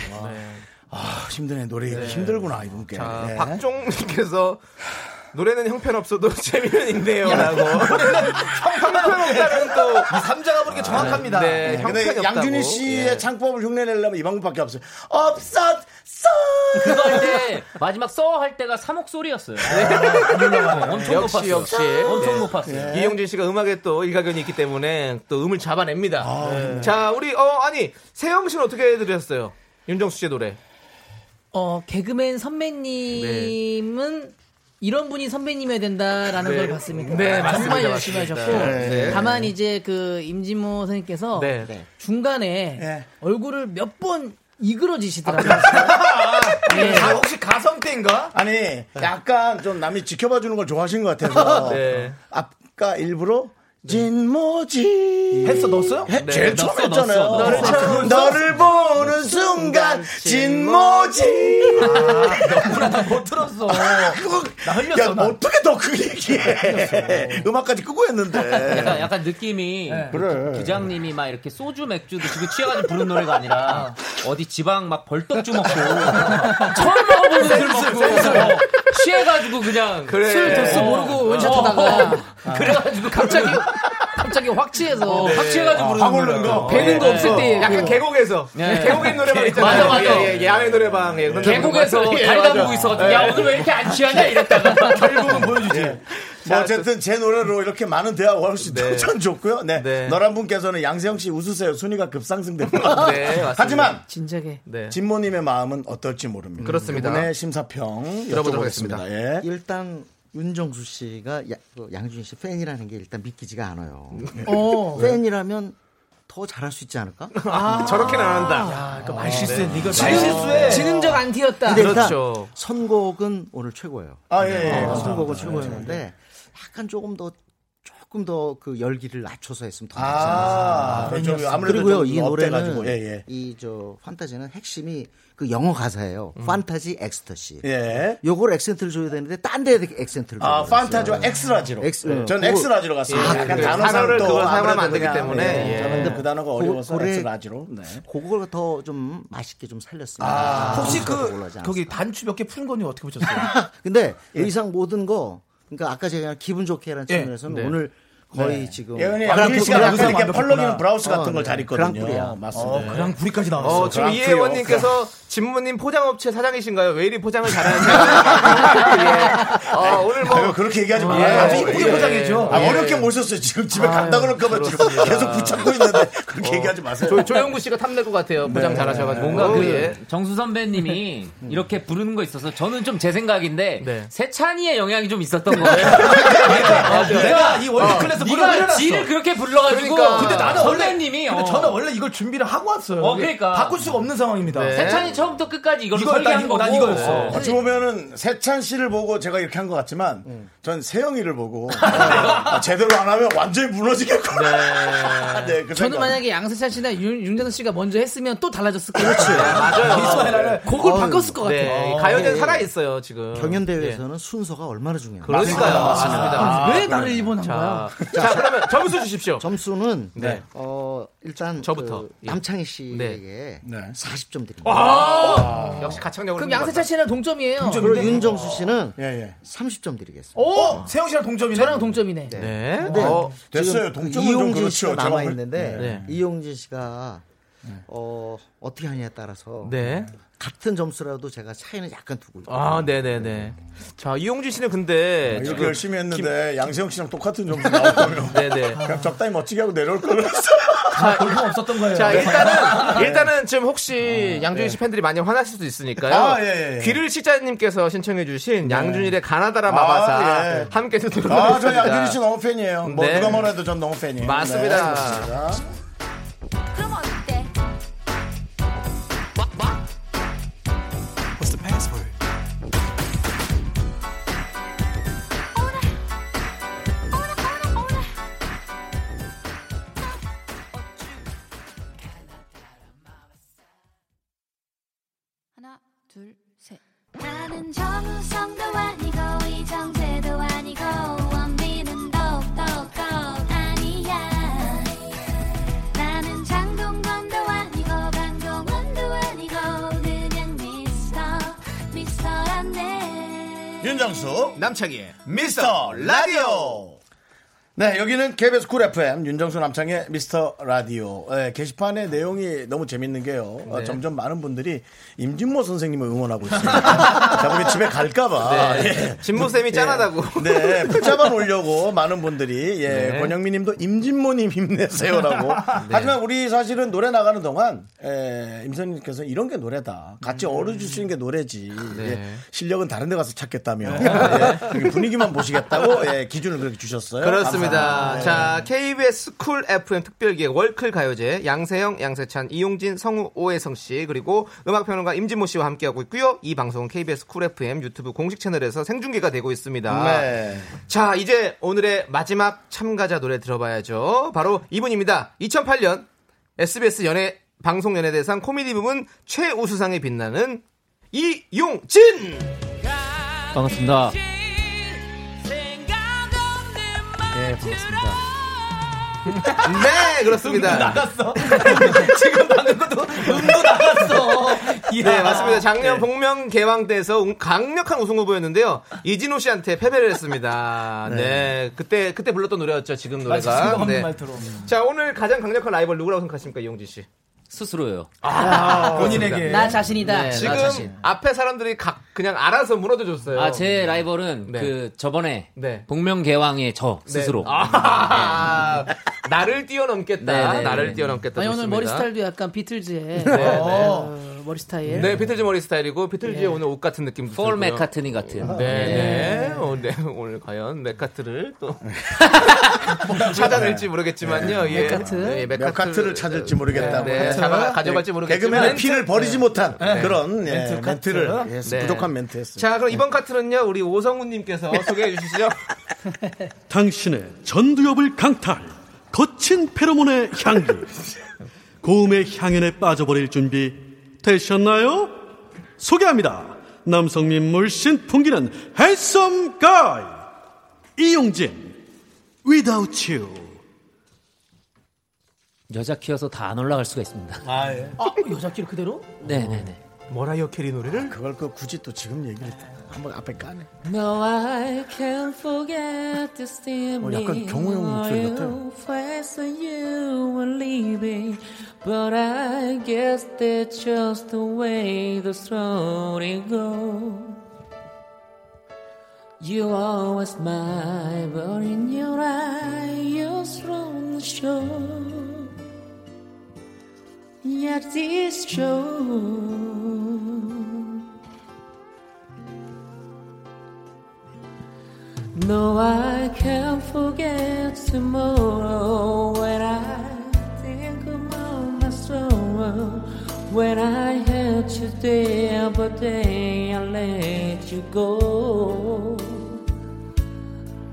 [SPEAKER 1] 아, 힘드네 노래 힘들구나
[SPEAKER 21] 네.
[SPEAKER 1] 이분께.
[SPEAKER 2] 네. 자,
[SPEAKER 1] 예.
[SPEAKER 2] 박종님께서 노래는 형편없어도 *laughs* 재미는
[SPEAKER 1] *laughs*
[SPEAKER 2] 있네요라고 형편없다는 또
[SPEAKER 21] 이 삼자가
[SPEAKER 1] 아.
[SPEAKER 21] 그렇게 정확합니다.
[SPEAKER 2] 네,
[SPEAKER 1] 네, 근데
[SPEAKER 2] 형편이
[SPEAKER 1] 양준일
[SPEAKER 2] 없다고.
[SPEAKER 1] 씨의
[SPEAKER 2] 예.
[SPEAKER 1] 창법을 흉내내려면 이 방법밖에 없어요. 없었어.
[SPEAKER 10] 그거 이제 마지막 써 할 때가 삼옥 소리였어요.
[SPEAKER 1] 네.
[SPEAKER 10] 엄청
[SPEAKER 2] 역시
[SPEAKER 10] 높았어요.
[SPEAKER 2] 역시
[SPEAKER 10] 엄청
[SPEAKER 2] 네.
[SPEAKER 10] 높았어요.
[SPEAKER 1] 예.
[SPEAKER 2] 이용진 씨가 음악에 또 일가견이 있기 때문에 또 음을 잡아냅니다. 네. 자 우리 어 아니 세영 씨는 어떻게 해드렸어요? 윤정수 씨의 노래.
[SPEAKER 12] 어, 개그맨 선배님은 이런 분이 선배님이어야 된다라는
[SPEAKER 2] 네.
[SPEAKER 12] 걸 봤습니다.
[SPEAKER 2] 네,
[SPEAKER 12] 정말
[SPEAKER 2] 맞습니다,
[SPEAKER 12] 열심히
[SPEAKER 2] 맞습니다.
[SPEAKER 12] 하셨고
[SPEAKER 2] 네.
[SPEAKER 12] 다만 이제 그 임진모 선생님께서
[SPEAKER 2] 네. 네.
[SPEAKER 12] 중간에 얼굴을 몇
[SPEAKER 1] 음.
[SPEAKER 12] 번 이그러지시더라고요. 네.
[SPEAKER 21] 아, 혹시 가성대인가?
[SPEAKER 1] 아니 약간 좀 남이 지켜봐 주는 걸 좋아하신 것
[SPEAKER 21] *laughs*
[SPEAKER 1] 같아서
[SPEAKER 2] 네.
[SPEAKER 1] 아까 일부러 진모지
[SPEAKER 21] 했어, 네. 넣었어요?
[SPEAKER 1] 해-
[SPEAKER 21] 네,
[SPEAKER 1] 제일
[SPEAKER 21] 넣었어,
[SPEAKER 1] 처음 했잖아요.
[SPEAKER 21] 넣었어,
[SPEAKER 1] 너를,
[SPEAKER 21] 넣었어.
[SPEAKER 1] 처음-
[SPEAKER 21] 넣었어.
[SPEAKER 1] 너를 보는 순간 진모지.
[SPEAKER 21] 못 들었어.
[SPEAKER 1] 나 흘렸어. 야, 어떻게 더 크게 얘기해? 음악까지 끄고
[SPEAKER 10] *laughs* 약간,
[SPEAKER 1] 했는데.
[SPEAKER 10] 약간 느낌이
[SPEAKER 1] 그래.
[SPEAKER 10] 부장님이 막 이렇게 소주 맥주 드시고 취해가지고 부른 노래가 아니라 어디 지방 막
[SPEAKER 1] *laughs*
[SPEAKER 10] 벌떡주 먹고 처음 먹어본 술 먹고 취해가지고 그냥
[SPEAKER 2] 그래.
[SPEAKER 10] 술 도수
[SPEAKER 1] 어.
[SPEAKER 10] 모르고
[SPEAKER 12] 원샷하다가. *laughs*
[SPEAKER 10] 그래가지고
[SPEAKER 12] 갑자기 갑자기 확 취해서
[SPEAKER 10] 어. 네.
[SPEAKER 12] 확 취해가지고
[SPEAKER 10] 아,
[SPEAKER 12] 부르는
[SPEAKER 10] 확
[SPEAKER 12] 거예요.
[SPEAKER 10] 오르는 거.
[SPEAKER 12] 배는 거
[SPEAKER 10] 네.
[SPEAKER 12] 없을 때
[SPEAKER 2] 약간
[SPEAKER 12] 그-
[SPEAKER 2] 계곡에서
[SPEAKER 10] 예.
[SPEAKER 2] 계곡에 노래방 있잖아요.
[SPEAKER 10] 맞아, 맞아.
[SPEAKER 2] 예, 예, 야외 노래방 예, 그런 데서
[SPEAKER 10] 계곡에서
[SPEAKER 2] 맞아. 예,
[SPEAKER 10] 다리
[SPEAKER 2] 맞아.
[SPEAKER 10] 담그고 있어가지고 야
[SPEAKER 2] 예.
[SPEAKER 10] 오늘 왜 이렇게 안 취하냐
[SPEAKER 2] *laughs*
[SPEAKER 10] 이랬다가
[SPEAKER 1] 결국은
[SPEAKER 2] 네.
[SPEAKER 1] 보여주지. 뭐 어쨌든 제 노래로 이렇게 많은 대화가 훨씬 네. 전 좋고요. 네. 너란 분께서는 양세형 씨 웃으세요.
[SPEAKER 2] *laughs*
[SPEAKER 1] 순위가 급상승됩니다.
[SPEAKER 2] 네, 맞습니다. 네.
[SPEAKER 1] 하지만
[SPEAKER 12] 진작에
[SPEAKER 1] 진모님의 마음은 어떨지 모릅니다.
[SPEAKER 2] 그렇습니다.
[SPEAKER 1] 이번에 심사평
[SPEAKER 2] 들어보도록
[SPEAKER 1] 여쭤보겠습니다. 예.
[SPEAKER 14] 일단 윤정수 씨가 야- 그 양준희 씨 팬이라는 게 일단 믿기지가 않아요.
[SPEAKER 12] 어.
[SPEAKER 14] 팬이라면 더 잘할 수 있지 않을까?
[SPEAKER 2] 아, 저렇게는 안 한다.
[SPEAKER 14] 야,
[SPEAKER 2] 그러니까 말실수에
[SPEAKER 14] 네.
[SPEAKER 2] 이거
[SPEAKER 14] 지능-
[SPEAKER 2] 말실수에.
[SPEAKER 12] 지능적 안티였다.
[SPEAKER 14] 근데 일단
[SPEAKER 2] 그렇죠.
[SPEAKER 14] 선곡은 오늘 최고예요.
[SPEAKER 1] 아, 예, 예,
[SPEAKER 14] 어,
[SPEAKER 1] 감사합니다.
[SPEAKER 14] 선곡은
[SPEAKER 1] 네,
[SPEAKER 14] 최고였는데 약간 조금 더 조금 더 그 열기를 낮춰서 했으면 더
[SPEAKER 1] 아,
[SPEAKER 14] 낫지 않았을까.
[SPEAKER 1] 그렇죠. 아무래도
[SPEAKER 14] 그리고요
[SPEAKER 1] 좀
[SPEAKER 14] 이
[SPEAKER 1] 업돼가지고,
[SPEAKER 14] 노래는
[SPEAKER 1] 예, 예.
[SPEAKER 14] 이저 판타지는 핵심이 그 영어 가사예요. 판타지 엑스터시.
[SPEAKER 1] 음. 예.
[SPEAKER 14] 요걸 액센트를 줘야 되는데 딴 데에 액센트를
[SPEAKER 1] 아,
[SPEAKER 14] 줘요.
[SPEAKER 1] 판타지와 엑스라지로. 예.
[SPEAKER 14] 엑스-
[SPEAKER 1] 전
[SPEAKER 14] 어, 그거-
[SPEAKER 1] 엑스라지로 갔어요.
[SPEAKER 14] 아,
[SPEAKER 1] 약간
[SPEAKER 14] 그래요?
[SPEAKER 1] 단어상
[SPEAKER 14] 단어를
[SPEAKER 1] 또
[SPEAKER 14] 그걸
[SPEAKER 1] 아무래도
[SPEAKER 14] 사용하면 안 되기
[SPEAKER 1] 그냥,
[SPEAKER 14] 때문에.
[SPEAKER 1] 예.
[SPEAKER 14] 예.
[SPEAKER 1] 저는 그 단어가 어려워서 엑스라지로. 네.
[SPEAKER 14] 그거를 더 좀 맛있게 좀 살렸습니다.
[SPEAKER 11] 아, 혹시
[SPEAKER 14] 점수가 더
[SPEAKER 11] 그
[SPEAKER 14] 올라가지
[SPEAKER 11] 거기 단추 몇 개 푸는 거는 어떻게 보셨어요?
[SPEAKER 14] *laughs* 근데 의상 모든 거 그러니까 아까 제가 기분 좋게라는
[SPEAKER 11] 예.
[SPEAKER 14] 측면에서는
[SPEAKER 11] 네.
[SPEAKER 14] 오늘 거의
[SPEAKER 11] 네.
[SPEAKER 14] 지금
[SPEAKER 11] 예은이
[SPEAKER 14] 그랑-
[SPEAKER 11] 양길 씨가
[SPEAKER 14] 그랑-
[SPEAKER 11] 항상
[SPEAKER 14] 그랑-
[SPEAKER 11] 이렇게 펄럭이는
[SPEAKER 1] 브라우스 같은
[SPEAKER 14] 어,
[SPEAKER 1] 걸
[SPEAKER 14] 네.
[SPEAKER 1] 잘 입거든요.
[SPEAKER 14] 그랑프리야.
[SPEAKER 1] 맞습니다. 어,
[SPEAKER 11] 그랑프리까지
[SPEAKER 1] 나왔어요.
[SPEAKER 2] 어, 지금
[SPEAKER 1] 그랑프리요.
[SPEAKER 2] 이혜원님께서 진무님 포장업체 사장이신가요? 왜 이리 포장을 잘하세요? 예. 어, 오늘 뭐
[SPEAKER 1] 아유, 그렇게 얘기하지
[SPEAKER 2] 예,
[SPEAKER 1] 마요.
[SPEAKER 2] 아주
[SPEAKER 11] 이쁘게 포장해줘.
[SPEAKER 1] 아,
[SPEAKER 2] 예.
[SPEAKER 1] 어렵게 모셨어요. 지금 집에 간다 그럴까봐 지금
[SPEAKER 2] 그렇습니다.
[SPEAKER 1] 계속 붙잡고 있는데 *laughs* 그렇게 얘기하지 마세요.
[SPEAKER 2] 어,
[SPEAKER 1] 네. 어,
[SPEAKER 2] 조, 조영구
[SPEAKER 1] *laughs*
[SPEAKER 2] 씨가 탐낼 것 같아요.
[SPEAKER 11] 네.
[SPEAKER 2] 포장 잘하셔가지고
[SPEAKER 11] 어,
[SPEAKER 2] 뭔가 그 예.
[SPEAKER 10] 정수 선배님이
[SPEAKER 11] 음.
[SPEAKER 10] 이렇게 부르는 거 있어서 저는 좀 제 생각인데
[SPEAKER 2] 네.
[SPEAKER 10] 세찬이의 영향이 좀
[SPEAKER 11] *laughs*
[SPEAKER 10] 있었던 거예요.
[SPEAKER 11] 아, 내가 이 월드클래스
[SPEAKER 10] 네
[SPEAKER 11] 물을
[SPEAKER 10] 가
[SPEAKER 11] 흐려놨어. 그러니까.
[SPEAKER 10] 지를 그렇게 불러가지고
[SPEAKER 11] 근데 나는
[SPEAKER 10] 선배님이
[SPEAKER 11] 원래,
[SPEAKER 10] 어.
[SPEAKER 11] 근데 저는 원래 이걸 준비를 하고 왔어요.
[SPEAKER 10] 어, 그러니까. 네.
[SPEAKER 11] 바꿀 수가 없는 상황입니다.
[SPEAKER 2] 네.
[SPEAKER 10] 세찬이 처음부터 끝까지 이걸
[SPEAKER 11] 이걸
[SPEAKER 10] 설계한
[SPEAKER 11] 딱 이거,
[SPEAKER 10] 거고
[SPEAKER 11] 난 이거였어.
[SPEAKER 10] 어.
[SPEAKER 1] 뭐, 네. 어찌 보면은 세찬 씨를 보고 제가 이렇게 한 것 같지만
[SPEAKER 2] 음.
[SPEAKER 1] 전 세영이를 보고 어, 아, 제대로 안 하면 완전히 무너지겠구나. *laughs* 네, 그
[SPEAKER 12] 저는
[SPEAKER 1] 생각.
[SPEAKER 12] 만약에 양세찬 씨나 윤, 윤정수 씨가 먼저 했으면 또 달라졌을 거예요. 네.
[SPEAKER 2] 맞아요.
[SPEAKER 12] 곡을 바꿨을 것 같아요.
[SPEAKER 2] 네, 가요제 살아 있어요 지금. 예.
[SPEAKER 14] 경연 대회에서는 순서가 얼마나 중요해요.
[SPEAKER 2] 그러니까요. 맞습니다. 아, 그러니까.
[SPEAKER 12] 왜 나를 입원한
[SPEAKER 2] 자,
[SPEAKER 12] 거야?
[SPEAKER 2] 자, 그러면 점수 주십시오.
[SPEAKER 14] 점수는
[SPEAKER 2] 네.
[SPEAKER 14] 어 일단
[SPEAKER 2] 저부터.
[SPEAKER 14] 그
[SPEAKER 2] 예.
[SPEAKER 14] 남창희 씨에게
[SPEAKER 11] 네.
[SPEAKER 14] 40점 드립니다.
[SPEAKER 2] 아! 역시 가창력으로.
[SPEAKER 12] 그럼 양세찬 씨랑 동점이에요.
[SPEAKER 14] 그러니까. 그리고 윤정수 씨는
[SPEAKER 1] 예, 예.
[SPEAKER 14] 30점 드리겠습니다.
[SPEAKER 12] 오!
[SPEAKER 11] 어? 세영 씨랑 동점이네.
[SPEAKER 12] 저랑 동점이네.
[SPEAKER 2] 네.
[SPEAKER 14] 근데
[SPEAKER 2] 어,
[SPEAKER 1] 어? 됐어요.
[SPEAKER 14] 지금
[SPEAKER 1] 동점은 좀
[SPEAKER 14] 이용진
[SPEAKER 1] 그렇죠.
[SPEAKER 14] 씨가
[SPEAKER 1] 제가
[SPEAKER 14] 남아 있는데
[SPEAKER 1] 볼- 네.
[SPEAKER 14] 이용진 씨가 어, 어떻게 하냐에 따라서
[SPEAKER 2] 네.
[SPEAKER 14] 같은 점수라도 제가 차이는 약간 두고 있고
[SPEAKER 2] 아, 네네네. 자, 이용주 씨는 근데.
[SPEAKER 1] 아, 이렇게
[SPEAKER 2] 지금
[SPEAKER 1] 열심히 했는데 양세형 씨랑 똑같은 점수 나올 거면
[SPEAKER 2] 네네.
[SPEAKER 1] 그냥 적당히 멋지게 하고 내려올 걸 그랬어.
[SPEAKER 2] *laughs*
[SPEAKER 11] 아, 골프 없었던 거예요.
[SPEAKER 2] 자,
[SPEAKER 11] 네.
[SPEAKER 1] 아,
[SPEAKER 2] 일단은, 일단은 지금 혹시 양준희 씨 팬들이 많이 화나실 수도 있으니까요.
[SPEAKER 1] 네. 아, 예, 예.
[SPEAKER 2] 귀를 씨자님께서 신청해주신 양준일의 가나다라 마바사
[SPEAKER 1] 아, 예.
[SPEAKER 2] 함께 듣도록
[SPEAKER 1] 아, 저
[SPEAKER 2] 하겠습니다.
[SPEAKER 1] 양준희 씨 너무 팬이에요. 뭐
[SPEAKER 2] 네.
[SPEAKER 1] 누가 뭐라 해도 전 너무 팬이에요. 네,
[SPEAKER 2] 맞습니다.
[SPEAKER 1] 그렇습니다.
[SPEAKER 18] What's the password?
[SPEAKER 22] 하나, 둘, 셋. 나는 정우성도 아니고 이정재도 아니고 원빈은 더욱더 아니야 나는 장동건도 아니고 강동원도 아니고 그냥 미스터 미스터란데
[SPEAKER 1] 윤정수 남창희의 미스터 라디오 네 여기는 KBS 쿨 FM 윤정수 남창희의 미스터 라디오 예, 게시판의 내용이 너무 재밌는 게요
[SPEAKER 2] 네.
[SPEAKER 1] 어, 점점 많은 분들이 임진모 선생님을 응원하고 있습니다 *laughs* 자국에 집에 갈까봐
[SPEAKER 2] 네. 진모쌤이 짠하다고.
[SPEAKER 1] 네, 붙잡아 놓으려고 많은 분들이 예,
[SPEAKER 2] 네.
[SPEAKER 1] 권영민 님도
[SPEAKER 2] *laughs*
[SPEAKER 1] 임진모님 힘내세요라고. 하지만 우리 사실은 노래 나가는 동안 예, 임선 님께서 이런 게 노래다. 같이
[SPEAKER 2] 음.
[SPEAKER 1] 어우러질 수 있는 게 노래지.
[SPEAKER 2] 네.
[SPEAKER 1] 예, 실력은 다른 데
[SPEAKER 2] *laughs*
[SPEAKER 1] 가서 찾겠다며. 예, 분위기만 보시겠다고 예, 기준을 그렇게 주셨어요.
[SPEAKER 2] 그렇습니다.
[SPEAKER 1] 감사합니다. 네.
[SPEAKER 2] 자, KBS 쿨 FM 특별기획 월클 가요제 양세형, 양세찬, 이용진, 성우, 오혜성 씨 그리고 음악평론가 임진모 씨와 함께하고 있고요. 이 방송은 KBS 쿨 FM 유튜브 공식 채널에서 생중계가 되고 있습니다.
[SPEAKER 1] 네.
[SPEAKER 2] 자, 이제 오늘의 마지막 참가자 노래 들어봐야죠. 바로 이분입니다. 2008년 SBS 연예 방송 연예대상 코미디 부문 최우수상에 빛나는 이용진.
[SPEAKER 10] 반갑습니다.
[SPEAKER 11] *laughs*
[SPEAKER 2] 네, 반갑습니다. 네, 그렇습니다.
[SPEAKER 11] *laughs*
[SPEAKER 2] *laughs* 네, 맞습니다. 작년 복면 개왕 때에서 우- 강력한 우승 후보였는데요. 이진호 씨한테 패배를 했습니다. 네. 그때, 그때 불렀던 노래였죠. 지금
[SPEAKER 11] 아,
[SPEAKER 2] 노래가. 네. 자, 오늘 가장 강력한 라이벌 누구라고 생각하십니까, 이용진 씨?
[SPEAKER 10] 스스로예요.
[SPEAKER 2] 아,
[SPEAKER 11] 본인에게.
[SPEAKER 12] 나 자신이다.
[SPEAKER 2] 지금 앞에 사람들이 각, 그냥 알아서 무너져줬어요.
[SPEAKER 10] 아, 제 라이벌은
[SPEAKER 2] 네.
[SPEAKER 10] 그 저번에
[SPEAKER 2] 네.
[SPEAKER 10] 복명개왕의 저 스스로.
[SPEAKER 12] 네.
[SPEAKER 2] 아, *laughs* 나를 뛰어넘겠다.
[SPEAKER 10] 네, 네,
[SPEAKER 2] 나를
[SPEAKER 10] 네.
[SPEAKER 2] 뛰어넘겠다.
[SPEAKER 12] 아니 오늘
[SPEAKER 2] 좋습니다.
[SPEAKER 12] 머리 스타일도 약간 비틀즈의
[SPEAKER 2] 네.
[SPEAKER 12] 어, 머리 스타일.
[SPEAKER 2] 네, 비틀즈 머리 스타일이고 비틀즈의
[SPEAKER 12] 예.
[SPEAKER 2] 오늘 옷 같은 느낌도
[SPEAKER 10] 폴
[SPEAKER 2] 들고요.
[SPEAKER 10] 맥카트니 같은.
[SPEAKER 2] 네, 네.
[SPEAKER 10] 네.
[SPEAKER 2] 어, 네. 오늘 과연 맥카트를
[SPEAKER 1] *laughs*
[SPEAKER 2] 또 찾아낼지 모르겠지만요.
[SPEAKER 1] 네. 맥카트?
[SPEAKER 2] 예,
[SPEAKER 1] 맥카트를 찾을지 모르겠다.
[SPEAKER 2] 네, 네.
[SPEAKER 1] 맥카트.
[SPEAKER 2] 잡아 가져갈지 모르겠지만
[SPEAKER 1] 개그맨의 피를 버리지 못한
[SPEAKER 2] 네.
[SPEAKER 1] 그런 예,
[SPEAKER 2] 멘트 카트.
[SPEAKER 1] 멘트를 예, 부족한 멘트였습니다. 네.
[SPEAKER 2] 자, 그럼 이번 카트는요. 우리 오성훈님께서 소개해
[SPEAKER 1] *laughs*
[SPEAKER 2] 주시죠.
[SPEAKER 17] 당신의 전두엽을 강탈 거친 페로몬의 향기 고음의 향연에 빠져버릴 준비 되셨나요? 소개합니다 남성민 물씬 풍기는 핸섬 가이 이용진 Without You
[SPEAKER 10] 여자 키여서 다 안 올라갈 수가 있습니다.
[SPEAKER 1] 아, 예.
[SPEAKER 12] 여자 키를 그대로?
[SPEAKER 10] 네네네.
[SPEAKER 2] 뭐라요 캐리 노래를?
[SPEAKER 1] 그걸 그 굳이 또 지금 얘기를 한번 앞에 까네.
[SPEAKER 5] No, I can't forget this
[SPEAKER 1] 어,
[SPEAKER 5] evening.
[SPEAKER 1] 약간 경호 형 목소리
[SPEAKER 5] All
[SPEAKER 1] 같아요.
[SPEAKER 5] your face and you were leaving, but I guess that's just the way the story goes. You always smile, but in your eye you're strong show. Yet this show. No, I can't forget tomorrow when I think about my sorrow. When I had you there, but then I let you go.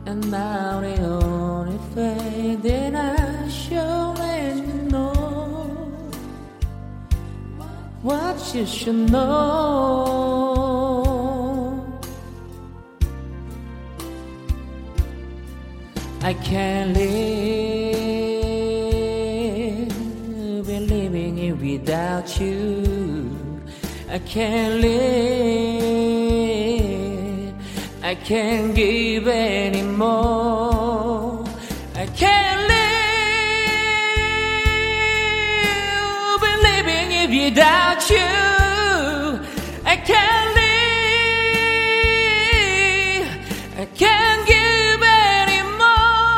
[SPEAKER 5] And now the only thing that I should let you know what you should know. I can't live living it without you. I can't live. I can't give anymore. I can't live living it without you. I can't live. I can't give anymore.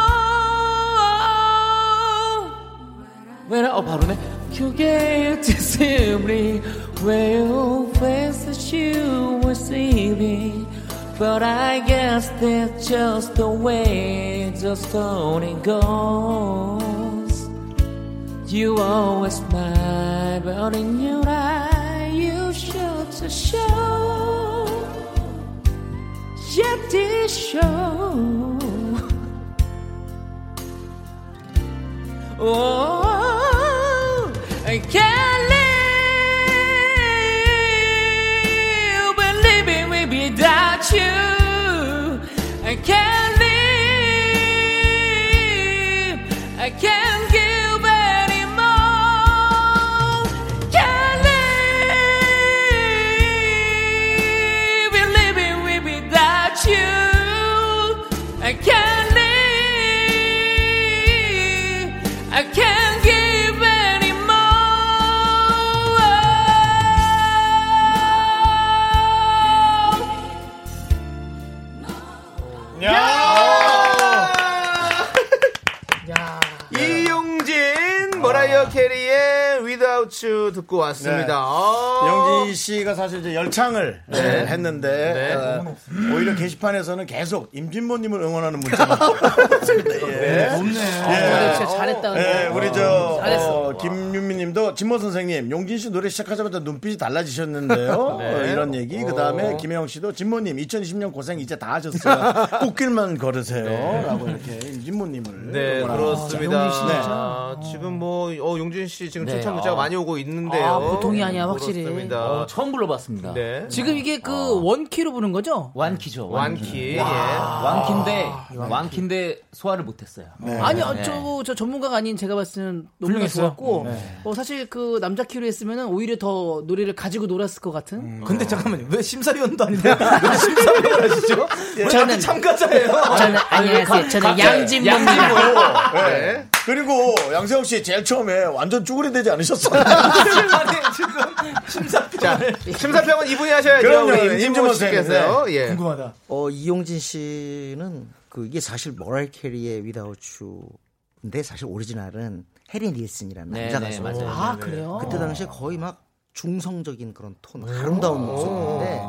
[SPEAKER 5] When I, 어 바로네. You get to simply where your face that you were sleeping. But I guess that's just the way the story goes. You always smile, but in your eye you show to show. Yet this show. Oh, I can't live believing we without you. I can't live. I can't give anymore. Can't live believing we without you. I can't live. I can't give anymore.
[SPEAKER 1] 네.
[SPEAKER 2] 이용진
[SPEAKER 1] 아.
[SPEAKER 2] 뭐라요 캐리의 Without You 듣고
[SPEAKER 1] 네.
[SPEAKER 2] 왔습니다. 아.
[SPEAKER 1] 영진 씨가 사실 이제 열창을
[SPEAKER 2] 네.
[SPEAKER 1] 예, 했는데
[SPEAKER 2] 네.
[SPEAKER 1] 어, 오히려 게시판에서는 계속 임진모님을
[SPEAKER 2] *laughs*
[SPEAKER 1] 응원하는 문자가 없네.
[SPEAKER 12] 아, 진짜 잘했다.
[SPEAKER 1] 예,
[SPEAKER 12] 근데.
[SPEAKER 1] 우리 저
[SPEAKER 12] 잘했어.
[SPEAKER 1] 어, 김윤미님도 진모 선생님 용진 씨 노래 시작하자마자 눈빛이
[SPEAKER 12] *laughs*
[SPEAKER 1] 달라지셨는데요.
[SPEAKER 2] 네.
[SPEAKER 1] 어, 이런 얘기. 그
[SPEAKER 2] 어.
[SPEAKER 1] 다음에 김혜영 씨도 진모님 2020년 고생 이제 다
[SPEAKER 12] *laughs*
[SPEAKER 1] 하셨어요. 꽃길만 네.
[SPEAKER 12] 네.
[SPEAKER 1] 걸으세요라고 이렇게 임진모님을.
[SPEAKER 2] 네,
[SPEAKER 1] 응원하고
[SPEAKER 2] 그렇습니다.
[SPEAKER 1] 있습니다. 네.
[SPEAKER 2] 아, 지금 뭐, 어, 용진 씨 지금
[SPEAKER 10] 네,
[SPEAKER 2] 추천 문자가
[SPEAKER 10] 아.
[SPEAKER 2] 많이 오고 있는데요.
[SPEAKER 12] 어. 아, 보통이 아니야, 확실히.
[SPEAKER 2] 그렇습니다.
[SPEAKER 10] 어, 처음 불러봤습니다. 아.
[SPEAKER 2] 네.
[SPEAKER 12] 지금 이게 그 원키로 부른 거죠?
[SPEAKER 10] 완키죠.
[SPEAKER 2] 완키. 아, 예.
[SPEAKER 10] 완키인데 완키인데 소화를 못했어요.
[SPEAKER 2] 네.
[SPEAKER 12] 아니, 어, 저, 저 전문가가 아닌 제가 봤을 때는 너무나
[SPEAKER 10] 네. 훌륭했어요.
[SPEAKER 12] 좋았고,
[SPEAKER 10] 네.
[SPEAKER 12] 어, 사실 그 남자 키로 했으면 오히려 더 노래를 가지고 놀았을 것 같은.
[SPEAKER 1] 음.
[SPEAKER 11] 근데
[SPEAKER 1] 어.
[SPEAKER 11] 잠깐만요. 왜 심사위원도 아닌데 왜 심사위원을 하시죠?
[SPEAKER 1] 예,
[SPEAKER 11] 왜 저는 참가자예요.
[SPEAKER 12] 저는 안녕하세요. 저는 양진모.
[SPEAKER 1] 예, 네. 그리고 양세형 씨 제일 처음에 완전 쭈그리
[SPEAKER 2] *laughs*
[SPEAKER 1] 되지 않으셨어요?
[SPEAKER 2] 자, 심사평은 이분이 하셔야죠.
[SPEAKER 1] 그럼요.
[SPEAKER 2] 우리 임진모
[SPEAKER 1] 임진모
[SPEAKER 2] 씨께서요.
[SPEAKER 1] 선생님. 네.
[SPEAKER 2] 예.
[SPEAKER 11] 궁금하다.
[SPEAKER 14] 어, 이용진 씨는 그 이게 사실 모랄 캐리의 위다우추 근데 사실 오리지널은 해리 닐슨이라는
[SPEAKER 12] *laughs* 네,
[SPEAKER 14] 남자가
[SPEAKER 12] 네,
[SPEAKER 14] 있어요.
[SPEAKER 1] *laughs*
[SPEAKER 12] 맞아요. 아, 네, 네. 그래요?
[SPEAKER 14] 그때 당시에 거의 막 중성적인 그런 톤, 아름다운 목소리인데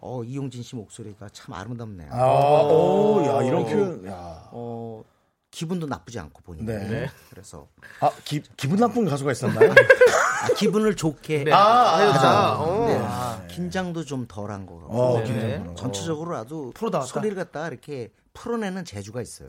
[SPEAKER 14] 어, 이용진 씨 목소리가 참 아름답네요.
[SPEAKER 1] 아, 오, 야, 이런
[SPEAKER 14] 어,
[SPEAKER 1] 표현, 야.
[SPEAKER 14] 어, 기분도 나쁘지 않고 보니까.
[SPEAKER 1] 네. 네.
[SPEAKER 14] 그래서
[SPEAKER 1] 아, 기, 기분 나쁜 가수가 있었나요?
[SPEAKER 14] 아, 기분을 좋게
[SPEAKER 1] 네. 아, 아,
[SPEAKER 14] 해줬다.
[SPEAKER 1] 아, 어.
[SPEAKER 14] 네. 긴장도 좀 덜한 거.
[SPEAKER 1] 어,
[SPEAKER 14] 같고.
[SPEAKER 1] 긴장 덜한 거.
[SPEAKER 14] 전체적으로라도 소리를 갖다 이렇게 풀어내는 재주가 있어요.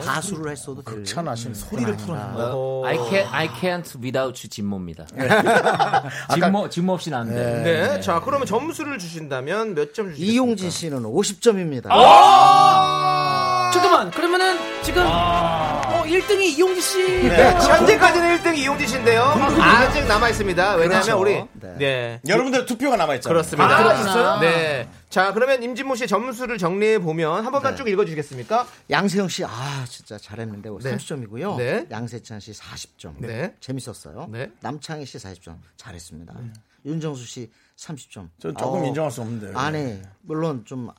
[SPEAKER 14] 가수를 했어도
[SPEAKER 1] 아.
[SPEAKER 14] 음.
[SPEAKER 1] 극찬하시는
[SPEAKER 10] 소리를
[SPEAKER 14] 풀어내는
[SPEAKER 10] 아,
[SPEAKER 1] 아.
[SPEAKER 10] I can't, I can't without you 진모입니다.
[SPEAKER 14] 네.
[SPEAKER 10] *laughs* 진모, 진모 없이는 안 돼.
[SPEAKER 2] 네. 자, 그러면 점수를 주신다면 몇 점 주시겠습니까?
[SPEAKER 14] 이용진 씨는
[SPEAKER 2] 아!
[SPEAKER 14] 50점입니다.
[SPEAKER 11] 아!
[SPEAKER 12] 잠깐만 그러면은 지금 어 1등이 이용지 씨
[SPEAKER 2] 네. 현재까지는 1등 이용진 씨인데요.
[SPEAKER 14] 그렇죠.
[SPEAKER 2] 아직 남아 있습니다. 왜냐하면
[SPEAKER 1] 그렇죠.
[SPEAKER 2] 우리
[SPEAKER 1] 네.
[SPEAKER 2] 네.
[SPEAKER 1] 여러분들의 투표가 남아있잖아요.
[SPEAKER 2] 그렇습니다.
[SPEAKER 1] 아, 그렇구나.
[SPEAKER 2] 네. 자, 그러면 임진모 씨의 점수를 정리해 보면 한 번만 쭉 읽어 주시겠습니까?
[SPEAKER 14] 네. 양세형 씨, 아, 진짜 잘했는데
[SPEAKER 2] 네.
[SPEAKER 14] 30점이고요.
[SPEAKER 2] 네.
[SPEAKER 14] 양세찬 씨 40점.
[SPEAKER 2] 네.
[SPEAKER 14] 재밌었어요. 남창희 씨 40점. 잘했습니다.
[SPEAKER 1] 네.
[SPEAKER 14] 윤정수 씨 30점.
[SPEAKER 1] 전 조금 인정할 수 없는데요.
[SPEAKER 14] 아, 네. 물론 좀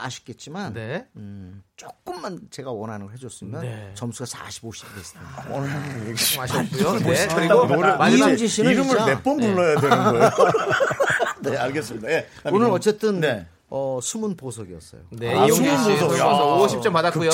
[SPEAKER 14] 아쉽겠지만 음, 조금만 제가 원하는 걸 해줬으면
[SPEAKER 1] 네. 아,
[SPEAKER 14] 점수가 40, 50이 됐습니다. 아,
[SPEAKER 1] 원하는 얘기 좀
[SPEAKER 14] 아쉽고요.
[SPEAKER 1] 네,
[SPEAKER 14] 그리고 마지막-
[SPEAKER 1] 이름지 씨는 이름을
[SPEAKER 14] 진짜-
[SPEAKER 1] 몇 번
[SPEAKER 14] 네.
[SPEAKER 1] 불러야 되는
[SPEAKER 14] *laughs*
[SPEAKER 1] 거예요? 네, 알겠습니다. 네. 예.
[SPEAKER 14] 오늘 어쨌든 어, 숨은 보석이었어요.
[SPEAKER 2] 네, 이용진
[SPEAKER 14] 아,
[SPEAKER 2] 씨
[SPEAKER 1] 아,
[SPEAKER 2] 점수에서 50점 받았고요.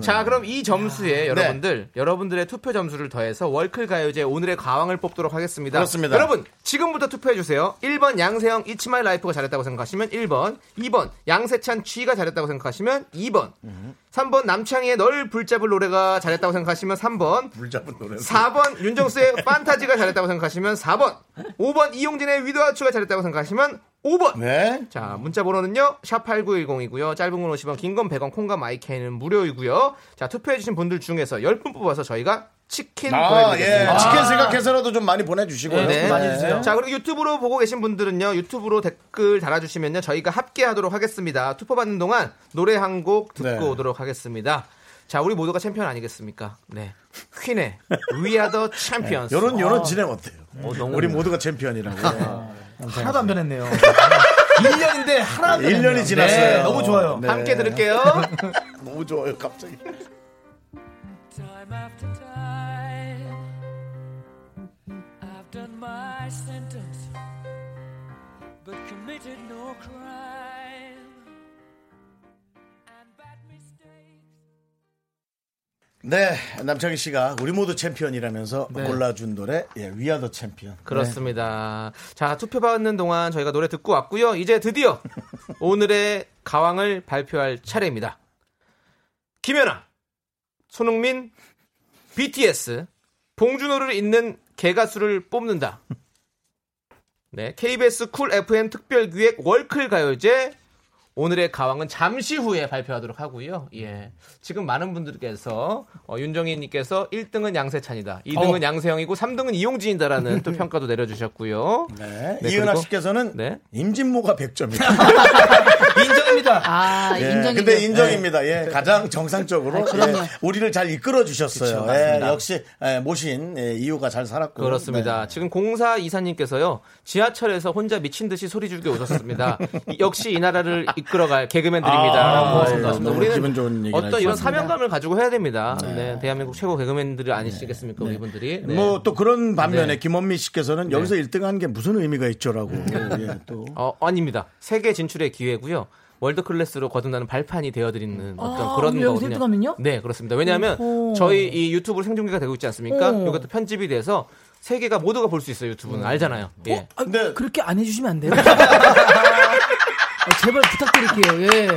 [SPEAKER 2] 자, 그럼 이 점수에
[SPEAKER 14] 네.
[SPEAKER 2] 여러분들 여러분들의 투표 점수를 더해서 월클 가요제 오늘의 가왕을 뽑도록 하겠습니다.
[SPEAKER 1] 그렇습니다.
[SPEAKER 2] 여러분, 지금부터 투표해 주세요. 1번 양세형 It's My Life가 잘했다고 생각하시면 1번, 2번 양세찬 G가 잘했다고 생각하시면 2번, 3번 남창희의 널 불잡을 노래가 잘했다고 생각하시면 3번,
[SPEAKER 1] 불잡은 노래.
[SPEAKER 2] 4번 윤정수의 판타지가 잘했다고 생각하시면 4번 5번 이용진의 위드와추가 잘했다고 생각하시면 5번
[SPEAKER 1] 네.
[SPEAKER 2] 자 문자 번호는요 샵 8910이고요 짧은 건 50원 긴 건 100원 콩과 마이케이는 무료이고요 자 투표해주신 분들 중에서 10분 뽑아서 저희가 치킨
[SPEAKER 1] 아, 예.
[SPEAKER 2] 보내드리겠습니다
[SPEAKER 1] 치킨 생각해서라도 좀 많이
[SPEAKER 2] 네,
[SPEAKER 1] 보내주시고요.
[SPEAKER 2] 자 그리고 유튜브로 보고 계신 분들은요 유튜브로 댓글 달아주시면요 저희가 합계하도록 하겠습니다 투표 받는 동안 노래 한 곡 듣고
[SPEAKER 1] 네.
[SPEAKER 2] 오도록 하겠습니다 자 우리 모두가 챔피언 아니겠습니까 네 퀸의 We Are The Champions
[SPEAKER 1] 네, 요런, 요런
[SPEAKER 2] 아.
[SPEAKER 1] 진행 어때요?
[SPEAKER 2] 어, 너무
[SPEAKER 1] 우리 모두가 챔피언이라고.
[SPEAKER 11] 하나도 안 변했네요. 1년인데 하나도 안
[SPEAKER 1] 1년이
[SPEAKER 11] 변했네요.
[SPEAKER 1] 지났어요.
[SPEAKER 11] 네, 너무 좋아요.
[SPEAKER 1] 네. *laughs* 너무 좋아요, 갑자기.
[SPEAKER 6] Time after time, I've done my sentence, but committed no crime.
[SPEAKER 1] 네, 남창희 씨가 우리 모두 챔피언이라면서
[SPEAKER 2] 네.
[SPEAKER 1] 골라준 노래, 예, 위아더 챔피언.
[SPEAKER 2] 그렇습니다. 자, 투표 받는 동안 저희가 노래 듣고 왔고요. 이제 드디어 오늘의 가왕을 발표할 차례입니다. 김연아, 손흥민, BTS, 봉준호를 잇는 개가수를 뽑는다. 네, KBS 쿨 FM 특별 기획 월클 가요제 오늘의 가왕은 잠시 후에 발표하도록 하고요. 예. 지금 많은 분들께서 어, 윤정희 님께서 1등은 양세찬이다. 2등은
[SPEAKER 1] 어.
[SPEAKER 2] 양세형이고 3등은 이용진이다라는 또 평가도 내려주셨고요.
[SPEAKER 1] 네.
[SPEAKER 2] 네,
[SPEAKER 1] 이은하
[SPEAKER 2] 그리고-
[SPEAKER 1] 씨께서는
[SPEAKER 2] 네.
[SPEAKER 1] 임진모가 100점이다.
[SPEAKER 11] 인정입니다. 네,
[SPEAKER 12] 아,
[SPEAKER 1] 예,
[SPEAKER 12] 인정이죠.
[SPEAKER 1] 근데 인정입니다. 예, 가장 정상적으로
[SPEAKER 12] 아, 그럼요.
[SPEAKER 1] 예, 우리를 잘 이끌어 주셨어요.
[SPEAKER 2] 그쵸, 맞습니다.
[SPEAKER 1] 역시 예, 모신 예, 이유가 잘 살았고 네.
[SPEAKER 2] 그렇습니다. 지금 공사 이사님께서요 지하철에서 혼자 미친 듯이 소리 줄게 웃었습니다. 이- 역시 이 나라를 이끌어갈 개그맨들입니다.
[SPEAKER 1] 아,
[SPEAKER 2] 라고
[SPEAKER 1] 예,
[SPEAKER 2] 하셨습니다.
[SPEAKER 1] 너무
[SPEAKER 2] 우리는
[SPEAKER 1] 기분 좋은 얘기를
[SPEAKER 2] 어떤 이런
[SPEAKER 1] 해주셨습니다.
[SPEAKER 2] 사명감을 가지고 해야 됩니다. 네, 대한민국 최고 개그맨들이 아니시겠습니까, 우리 분들이? 네.
[SPEAKER 1] 뭐 또 그런 반면에
[SPEAKER 2] 네.
[SPEAKER 1] 김원미 씨께서는
[SPEAKER 2] 네.
[SPEAKER 1] 여기서 1등한 게 무슨 의미가 있죠라고. 예, 또
[SPEAKER 2] 어, 아닙니다. 세계 진출의 기회고요. 월드 클래스로 거듭나는 발판이 되어드리는 어떤
[SPEAKER 12] 아,
[SPEAKER 2] 그런
[SPEAKER 12] 그럼 여기서
[SPEAKER 2] 거거든요.
[SPEAKER 12] 일등하면요?
[SPEAKER 2] 네, 그렇습니다. 왜냐하면
[SPEAKER 12] 오호.
[SPEAKER 2] 저희 이 유튜브로 생중계가 되고 있지 않습니까?
[SPEAKER 12] 오. 음.
[SPEAKER 2] 이것도 편집이 돼서 세계가 모두가 볼 수 있어요. 유튜브는 알잖아요. 예.
[SPEAKER 12] 아, 그렇게 안 해주시면 안 돼요? 아, 제발 부탁드릴게요. 예.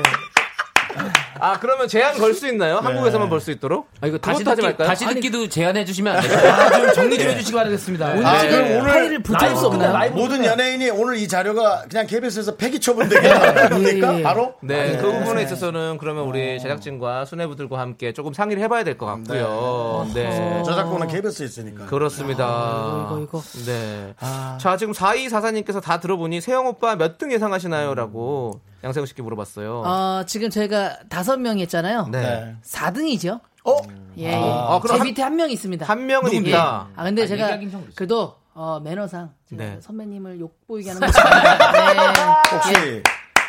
[SPEAKER 2] 아 그러면 제한 걸 수 있나요? 한국에서만 볼 수 있도록? 아 이거
[SPEAKER 10] 네. 다시 듣기, 다시 듣기도 제안해 주시면
[SPEAKER 2] *laughs*
[SPEAKER 10] 안 돼요? 네.
[SPEAKER 11] 좀 정리 좀 해주시기 바라겠습니다.
[SPEAKER 10] 오늘 지금
[SPEAKER 11] 파일을 붙일 수 없나요? 라이브
[SPEAKER 1] 모든
[SPEAKER 11] 끝나요?
[SPEAKER 1] 연예인이 오늘 이 자료가 그냥 KBS에서 폐기 처분되겠다. 그러니까 바로
[SPEAKER 12] 아,
[SPEAKER 2] 네, 그 부분에 있어서는 그러면 우리 제작진과 수뇌부들과 함께 조금 상의를 해봐야 될 것 같고요. 네.
[SPEAKER 1] 아, 저작권은 KBS에 있으니까. 아,
[SPEAKER 2] 그렇습니다.
[SPEAKER 1] 이거. 아,
[SPEAKER 2] 네. 자, 지금 4244님께서 다 들어보니 세영 오빠 몇 등 예상하시나요? 라고 양세형 씨께 물어봤어요.
[SPEAKER 12] 어, 지금 저희가 다섯 명 했잖아요.
[SPEAKER 2] 네.
[SPEAKER 12] 4등이죠.
[SPEAKER 1] 어?
[SPEAKER 12] 예.
[SPEAKER 2] 아,
[SPEAKER 12] 제
[SPEAKER 2] 그럼 한-
[SPEAKER 12] 밑에 한 명 있습니다.
[SPEAKER 2] 한 명은
[SPEAKER 12] 누군데?
[SPEAKER 2] 있다.
[SPEAKER 12] 아, 근데
[SPEAKER 2] 아,
[SPEAKER 12] 제가
[SPEAKER 2] 얘기하긴 좀
[SPEAKER 12] 그래도 어, 매너상 제가
[SPEAKER 2] 네.
[SPEAKER 12] 선배님을 욕보이게 하는 거. 네.
[SPEAKER 1] 혹시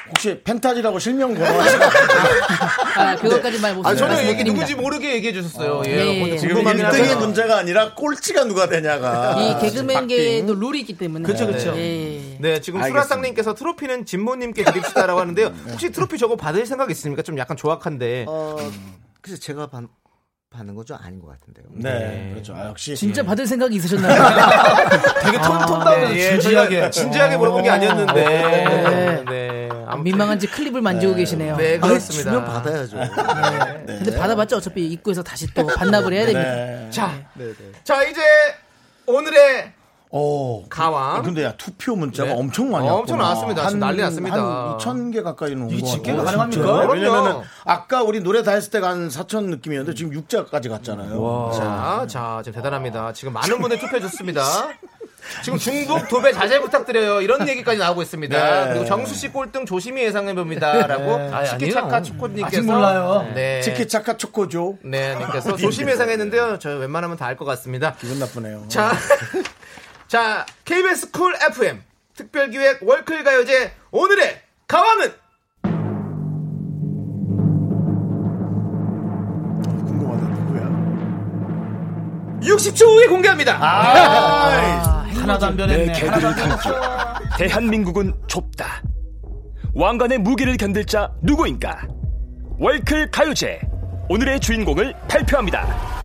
[SPEAKER 1] 혹시
[SPEAKER 2] 어,
[SPEAKER 1] 펜타지라고
[SPEAKER 2] 예.
[SPEAKER 1] 실명 거론하시나요?
[SPEAKER 12] 아, 그것까지 말 못해요.
[SPEAKER 2] 아, 저는 얘기
[SPEAKER 12] 말씀드립니다.
[SPEAKER 2] 누군지 모르게 얘기해 주셨어요.
[SPEAKER 12] 어,
[SPEAKER 2] 예.
[SPEAKER 12] 예, 예,
[SPEAKER 2] 먼저
[SPEAKER 12] 예.
[SPEAKER 1] 지금
[SPEAKER 2] 궁금하긴 하잖아요.
[SPEAKER 1] 1등의 문제가 아니라 꼴찌가 누가 되냐가.
[SPEAKER 12] 이 개그맨계에도 룰이 있기 때문에.
[SPEAKER 2] 그쵸, 그쵸.
[SPEAKER 14] 예,
[SPEAKER 2] 네, 지금 수라상님께서 트로피는 진모님께 드립시다라고 하는데요.
[SPEAKER 14] 음.
[SPEAKER 2] 혹시 트로피 저거 받을 생각 있습니까? 좀 약간 조악한데.
[SPEAKER 14] 그래서 어, 제가 받, 받는 거죠? 아닌 것 같은데요.
[SPEAKER 1] 네, 그렇죠. 아, 역시.
[SPEAKER 12] 진짜 받을 생각이 있으셨나요?
[SPEAKER 2] 예. *laughs*
[SPEAKER 12] 아, 네.
[SPEAKER 2] 되게 톤톤하게
[SPEAKER 12] 예.
[SPEAKER 2] 진지하게 진지하게 물어본 게 아니었는데. 네.
[SPEAKER 12] 아, 민망한지 클립을 만지고 계시네요.
[SPEAKER 2] 네, 그렇습니다.
[SPEAKER 14] 주면 받아야죠.
[SPEAKER 12] 근데 받아봤자 어차피 입구에서 다시 또 반납을 해야 됩니다.
[SPEAKER 1] 네.
[SPEAKER 2] 자,
[SPEAKER 14] 네, 네.
[SPEAKER 2] 자 이제 오늘의
[SPEAKER 1] 오.
[SPEAKER 2] 가왕.
[SPEAKER 1] 어, 아, 근데 야, 투표 문자가
[SPEAKER 2] 네.
[SPEAKER 1] 엄청 많이 왔구나.
[SPEAKER 2] 엄청 나왔습니다. 지금 난리 났습니다.
[SPEAKER 1] 한 2,000개 가까이는 온거
[SPEAKER 2] 이게
[SPEAKER 1] 같아요.
[SPEAKER 2] 집계가 가능합니까?
[SPEAKER 1] 진짜요?
[SPEAKER 2] 그럼요.
[SPEAKER 1] 왜냐면은 아까 우리 노래 다 했을 때가 한 4,000 느낌이었는데 지금 6자까지 아. 갔잖아요.
[SPEAKER 2] 자, 자, 지금 대단합니다. 지금 많은 분들 투표해
[SPEAKER 1] *laughs*
[SPEAKER 2] 줬습니다. 지금 중국 도배 자제 부탁드려요. 이런 얘기까지 나오고 있습니다.
[SPEAKER 1] 네.
[SPEAKER 2] 그리고 정수 씨 꼴등 조심히 예상해 봅니다라고
[SPEAKER 1] 네.
[SPEAKER 2] 치
[SPEAKER 1] 아니,
[SPEAKER 2] 키차카
[SPEAKER 1] 아니에요.
[SPEAKER 2] 초코님께서
[SPEAKER 1] 아직 몰라요.
[SPEAKER 2] 네.
[SPEAKER 1] 치키차카 초코죠.
[SPEAKER 2] 네, 님께서 조심히 예상했는데요. 저 웬만하면 다 알 것 같습니다.
[SPEAKER 1] 아, 기분 나쁘네요.
[SPEAKER 2] 자, *laughs* 자, KBS 쿨 FM 특별기획 월클 가요제 오늘의 가왕은
[SPEAKER 1] 궁금하다. 누구야?
[SPEAKER 2] 60초 후에 공개합니다.
[SPEAKER 11] 아, 하나도 안
[SPEAKER 7] 내
[SPEAKER 11] 변했네. 하나도
[SPEAKER 7] 개그를
[SPEAKER 11] 안 변했네.
[SPEAKER 7] 탐구. 대한민국은 좁다. 왕관의 무게를 견딜 자 누구인가? 월클 가요제 오늘의 주인공을 발표합니다.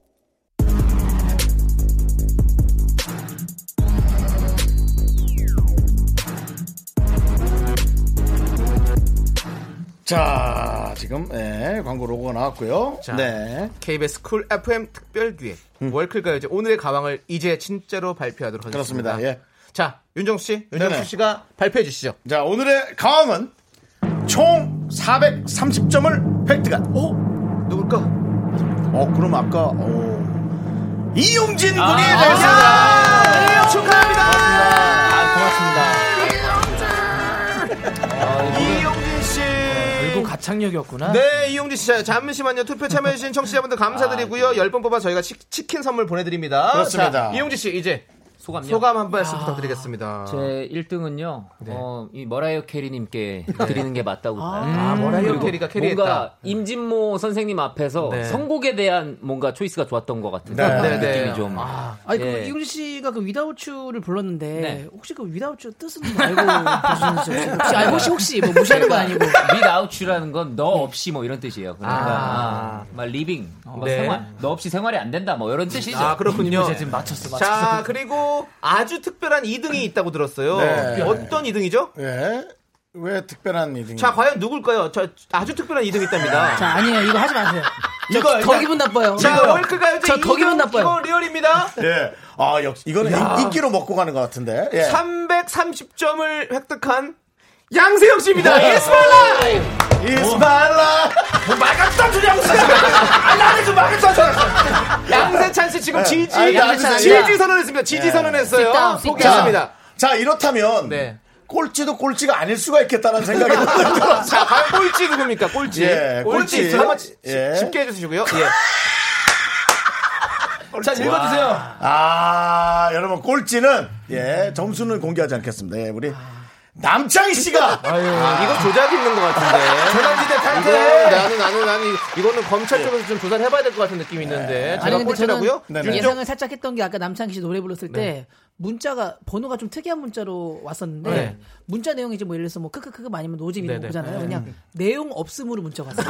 [SPEAKER 1] 자, 지금 예, 광고 로고가 나왔고요. 네. 음.
[SPEAKER 2] KBS 쿨 FM 특별기획 월클 가요제 오늘의 가왕을 이제 진짜로 발표하도록 하겠습니다.
[SPEAKER 1] 그렇습니다. 예.
[SPEAKER 2] 자, 윤정수 씨, 윤정수
[SPEAKER 1] 네네.
[SPEAKER 2] 씨가 발표해 주시죠.
[SPEAKER 1] 자, 오늘의 가왕은 총 430점을 획득한. 어?
[SPEAKER 2] 누굴까?
[SPEAKER 1] 어, 그럼 아까, 어. 이용진 군이
[SPEAKER 2] 아, 네,
[SPEAKER 1] 되겠습니다.
[SPEAKER 2] 이용진 씨.
[SPEAKER 11] 결국 가창력이었구나.
[SPEAKER 2] 네, 이용진 씨. 잠시만요. 투표 참여해주신 청취자분들 감사드리고요.
[SPEAKER 1] 네.
[SPEAKER 2] 열 번 뽑아 저희가 치- 치킨 선물 보내드립니다.
[SPEAKER 10] 그렇습니다.
[SPEAKER 2] 자, 이용진 씨, 이제
[SPEAKER 10] 소감요? 아,
[SPEAKER 2] 소감 한 말씀 부탁드리겠습니다. 네.
[SPEAKER 10] 제 1등은요. 어, 이 머라이어 캐리님께 드리는 게 맞다고
[SPEAKER 2] 아,
[SPEAKER 10] 봐요.
[SPEAKER 2] 네. 아, 머라이어
[SPEAKER 10] 그리고
[SPEAKER 2] 캐리가 캐리했다.
[SPEAKER 10] 뭔가 임진모 선생님 앞에서
[SPEAKER 2] 네.
[SPEAKER 10] 선곡에 대한 뭔가 초이스가 좋았던 것 같은
[SPEAKER 2] 네.
[SPEAKER 10] 그런
[SPEAKER 2] 네, 네.
[SPEAKER 10] 느낌이 좀.
[SPEAKER 2] 아.
[SPEAKER 12] 아니 그
[SPEAKER 10] 예.
[SPEAKER 12] 이용진 씨가 그 위다우츄를 불렀는데
[SPEAKER 10] 네.
[SPEAKER 12] 혹시 그 위다우츄 뜻은 뭐 알고 보시는지 혹시, 혹시 알고 혹시 혹시 뭐 무시하는 거 아니고
[SPEAKER 10] 그러니까
[SPEAKER 12] 네.
[SPEAKER 10] 리아웃이라는 건 너 없이 뭐 이런 뜻이에요. 그러니까
[SPEAKER 2] 아.
[SPEAKER 10] 아, 막 리빙, 막
[SPEAKER 2] 네.
[SPEAKER 10] 생활, 너 없이 생활이 안 된다 뭐 이런 뜻이죠.
[SPEAKER 2] 아, 그렇군요.
[SPEAKER 10] 이제 지금 맞췄어,
[SPEAKER 2] 자, 그리고 아주 특별한 2등이 있다고 들었어요.
[SPEAKER 1] 네.
[SPEAKER 2] 어떤 2등이죠?
[SPEAKER 1] 예. 왜 특별한 일인가?
[SPEAKER 2] 자, 과연 누굴까요? 저 아주 특별한 2등이 있답니다.
[SPEAKER 12] *laughs* 자 아니에요 이거 하지 마세요 저
[SPEAKER 2] 이거
[SPEAKER 12] 더
[SPEAKER 2] 일단-
[SPEAKER 12] 기분 나빠요
[SPEAKER 2] 자,
[SPEAKER 12] 이거요.
[SPEAKER 2] 월크가요.
[SPEAKER 12] 저 거기만 나빠요.
[SPEAKER 2] 이거 리얼입니다.
[SPEAKER 1] 예. 아, 역시 이거는
[SPEAKER 2] 야.
[SPEAKER 1] 인- 인기로 먹고 가는 것 같은데. 예.
[SPEAKER 2] 330점을 획득한 예. 양세형 씨입니다. It's my life!
[SPEAKER 1] It's my life!
[SPEAKER 2] 뭐 말같지도 않은 소리 하고 있어. 아, 나는 좀 말같지도 않은 소리 하고 있어. 네. 양세찬 씨 지금 지지,
[SPEAKER 1] 아, 이거 아직
[SPEAKER 2] 지지
[SPEAKER 1] 아니야.
[SPEAKER 2] 선언했습니다. 지지
[SPEAKER 1] 예.
[SPEAKER 2] 선언했어요.
[SPEAKER 1] Sit down, sit down.
[SPEAKER 2] 포기했습니다.
[SPEAKER 1] 자, 이렇다면
[SPEAKER 2] 네.
[SPEAKER 1] 꼴찌도 꼴찌가 아닐 수가 있겠다는
[SPEAKER 2] *laughs*
[SPEAKER 1] 생각이 들었어요.
[SPEAKER 2] 자, 과연 꼴찌 누굽니까? 꼴찌.
[SPEAKER 1] 예, 꼴찌.
[SPEAKER 2] 꼴찌. 한번 지-
[SPEAKER 1] 예.
[SPEAKER 2] 집게 해주시고요. 예. 자, 읽어주세요.
[SPEAKER 1] 아, 여러분 꼴찌는 예, 점수는 공개하지 않겠습니다. 예, 우리 남창희 씨가
[SPEAKER 2] 아, 이거 조작 있는 것 같은데.
[SPEAKER 1] 조작지대 탈퇴!
[SPEAKER 2] 이거 나는, 나는, 나는, 이- 이거는 검찰 쪽에서 좀 조사를 해봐야 될 것 같은 느낌이
[SPEAKER 1] 네,
[SPEAKER 2] 있는데.
[SPEAKER 12] 네.
[SPEAKER 2] 제가
[SPEAKER 12] 아니 근데 저는 그
[SPEAKER 2] 꼴찌라고요?
[SPEAKER 12] 예상을 살짝 했던 게 아까 남창희 씨 노래 불렀을
[SPEAKER 2] 네.
[SPEAKER 12] 때 문자가 번호가 좀 특이한 문자로 왔었는데
[SPEAKER 2] 네.
[SPEAKER 12] 문자 내용이 이제 뭐 예를 들어서 뭐 크크크크 아니면 노잼 이런
[SPEAKER 2] 네네.
[SPEAKER 12] 거 보잖아요
[SPEAKER 2] 네.
[SPEAKER 12] 그냥
[SPEAKER 2] 음.
[SPEAKER 12] 내용 없음으로 문자가 왔어요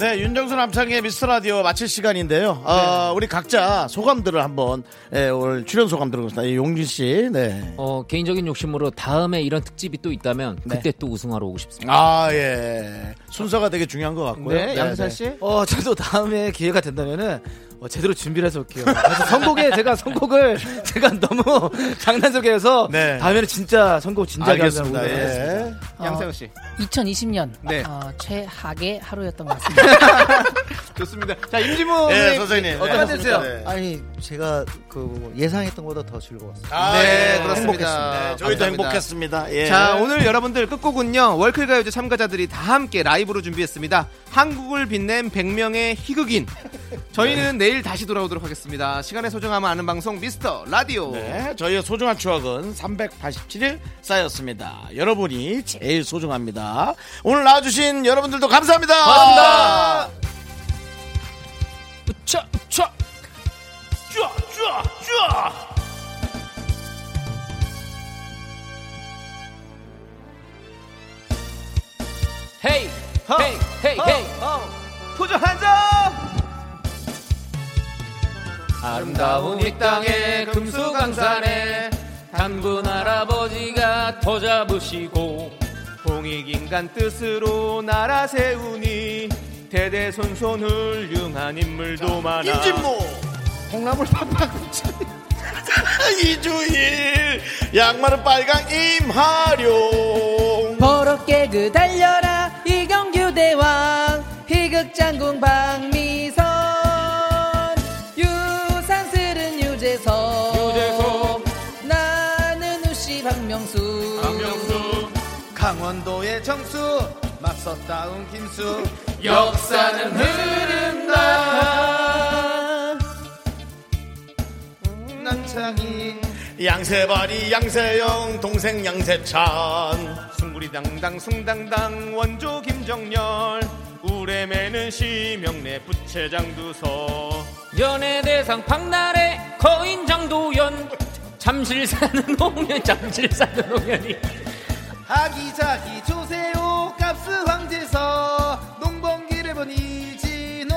[SPEAKER 1] 네, 윤정수 남창의 미스터 라디오 마칠 시간인데요.
[SPEAKER 10] 네.
[SPEAKER 1] 아, 우리 각자 소감들을 한번 예, 오늘 출연 소감 들어보겠습니다. 예, 용진 씨, 네.
[SPEAKER 10] 어, 개인적인 욕심으로 다음에 이런 특집이 또 있다면 그때 또 우승하러 오고 싶습니다.
[SPEAKER 1] 아, 예. 순서가 되게 중요한 것 같고요.
[SPEAKER 10] 네, 양산 씨?
[SPEAKER 13] 어, 저도 다음에 기회가 된다면은 어, 제대로 준비를 해서 올게요. 그래서 선곡에 제가 선곡을 *laughs* 제가 너무 *laughs* 장난스럽게 해서 다음에는 진짜 선곡 진지하게
[SPEAKER 1] 네. 알겠습니다.
[SPEAKER 13] 하려고
[SPEAKER 10] 네.
[SPEAKER 2] 네.
[SPEAKER 1] 예.
[SPEAKER 13] 어,
[SPEAKER 2] 양세형 씨.
[SPEAKER 23] 2020년
[SPEAKER 2] 네.
[SPEAKER 23] 어, 최악의 하루였던 것 같습니다.
[SPEAKER 2] *laughs* 좋습니다. 자, 임지모
[SPEAKER 14] 네,
[SPEAKER 23] 예,
[SPEAKER 2] 선생님,
[SPEAKER 23] 선생님.
[SPEAKER 2] 어떤
[SPEAKER 23] 네.
[SPEAKER 2] 분이세요?
[SPEAKER 14] 아니 제가 그 예상했던 것보다 더 즐거웠어요.
[SPEAKER 2] 네, 그렇습니다.
[SPEAKER 14] 아, 예. 행복했습니다. 예.
[SPEAKER 2] 감사합니다. 예. 자, 오늘
[SPEAKER 14] 여러분
[SPEAKER 2] 여러분들 끝곡은요. 월클가요제 참가자들이 다 함께 라이브로 준비했습니다. 한국을 빛낸 100명의 희극인. 저희는 내일 다시 돌아오도록 하겠습니다. 시간의 소중함을 아는 방송 미스터 라디오.
[SPEAKER 1] 네, 저희의 소중한 추억은 387일 쌓였습니다. 여러분이 제일 소중합니다. 오늘 나와주신 여러분들도 감사합니다.
[SPEAKER 2] 고맙습니다.
[SPEAKER 24] 으차 으차 쭈아 쭈아 쭈아
[SPEAKER 10] 헤이! 헤이! 헤이! 헤이!
[SPEAKER 2] 포즈 한 점!
[SPEAKER 10] 아름다운 이 땅에 금수강산에 단군 할아버지가 더 잡으시고
[SPEAKER 2] 공익인간 뜻으로 나라 세우니 대대손손 훌륭한 인물도 많아
[SPEAKER 1] 임진모 콩나물 팍팍 *laughs* 이주일 양말은 빨강 임하룡
[SPEAKER 12] 버럭게 그 달려라 이경규 대왕 희극장군 박미선 유산슬은 유재석
[SPEAKER 2] 유재석.
[SPEAKER 12] 나는 우씨 박명수
[SPEAKER 2] 박명수.
[SPEAKER 12] 강원도의 정수 맞섰다운 김수
[SPEAKER 2] 역사는
[SPEAKER 12] 흐른다
[SPEAKER 2] 남창희
[SPEAKER 1] 양세바리 양세영 동생 양세찬
[SPEAKER 2] 숭구리당당 숭당당 원조 김정열 우레매는 시명래 부채장 두서
[SPEAKER 10] 연예대상 박나래 거인 장도연 잠실사는 *laughs* 홍면 잠실사는 홍면이
[SPEAKER 12] 아기자기 조세호 값스 황제서 농번기를 본 이진호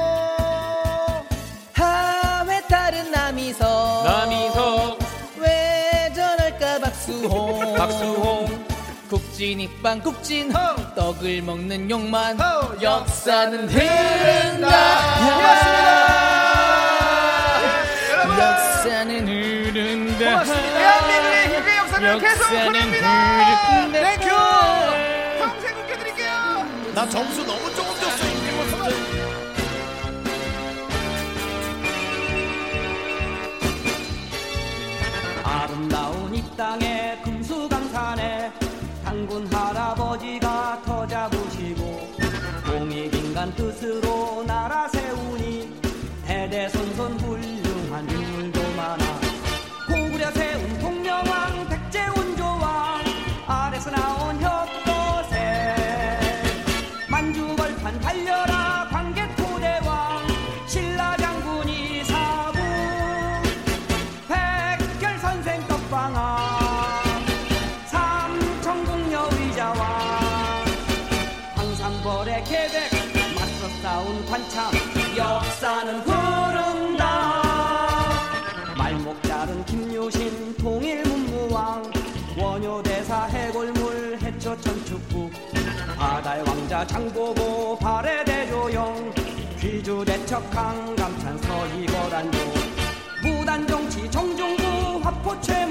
[SPEAKER 12] 하회 딸은 남이석
[SPEAKER 10] 남이석.
[SPEAKER 12] 왜 저럴까 박수홍
[SPEAKER 10] 박수홍
[SPEAKER 12] 국진익방 국진홍 떡을 먹는 욕만 역사는
[SPEAKER 2] 흐른다.
[SPEAKER 12] 고맙습니다 역사는 흐른다
[SPEAKER 2] 고맙습니다. 대한민국의 희귀 역사는 계속
[SPEAKER 1] 네, 그
[SPEAKER 2] 흐릅니다. 땡큐. 평생 웃겨드릴게요.
[SPEAKER 1] 나 점수 너무 조금 줬어 임진모 선생님.
[SPEAKER 3] 아름다운 이 땅에 금수강산에 당군 할아버지가 터 잡으시고 공익인간 뜻으로 나라 세우니 대대손손 훌륭한 인물도 많아 고구려 세운 통영왕 백제운 조왕 아래서 나온 협도세 만주벌판 달려라 광개토대왕 신라장군이 사부 백결 선생 떡방아 삼천궁 여의자와 황상벌의 계백 맞서 싸운 관참 역사는 흐른다 말목 자른 김유신 통일문무왕 원효대사 해골물 해초 천축국 바다의 왕자 장보고 발의 대조영 귀주 대척 강감찬 서희거란조 무단정치 정중부 화포 최모